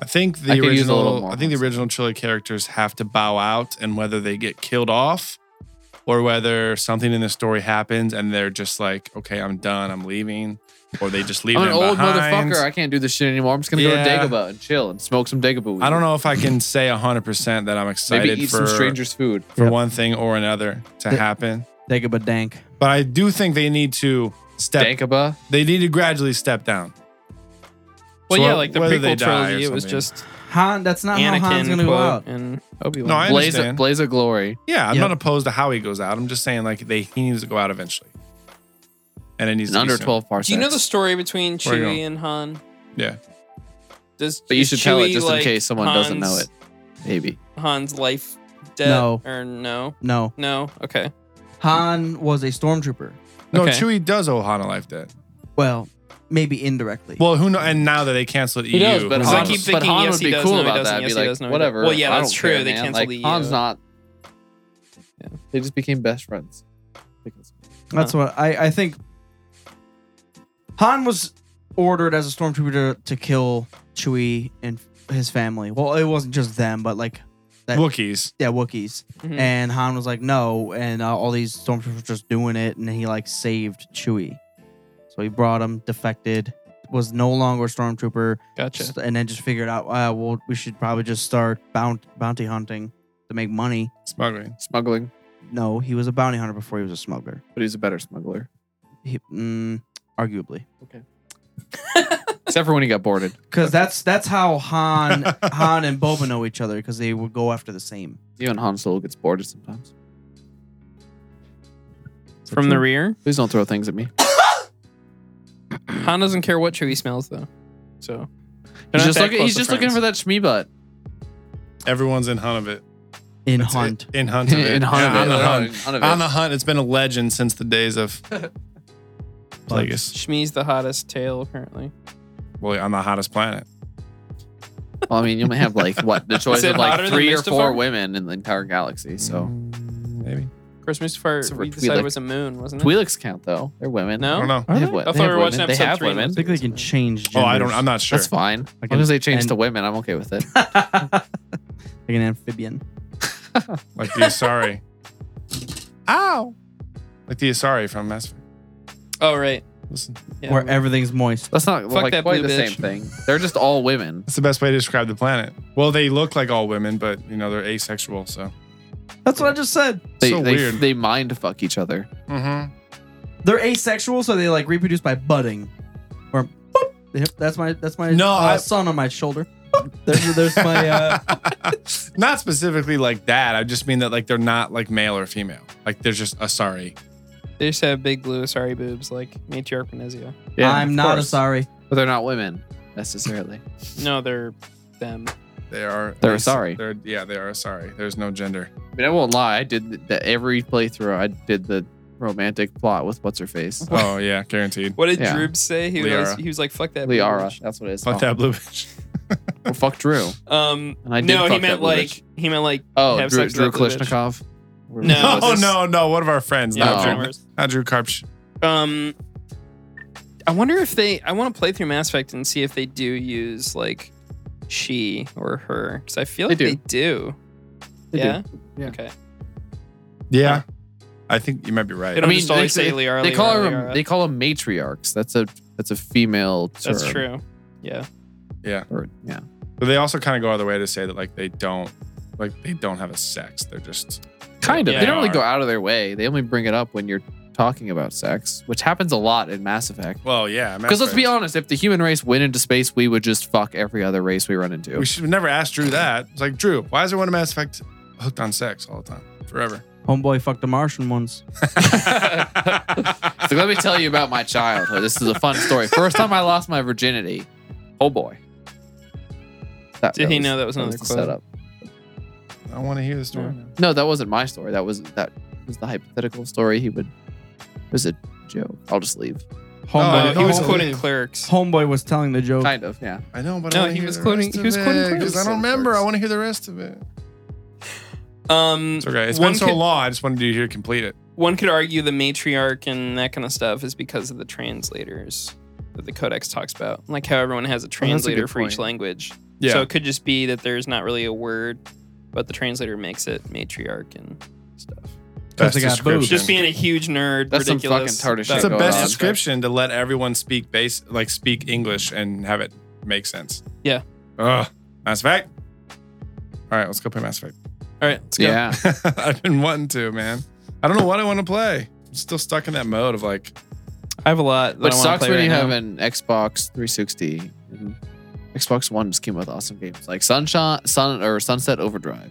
S2: I think the
S3: I could use a little
S2: original.
S3: more
S2: I think the
S3: honesty.
S2: original trilogy characters have to bow out, and whether they get killed off, or whether something in the story happens, and they're just like, "Okay, I'm done. I'm leaving," or they just leave
S3: I'm an
S2: them
S3: old
S2: behind.
S3: motherfucker. I can't do this shit anymore. I'm just gonna
S2: Yeah.
S3: go to Dagobah and chill and smoke some Dagobah. Weed.
S2: I don't know if I can say hundred percent that I'm excited
S3: Maybe eat
S2: for
S3: some strangers' food.
S2: for
S1: Yep.
S2: one thing or another to
S1: Th-
S2: happen.
S1: Think of a dank.
S2: But I do think they need to step.
S3: Dagobah.
S2: They need to gradually step down.
S4: Well,
S2: So
S4: yeah, like the
S2: whether they
S4: prequel
S2: die or
S4: trilogy, it was
S2: something.
S4: just
S1: Han. That's not
S4: Anakin
S1: how Han's gonna go
S4: quote,
S1: out.
S4: and Obi Wan.
S2: No, I
S3: Blaze of,
S2: understand.
S3: Blaze of Glory.
S2: Yeah, I'm
S1: Yep.
S2: not opposed to how he goes out. I'm just saying like they he needs to go out eventually, and it needs
S3: It's
S2: to be
S3: under
S2: soon.
S3: 12 parsecs.
S4: Do you know the story between
S2: Where you going?
S4: Chewie and Han?
S2: Yeah.
S4: Does
S3: But you
S4: is
S3: should tell it
S4: Chewie,
S3: just in
S4: like,
S3: case someone doesn't know
S4: Han's-
S3: it. Maybe.
S4: Han's life, debt,
S1: No.
S4: or no,
S1: No,
S4: no, okay.
S1: Han was a stormtrooper.
S2: No,
S4: Okay.
S2: Chewie does owe Han a life debt.
S1: Well, maybe indirectly.
S2: Well, who know? And now that they canceled E EU,
S3: He does, but
S2: who's
S4: Because
S3: Han,
S4: I keep
S3: but
S4: thinking,
S3: Han
S4: yes,
S3: would
S4: he
S3: be
S4: does,
S3: cool
S4: no, he
S3: about
S4: doesn't,
S3: that.
S4: yes,
S3: be
S4: he
S3: like,
S4: does, no, he
S3: whatever.
S4: doesn't. Well, yeah,
S3: I
S4: that's
S3: don't
S4: true.
S3: care,
S4: They
S3: man.
S4: canceled
S3: like,
S4: the
S3: Han's
S4: EU.
S3: not. They just became best friends. Because-
S1: That's what I, I think. Han was ordered as a stormtrooper to, to kill Chewie and his family. Well, it wasn't just them, but like, that,
S2: Wookiees.
S1: yeah, Wookiees.
S2: Mm-hmm.
S4: Mhm.
S1: And Han was like, no, and uh, all these stormtroopers were just doing it, and he like saved Chewie. So he brought him, defected, was no longer a stormtrooper,
S4: Gotcha.
S1: just- and then just figured out, uh, well, we should probably just start bount- bounty hunting to make money.
S2: Smuggling.
S3: Smuggling,
S1: No, he was a bounty hunter before he was a smuggler.
S3: but he's a better smuggler.
S1: He, mm, arguably.
S3: Except for when he got boarded.
S1: Because that's that's how
S2: [laughs]
S1: Han Han and Boba know each other because they would go after the same.
S3: Even Han Solo gets boarded sometimes.
S4: From the rear,
S3: Please don't throw things at me.
S4: Han doesn't care what Chewie smells though. So
S3: He's just, looking, he's just looking for that shmee [laughs] butt.
S2: Everyone's in hunt of it.
S1: in
S2: That's it.
S1: Hunt.
S2: In hunt of it.
S3: In
S2: Yeah,
S3: hunt
S2: On the
S3: of [laughs]
S2: hunt.
S3: it. Hunt of
S2: On
S3: it.
S2: the hunt. It's been a legend since the days of Plagueis.
S4: Shmi's the hottest tail apparently.
S2: Well, on the hottest planet.
S3: Well, I mean, you only have like what [laughs] the choice
S4: it
S3: of like
S4: hotter than
S3: three or four
S4: Mustafar?
S3: women in the entire galaxy. So
S2: Mm, maybe.
S4: Of course, Mustafar
S3: Except for
S4: we decided
S3: Twi'lek.
S4: was a moon, wasn't it?
S3: Twi'leks count though; they're women.
S4: No?
S2: I don't know.
S1: Are
S3: they
S1: they?
S3: have what?
S4: I
S3: they
S4: thought
S3: have
S4: we were watching
S3: women. They
S4: episode
S3: have
S4: three,
S3: women.
S4: man.
S1: I think they can change.
S2: Oh,
S1: Genders.
S2: I don't. I'm not sure.
S3: That's fine. As
S1: can-
S3: long as they change
S1: and-
S3: to women, I'm okay with
S4: [laughs]
S3: it.
S1: like an amphibian.
S2: Like the Asari. Ow. Like the Asari from Mass Effect.
S4: Oh right.
S2: Listen,
S4: Yeah.
S1: where everything's moist.
S3: That's not like
S4: that
S3: quite
S4: blue
S3: the
S4: bitch.
S3: same thing. They're just all women.
S2: that's the best way to describe the planet. Well, they look like all women, but you know they're asexual. So.
S1: That's what I just said.
S3: They
S2: so
S3: they,
S2: weird.
S3: they mind fuck each other.
S2: mm-hmm.
S1: They're asexual, so they like reproduce by budding. Or boop. Yep, that's my that's my
S2: No,
S1: uh,
S2: I-
S1: son on my shoulder. Boop. There's,
S2: [laughs]
S1: there's my uh,
S2: not specifically like that. I just mean that like they're not like male or female. Like there's just a sorry.
S4: They just have big blue sorry boobs like matriarch Venezia.
S1: I'm
S3: of
S1: not a
S3: course.
S1: sorry.
S3: But they're not women necessarily.
S4: No, they're them.
S2: They are.
S3: They're Asari.
S2: They're yeah. They are sorry. There's no gender.
S3: I mean, I won't lie. I did the, the, every playthrough. I did the romantic plot with what's her face,
S2: Oh yeah, guaranteed.
S4: What did
S3: Yeah.
S4: Droobs say? He was,
S2: Liara.
S4: always- he was like, "Fuck that." blue
S3: Liara.
S4: bitch."
S3: That's what it
S2: [laughs]
S3: is.
S2: Fuck
S3: Oh.
S2: that blue bitch.
S3: Well, fuck Drew.
S4: Um,
S3: And I did
S4: no, he
S3: fuck
S4: meant
S3: that blue
S4: like
S3: bitch.
S4: he meant like
S3: Oh,
S4: Have
S3: Drew,
S4: sex
S3: Drew
S4: with that blue bitch.
S3: Klishnikov.
S4: No.
S2: Oh [laughs]
S4: this-
S2: no, no. One of our friends.
S4: yeah,
S3: No.
S2: Not
S4: Drew
S2: Drew.
S4: Mars.
S2: Not Drew Karpsch.
S4: Um, I wonder if they. I want to play through Mass Effect and see if they do use like she or her because I feel
S3: They
S4: like
S3: do.
S4: they do.
S3: They do.
S4: yeah.
S3: Yeah.
S4: Okay.
S2: Yeah. I think you might be right.
S4: They don't
S3: I mean,
S4: just always
S3: they-
S4: say Liara.
S3: They call
S4: Liara,
S3: her.
S4: Liara.
S3: They call them matriarchs. That's a that's a female.
S4: That's
S3: term.
S4: true. Yeah.
S3: Or- yeah.
S2: But they also kind of go out of their way to say that like they don't like they don't have a sex. They're just
S3: Kind of.
S4: Yeah,
S3: they
S4: they
S3: don't really
S2: are.
S3: go out of their way. They only bring it up when you're talking about sex, which happens a lot in Mass Effect.
S2: well, yeah. Mass
S3: Because let's be
S2: Effect.
S3: honest, if the human race went into space, we would just fuck every other race we run into.
S2: We should have never asked Drew that. It's like Drew, why is everyone in Mass Effect hooked on sex all the time, forever?
S1: Homeboy fucked a Martian once.
S2: [laughs]
S3: so let me tell you about my childhood. This is a fun story. First time I lost my virginity. Oh boy. That-
S4: Did he know that was another
S3: the
S4: quote?
S3: setup?
S2: I want to hear the story. now.
S3: No, that wasn't my story. That was that was the hypothetical story. He would. It was a joke. I'll just leave.
S1: Homeboy,
S2: Oh,
S4: he was
S2: Oh.
S4: quoting clerks.
S1: homeboy was telling the joke.
S3: Kind of, yeah.
S2: I know, but
S4: No,
S2: I wanna
S4: he
S2: hear
S4: was
S2: the
S4: quoting-
S2: rest
S4: he
S2: of
S4: was quoting
S2: it, 'cause I
S3: Quinn
S2: don't remember.
S3: first.
S2: I want to hear the rest of it.
S4: Um,
S2: It's okay. It's
S4: one
S2: been so
S4: could-
S2: long. I just wanted you to complete it.
S4: one could argue the matriarch and that kind of stuff is because of the translators that the codex talks about like how everyone has a translator for each
S3: point.
S4: language so it could just be that there's not really a word but the translator makes it matriarch and stuff
S1: Because they got boobs.
S4: just being a huge nerd
S3: That's some
S4: ridiculous
S3: fucking TARDIS
S4: that-
S2: It's the
S3: Go
S2: best
S3: on.
S2: description to let everyone speak base like speak English and have it make sense.
S4: Yeah.
S2: Ugh. Mass Effect. All right, let's go play Mass Effect.
S4: all right let's go
S3: Yeah.
S2: [laughs] I've been wanting to, man. I don't know what I want to play. I'm still stuck in that mode of like,
S4: i have a lot that
S3: Which
S4: I wanna
S3: sucks
S4: play
S3: when
S4: right
S3: you
S4: now.
S3: have an Xbox 360. And Xbox One just came with awesome games like Sunshine, Sun or Sunset Overdrive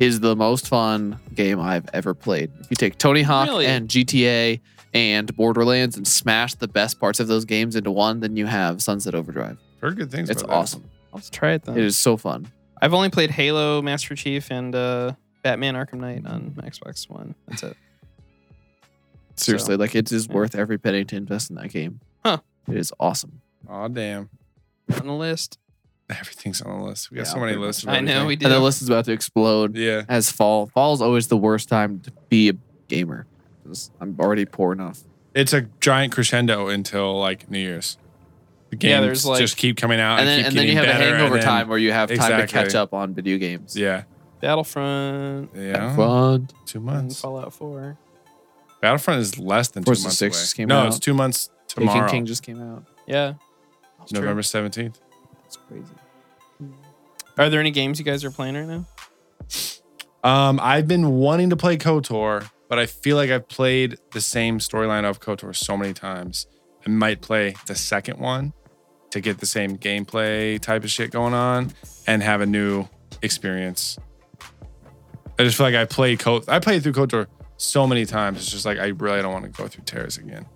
S3: is the most fun game I've ever played. If you take Tony Hawk
S4: Really?
S3: and GTA and Borderlands and smash the best parts of those games into one, then you have Sunset Overdrive.
S2: heard good things.
S3: It's
S2: about that.
S3: awesome.
S4: let's try it then
S3: It is so fun.
S4: i've only played halo master chief and uh batman arkham knight on my xbox one that's it
S3: Seriously, like it is
S4: yeah.
S3: worth every penny to invest in that game.
S4: Huh.
S3: It is awesome.
S2: Aw, damn.
S4: on the list
S2: Everything's on the list. We got
S3: Yeah,
S2: so many
S3: pretty much.
S2: lists. of
S4: i know
S2: everything.
S4: we did
S3: And the list is about to explode.
S2: Yeah.
S3: as fall. Fall's always the worst time to be a gamer. 'Cause I'm already poor enough.
S2: It's a giant crescendo until like New Year's. The games
S4: Yeah, there's, like-
S2: just keep coming out and,
S3: And, then
S2: keep
S3: and then you
S2: getting
S3: have a
S2: better, and
S3: hangover
S2: then-
S3: time where you have time to catch
S2: Exactly.
S3: up on video games.
S2: Yeah.
S4: battlefront
S2: Yeah.
S3: Fun.
S2: Two
S4: and
S2: months.
S4: fallout 4
S2: Battlefront is less than two
S3: Forza
S2: months
S3: 6
S2: away.
S3: just came
S2: no,
S3: out.
S2: it's two months
S3: Taken
S2: tomorrow.
S3: King just came out.
S4: Yeah.
S2: November seventeenth.
S3: It's crazy.
S4: Are there any games you guys are playing right now?
S2: Um, I've been wanting to play KOTOR, but I feel like I've played the same storyline of KOTOR so many times. I might play the second one to get the same gameplay type of shit going on and have a new experience. I just feel like I played KOTOR. I played through KOTOR so many times. It's just like I really don't want to go through Terrace again.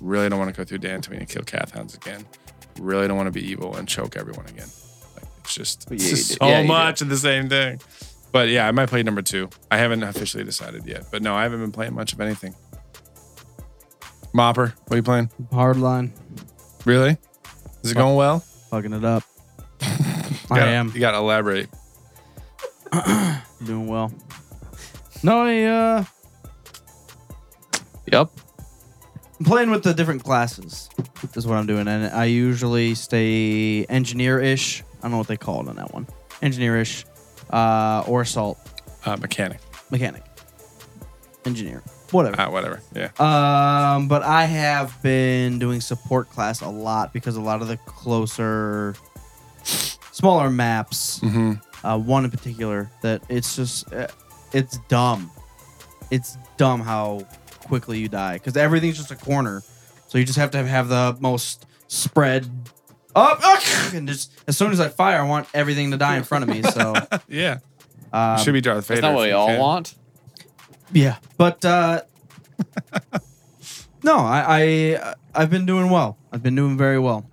S2: Really don't want to go through Dantooine and kill Cathounds again. Really don't want to be evil and choke everyone again. Like, it's just
S3: Yeah,
S2: it's
S3: you
S2: just
S3: do.
S2: so
S3: Yeah, you do.
S2: much of the same thing. But yeah, I might play number two. I haven't officially decided yet. But no, I haven't been playing much of anything. Mopper, what are you playing?
S1: Hardline.
S2: Really? Is it going well?
S1: Fucking it up.
S2: You
S1: I
S2: gotta-
S1: am.
S2: You gotta elaborate.
S1: Doing well. No, I, uh,
S3: Yep.
S1: I'm playing with the different classes, is what I'm doing. And I usually stay engineer ish. I don't know what they call it on that one. Engineer ish, uh, or assault,
S2: Uh, mechanic.
S1: mechanic, engineer, whatever.
S2: Uh, whatever. Yeah.
S1: Um, but I have been doing support class a lot because a lot of the closer, smaller maps,
S2: Mm-hmm.
S1: uh, one in particular, that it's just, uh, it's dumb. It's dumb how quickly you die because everything's just a corner. So you just have to have the most spread up. ah, And just as soon as I fire, I want everything to die in front of me. So,
S2: [laughs] yeah.
S1: um,
S2: Should be Darth Vader.
S3: That's not what
S2: if
S3: we
S2: you
S3: all
S2: can.
S3: want.
S1: Yeah, but uh, [laughs] no, I, I I've been doing well. I've been doing very well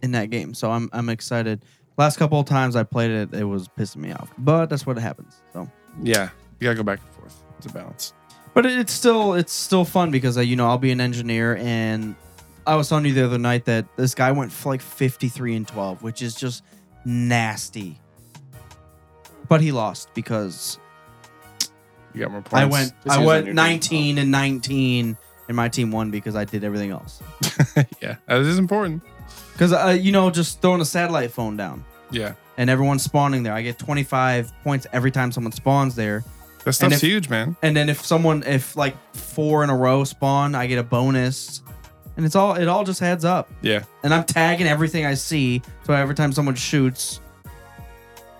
S1: in that game, so I'm I'm excited. Last couple of times I played it, it was pissing me off, but that's what happens. So,
S2: Yeah. You gotta go back and forth. It's a balance.
S1: but it- it's still it's still fun because uh, you know I'll be an engineer, and I was telling you the other night that this guy went for like 53 and 12, which is just nasty. But he lost because
S2: You got more points.
S1: I went
S3: This
S1: I
S3: isn't
S1: went
S3: your
S1: 19 and 19 and my team won because I did everything else.
S2: yeah. That is important.
S1: Cuz uh, you know just throwing a satellite phone down
S2: Yeah.
S1: and everyone's spawning there. I get 25 points every time someone spawns there.
S2: That stuff's
S1: if-
S2: huge, man.
S1: And then if someone if like 4 in a row spawn, I get a bonus. And it's all it all just adds up.
S2: Yeah.
S1: And I'm tagging everything I see so every time someone shoots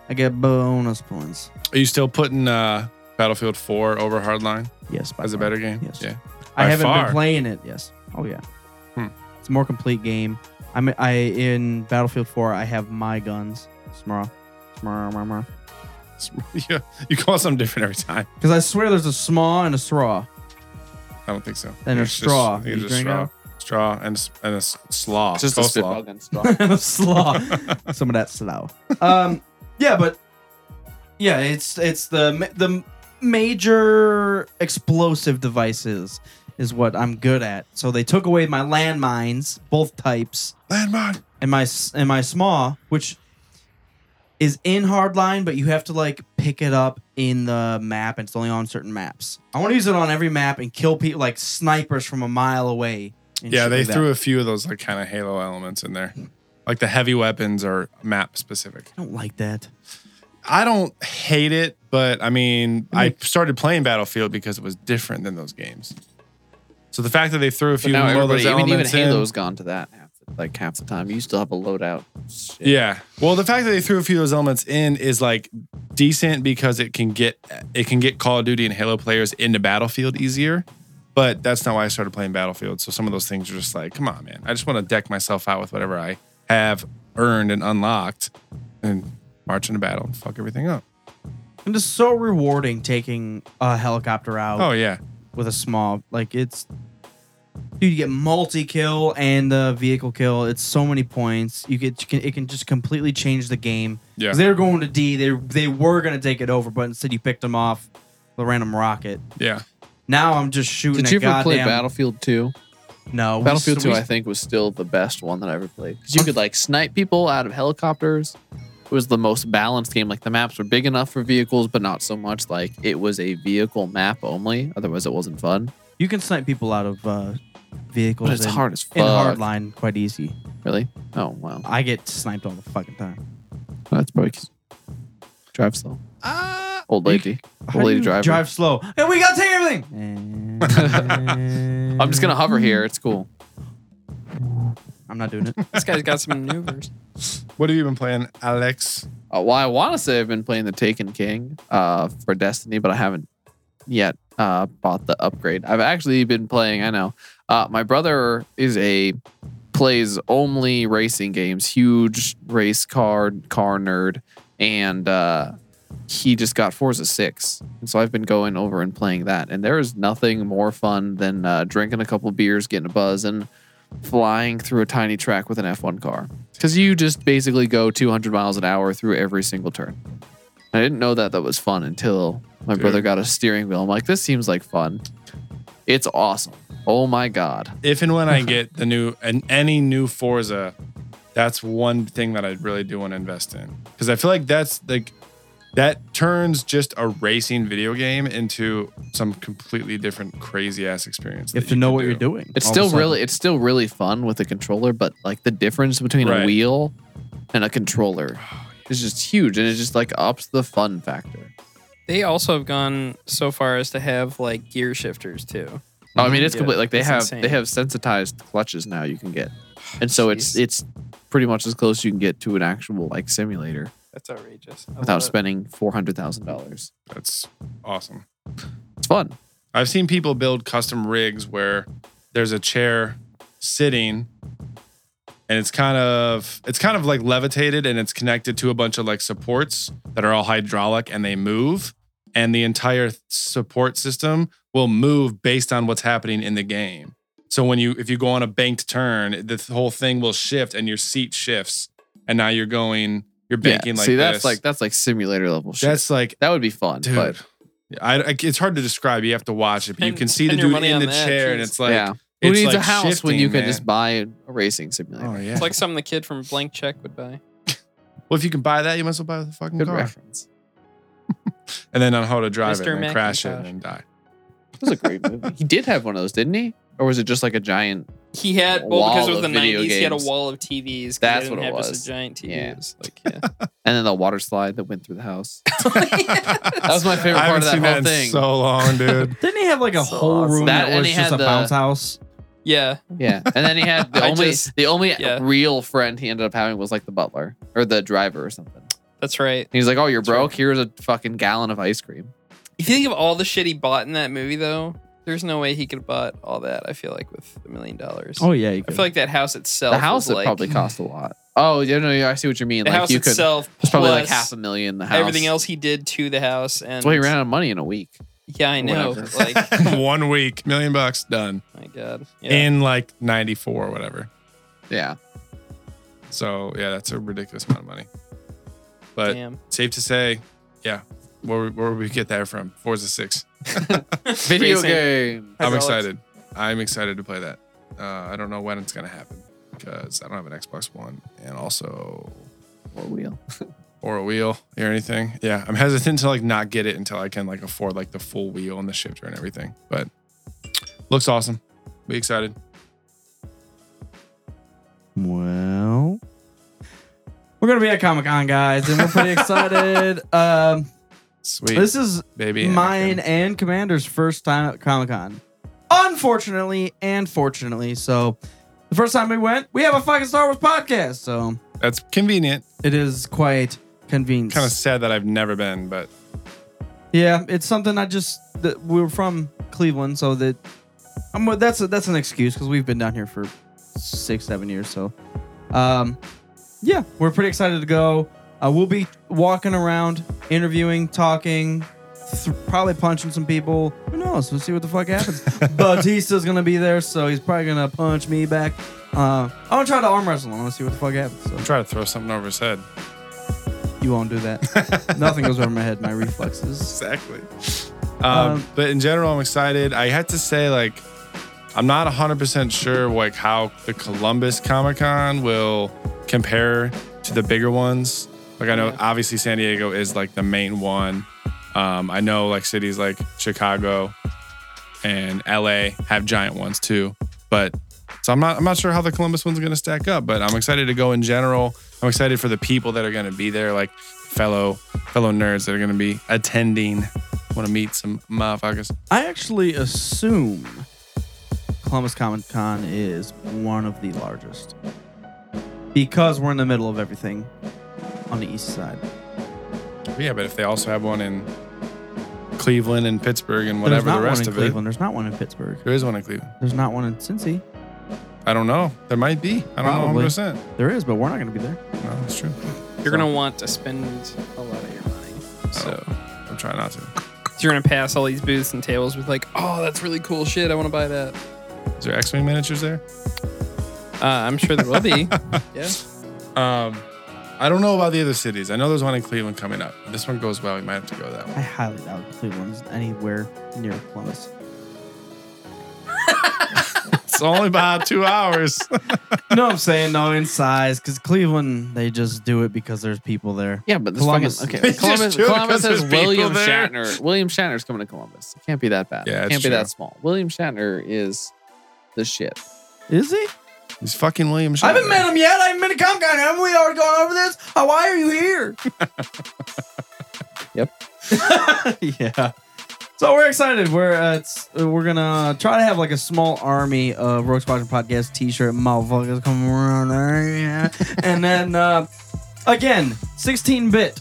S1: I get bonus points.
S2: Are you still putting uh, Battlefield 4 over Hardline
S1: Yes, by
S2: as a
S1: far.
S2: better game?
S1: Yes.
S2: Yeah. [laughs]
S1: I
S2: By
S1: haven't
S2: far.
S1: been playing it. Yes. Oh yeah.
S2: Hmm.
S1: It's a more complete game. I'm I in Battlefield 4. I have my guns. Smurra. Smurra. Smurra.
S2: yeah. You call it something different every time.
S1: Because I swear there's a smaw and a straw.
S2: I don't think so.
S1: And a
S2: It's just-
S1: straw.
S2: I think it's
S1: You
S2: just
S1: drink
S2: straw.
S1: out?
S2: Straw and, s- and a s- slaw.
S3: It's just a
S2: Coleslaw.
S3: spitball gun straw.
S1: a [laughs] slaw. Some of that slow. Um, yeah, but yeah, it's it's the ma- the major explosive devices is what I'm good at. So they took away my landmines, both types,
S2: Landmine.
S1: and my s- and my smaw, which is in hardline, but you have to like pick it up in the map, and it's only on certain maps. I want to use it on every map and kill people like snipers from a mile away. and
S2: Yeah,
S1: shit
S2: they
S1: like that.
S2: threw a few of those like kind of Halo elements in there. Like the heavy weapons are map specific.
S1: I don't like that.
S2: I don't hate it, but I mean, I started playing Battlefield because it was different than those games. So the fact that they threw a
S3: But
S2: few
S3: now
S2: more of
S3: everybody,
S2: those
S3: even, even
S2: elements in,
S3: Halo's gone to that. half- Like half the time, you still have a loadout.
S2: yeah. Well, the fact that they threw a few of those elements in is like decent because it can get it can get Call of Duty and Halo players into Battlefield easier. But that's not why I started playing Battlefield. So some of those things are just like, come on, man. I just want to deck myself out with whatever I have earned and unlocked, and march into battle and fuck everything up.
S1: And it's so rewarding taking a helicopter out
S2: Oh yeah.
S1: with a small like it's dude you get multi kill and the vehicle kill. It's so many points. You get you can, it can just completely change the game.
S2: Yeah.
S1: 'Cause They were going to D. They they were going to take it over, but instead you picked them off with a random rocket.
S2: Yeah.
S1: Now I'm just shooting.
S3: Did you
S1: at
S3: ever play
S1: goddamn-
S3: Battlefield 2?
S1: No, we-
S3: Battlefield
S1: we-
S3: 2, I think, was still the best one that I ever played. Because you could like snipe people out of helicopters. It was the most balanced game. Like the maps were big enough for vehicles, but not so much. Like it was a vehicle map only. Otherwise, it wasn't fun.
S1: you can snipe people out of uh, vehicles.
S3: But it's
S1: in-
S3: hard as
S1: in
S3: fuck.
S1: hardline quite easy.
S3: Really? Oh, wow.
S1: I get sniped all the fucking time.
S3: That's probably 'cause- drive slow.
S2: Ah.
S3: Old lady.
S1: How
S3: Old
S1: do Uh,
S3: lady
S1: you
S3: driver.
S1: Drive slow. And we gotta take [laughs] everything.
S3: I'm just going to hover here.
S1: Mm.
S3: It's cool.
S1: [laughs] I'm not
S3: [laughs]
S1: doing it.
S4: [laughs] This guy's got some maneuvers.
S2: What have you been playing, Alex?
S3: Uh, well, I want to say I've been playing the Taken King uh, for Destiny, but I haven't yet uh, bought the upgrade. I've actually been playing. I know uh, my brother is a plays only racing games, huge race car car nerd, and uh, he just got Forza Six, and so I've been going over and playing that. And there is nothing more fun than uh, drinking a couple beers, getting a buzz, and flying through a tiny track with an F1 car. Because you just basically go 200 miles an hour through every single turn. I didn't know that that was fun until my
S2: Dude.
S3: brother got a steering wheel. I'm like, this seems like fun. It's awesome. Oh my God.
S2: If and when I get the new and any new Forza, that's one thing that I really do want to invest in because I feel like that's like that turns just a racing video game into some completely different crazy ass experience.
S1: You
S2: that
S1: have to know
S2: can
S1: what
S2: do.
S1: you're doing.
S3: It's
S1: all of a
S3: still
S1: sudden.
S3: really it's still really fun with a controller, but like the difference between
S2: Right.
S3: a wheel and a controller is just huge. And it just like ups the fun factor.
S4: They also have gone so far as to have like gear shifters too.
S3: Oh, I mean, it's
S4: Yeah,
S3: complete. Like they
S4: it's
S3: have
S4: insane.
S3: they have sensitized clutches now you can
S4: [sighs]
S3: get, and so
S4: Jeez.
S3: it's it's pretty much as close you can get to an actual like simulator
S4: That's outrageous. I love
S3: without
S4: it.
S3: spending four hundred thousand dollars.
S2: That's awesome.
S3: It's fun.
S2: I've seen people build custom rigs where there's a chair sitting and it's kind of it's kind of like levitated and it's connected to a bunch of like supports that are all hydraulic and they move and the entire th- support system will move based on what's happening in the game. So when you if you go on a banked turn, the th- whole thing will shift and your seat shifts and now you're going you're banking like
S3: see,
S2: this.
S3: that's like that's like simulator level shit.
S2: that's like
S3: that would be fun,
S2: dude.
S3: but
S2: I, I- it's hard to describe. You have to watch it, but you
S4: Spend-
S2: can see the
S4: spend your
S2: dude
S4: money
S2: in
S4: on
S2: the
S4: that,
S2: chair, and
S4: jeez.
S2: it's like,
S3: yeah, who
S2: it's like
S3: needs a house when
S2: shifting,
S3: you can
S2: man.
S3: just buy a racing simulator?
S2: Oh yeah.
S4: It's like something the kid from Blank Check would buy.
S2: well, if you can buy that, you might as well buy the fucking
S3: Good
S2: car.
S3: reference.
S2: And then on how to drive it,
S4: Mr.
S2: and then crash it, and
S4: Macintosh.
S2: then
S4: [laughs]
S2: die.
S3: It was a great movie. he did have one of those, didn't he? Or was it just like a giant?
S4: He had
S3: A
S4: well because
S3: wall
S4: it was the
S3: of video
S4: nineties. He had a
S3: games.
S4: wall of TVs. 'cause
S3: That's
S4: they didn't
S3: what it
S4: have
S3: was.
S4: Just a giant TV.
S3: Yeah.
S4: It was [laughs] like yeah.
S3: And then the water slide that went through the house.
S4: Oh,
S2: that
S3: was my favorite
S2: I
S3: part of
S2: haven't seen
S3: that whole
S2: that in
S3: thing.
S2: So long, dude.
S1: Didn't he have like a
S4: So
S1: whole
S4: awesome.
S1: room
S3: That-
S1: that,
S3: and
S1: was
S3: he
S1: just
S3: had
S1: a
S3: the-
S1: bounce house?
S4: yeah.
S3: Yeah, and then he had the
S4: [laughs] I
S3: only
S4: just-
S3: the only
S4: yeah.
S3: real friend he ended up having was like the butler or the driver or something.
S4: That's right.
S3: he's like, "Oh, you're broke. Here's a fucking gallon of ice cream."
S4: If you think of all the shit he bought in that movie, though, there's no way he could have bought all that. I feel like with a million dollars.
S1: Oh yeah, you
S4: I
S1: could.
S4: feel like that house itself.
S3: The house
S4: was
S3: it
S4: like,
S3: probably cost a lot. Oh, yeah, no, yeah, I see what you mean.
S4: the
S3: like
S4: house
S3: you could,
S4: itself
S3: it's probably like
S4: plus
S3: half a million. The house,
S4: everything else he did to the house and
S3: That's why he ran out of money in a week.
S4: yeah i know
S3: Whatever. [laughs]
S4: like
S2: One week, million bucks done
S4: my god yeah.
S2: in like 94 or whatever.
S3: Yeah,
S2: So, yeah, that's a ridiculous amount of money. But
S4: Damn.
S2: safe to say, yeah, where, where would we get that from? Four's a six.
S3: video
S4: Racing.
S3: game.
S2: I'm
S4: Hydraulics.
S2: excited. I'm excited to play that. Uh, I don't know when it's going to happen because I don't have an Xbox One and also
S3: Four wheel.
S2: or a wheel or anything. Yeah, I'm hesitant to like not get it until I can like afford like the full wheel and the shifter and everything. But looks awesome. We excited.
S1: Well, we're gonna be at Comic Con, guys, and we're
S3: [laughs]
S1: pretty excited. Um,
S2: Sweet
S1: this is
S2: baby.
S1: mine
S2: Anakin.
S1: and Commander's first time at Comic Con. Unfortunately and fortunately, so the first time we went, we have a fucking Star Wars podcast, so
S2: That's convenient.
S1: it is quite convenient.
S2: Kind of sad that I've never been, but
S1: Yeah, it's something I just that we were from Cleveland, so that I'm. That's a, that's an excuse because we've been down here for six, seven years. So, um, yeah, we're pretty excited to go. Uh, we'll be walking around, interviewing, talking, th- probably punching some people. Who knows? We'll see what the fuck happens. Batista's gonna be there, so he's probably gonna punch me back. Uh, I'm gonna try to arm wrestle him. I want to see what the fuck happens. So
S2: try to throw something over his head.
S1: you won't do that. Nothing goes over my head. My reflexes.
S2: Exactly. Um,
S1: Um,
S2: but in general, I'm excited. I had to say, like, I'm not 100% sure, like, how the Columbus Comic Con will compare to the bigger ones. Like, I know obviously San Diego is like the main one. Um, I know like cities like Chicago and LA have giant ones too. But so I'm not I'm not sure how the Columbus one's gonna stack up, but I'm excited to go in general. I'm excited for the people that are gonna be there, like fellow fellow nerds that are gonna be attending. Wanna meet some motherfuckers.
S1: I actually assume Columbus Comic Con is one of the largest because we're in the middle of everything on the east side.
S2: Yeah, but if they also have one in Cleveland and Pittsburgh and
S1: There's
S2: whatever
S1: not
S2: the rest
S1: one in
S2: of
S1: Cleveland. There's not one in Pittsburgh.
S2: it. There is one in Cleveland.
S1: There's not one in Cincy.
S2: I don't know. There might be. I don't
S1: Probably.
S2: know 100%.
S1: There is, but we're not going to be there.
S2: No, that's true.
S4: you're gonna want to spend a lot of your money so
S2: So I'm trying not to.
S4: you're gonna pass all these booths and tables with like oh that's really cool shit i want to buy that
S2: Is there X Wing miniatures there?
S4: uh, i'm sure there
S3: [laughs]
S4: will be yeah
S2: Um, I don't know about the other cities. I know there's one in Cleveland coming up. If This one goes well. We might have to go that way.
S1: I highly doubt Cleveland's anywhere near Columbus.
S2: It's only
S1: [laughs]
S2: about two hours.
S1: [laughs] no, I'm saying no in size because Cleveland they just do it because there's people there.
S3: Yeah, but this
S1: Columbus.
S3: fucking
S2: [laughs] They
S3: okay.
S2: just
S3: Columbus,
S2: do it
S3: Columbus
S2: because there's
S3: has
S2: people
S3: William
S2: there.
S3: Shatner. William Shatner's coming to Columbus. It can't be that bad.
S2: Yeah,
S3: it
S2: it's
S3: can't be
S2: true.
S3: that small. William Shatner is the shit.
S1: Is he?
S2: He's fucking William. Shatner.
S1: I haven't met him yet. I haven't been to Comic Con. Haven't we already gone over this? Oh, why are you here?
S3: Yep.
S1: [laughs] yeah. So we're excited. We're uh, it's, uh, we're gonna try to have like a small army of Rogue Squadron podcast T-shirt motherfuckers come around, yeah. and then uh, again, 16-bit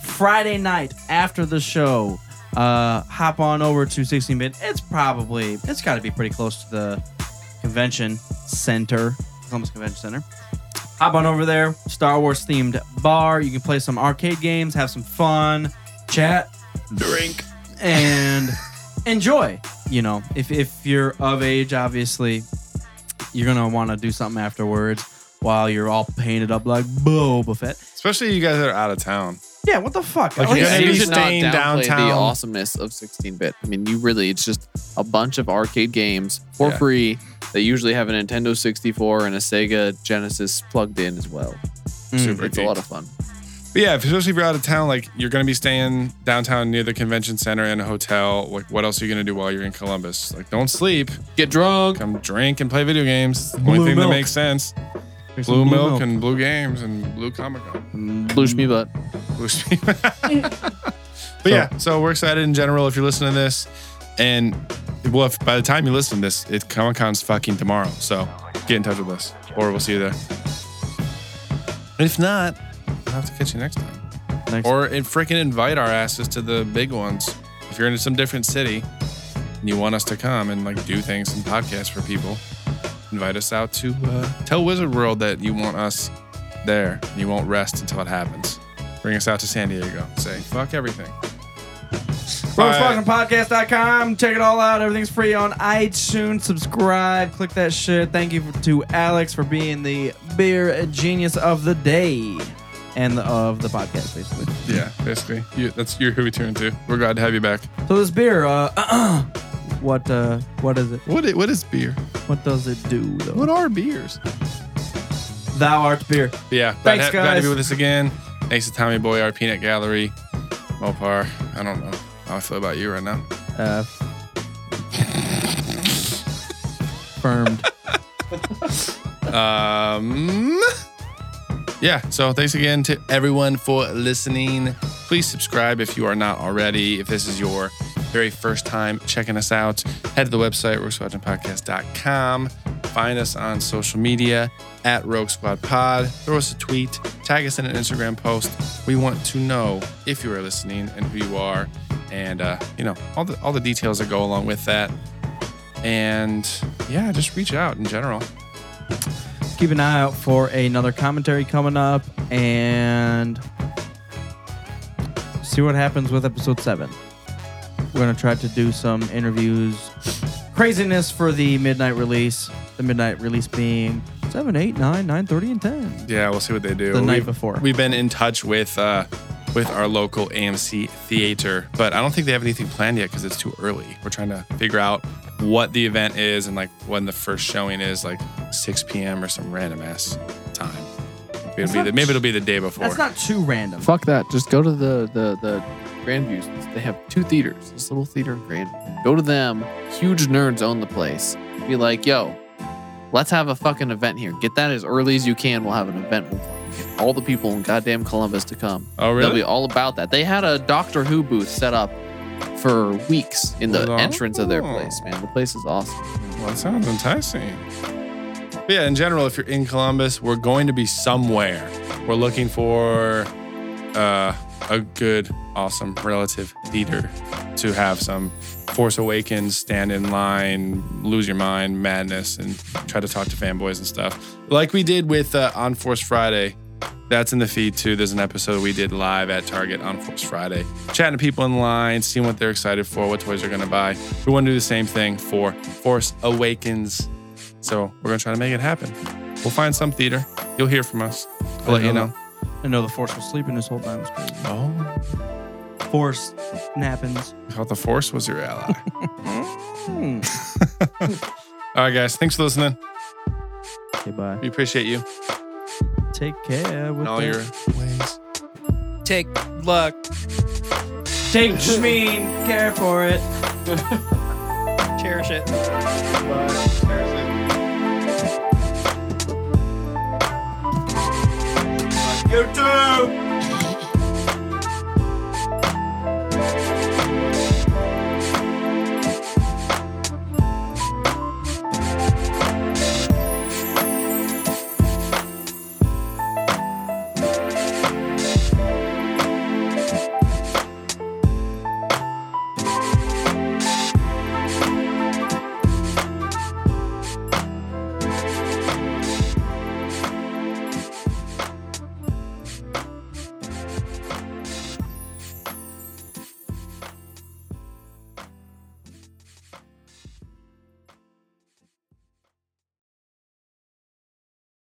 S1: Friday night after the show. Uh, hop on over to 16-bit. It's probably it's got to be pretty close to the convention center, Columbus Convention Center. Hop on over there. Star Wars themed bar. You can play some arcade games, have some fun, chat,
S2: Drink.
S1: [laughs] and enjoy. You know, if, if you're of age, obviously, you're gonna want to do something afterwards while you're all painted up like Boba Fett.
S2: Especially you guys that are out of town.
S1: Yeah, what the fuck?
S2: Like,
S1: Like,
S2: you're
S3: Yeah,
S2: gonna
S3: you
S2: be
S3: should not
S2: staying
S3: downplay
S2: downtown.
S3: The awesomeness of 16-bit. I mean, you really it's just a bunch of arcade games for
S2: Yeah.
S3: free. They usually have a Nintendo 64 and a Sega Genesis plugged in as well.
S1: Mm.
S2: Super
S3: it's
S2: geek.
S3: a lot of fun.
S2: But yeah, especially if you're out of town, like you're gonna be staying downtown near the convention center in a hotel. Like, what else are you gonna do while you're in Columbus? Like, don't sleep.
S3: Get drunk.
S2: Come drink and play video games. It's the only
S1: Blue
S2: thing
S1: milk.
S2: that makes sense.
S1: Here's
S2: Blue,
S1: some
S2: milk, and blue games and blue Comic Con.
S3: Loosh me butt.
S2: Blue stream. [laughs] but yeah, so we're excited in general. If you're listening to this, and well, if by the time you listen to this, it Comic Con's fucking tomorrow. So get in touch with us, or we'll see you there. If not, I'll have to catch you next time.
S1: Next.
S2: or and freaking invite our asses to the big ones. If you're in some different city and you want us to come and like do things and podcasts for people, invite us out to uh, tell Wizard World that you want us there. and You won't rest until it happens. Bring us out to San Diego. Say fuck everything.
S1: Roguesquadronpodcast.com. Check it all out. Everything's free on iTunes. Subscribe. Click that shit. Thank you to Alex for being the beer genius of the day and the, of the podcast, basically.
S2: Yeah, basically, you, that's you're who we turn to. We're glad to have you back.
S1: So this beer, uh, [clears throat] what uh, what is it?
S2: What i- what is beer?
S1: What does it do? Though?
S2: What are beers?
S1: Thou art beer.
S2: Yeah,
S1: Thanks,
S2: glad, to- glad to
S1: guys.
S2: be with us again. Thanks to Tommy Boy, our Peanut Gallery, Mopar. I don't know how I feel about you right now.
S1: Uh, [laughs] firmed.
S2: Um, yeah. So thanks again to everyone for listening. Please subscribe if you are not already. If this is your very first time checking us out, head to the website, roguesquadronpodcast.com. Find us on social media at Rogue Squad Pod. Throw us a tweet, tag us in an Instagram post. We want to know if you are listening and who you are, and uh, you know all the all the details that go along with that. And yeah, just reach out in general.
S1: Keep an eye out for another commentary coming up and see what happens with episode seven. We're gonna try to do some interviews, craziness for the midnight release. The midnight release being 7, 8, 9, 9 30, and 10.
S2: Yeah, we'll see what they do.
S1: The night
S2: We've-
S1: before.
S2: We've been in touch with uh, with our local AMC theater, but I don't think they have anything planned yet because it's too early. We're trying to figure out what the event is and like when the first showing is, like 6 p.m. or some random ass time. Maybe
S1: That's
S2: it'll, be the,
S1: not-
S2: maybe it'll be the day before.
S1: That's not too random.
S3: Fuck that. Just go to the the the Grandviews. They have two theaters. This little theater in Grandview. Go to them. Huge nerds own the place. Be like, yo, let's have a fucking event here. Get that as early as you can. We'll have an event. We'll get all the people in goddamn Columbus to come.
S2: oh,
S3: They'll
S2: really?
S3: be all about that. They had a Doctor Who booth set up for weeks in the
S2: Oh.
S3: entrance of their place. Man, the place is awesome.
S2: Well, that sounds enticing. But yeah, in general, if you're in Columbus, we're going to be somewhere. We're looking for uh, a good, awesome relative theater to have some Force Awakens, stand in line, lose your mind, madness, and try to talk to fanboys and stuff. Like we did with uh, On Force Friday. That's in the feed too. There's an episode we did live at Target on Force Friday, chatting to people in line, seeing what they're excited for, what toys they're going to buy. We want to do the same thing for Force Awakens. So we're going to try to make it happen. We'll find some theater. You'll hear from us. I'll let you know.
S1: I know the Force was sleeping this whole time. It was crazy.
S2: Oh.
S1: Force nappins.
S2: I thought the force was your ally. [laughs]
S1: Hmm.
S2: All right, guys. Thanks for listening.
S1: Okay, bye.
S2: We appreciate you
S1: Take care. With
S2: and all
S1: the-
S2: your ways.
S4: Take luck.
S1: Take mean care for it.
S4: Cherish it.
S5: But seriously. YouTube!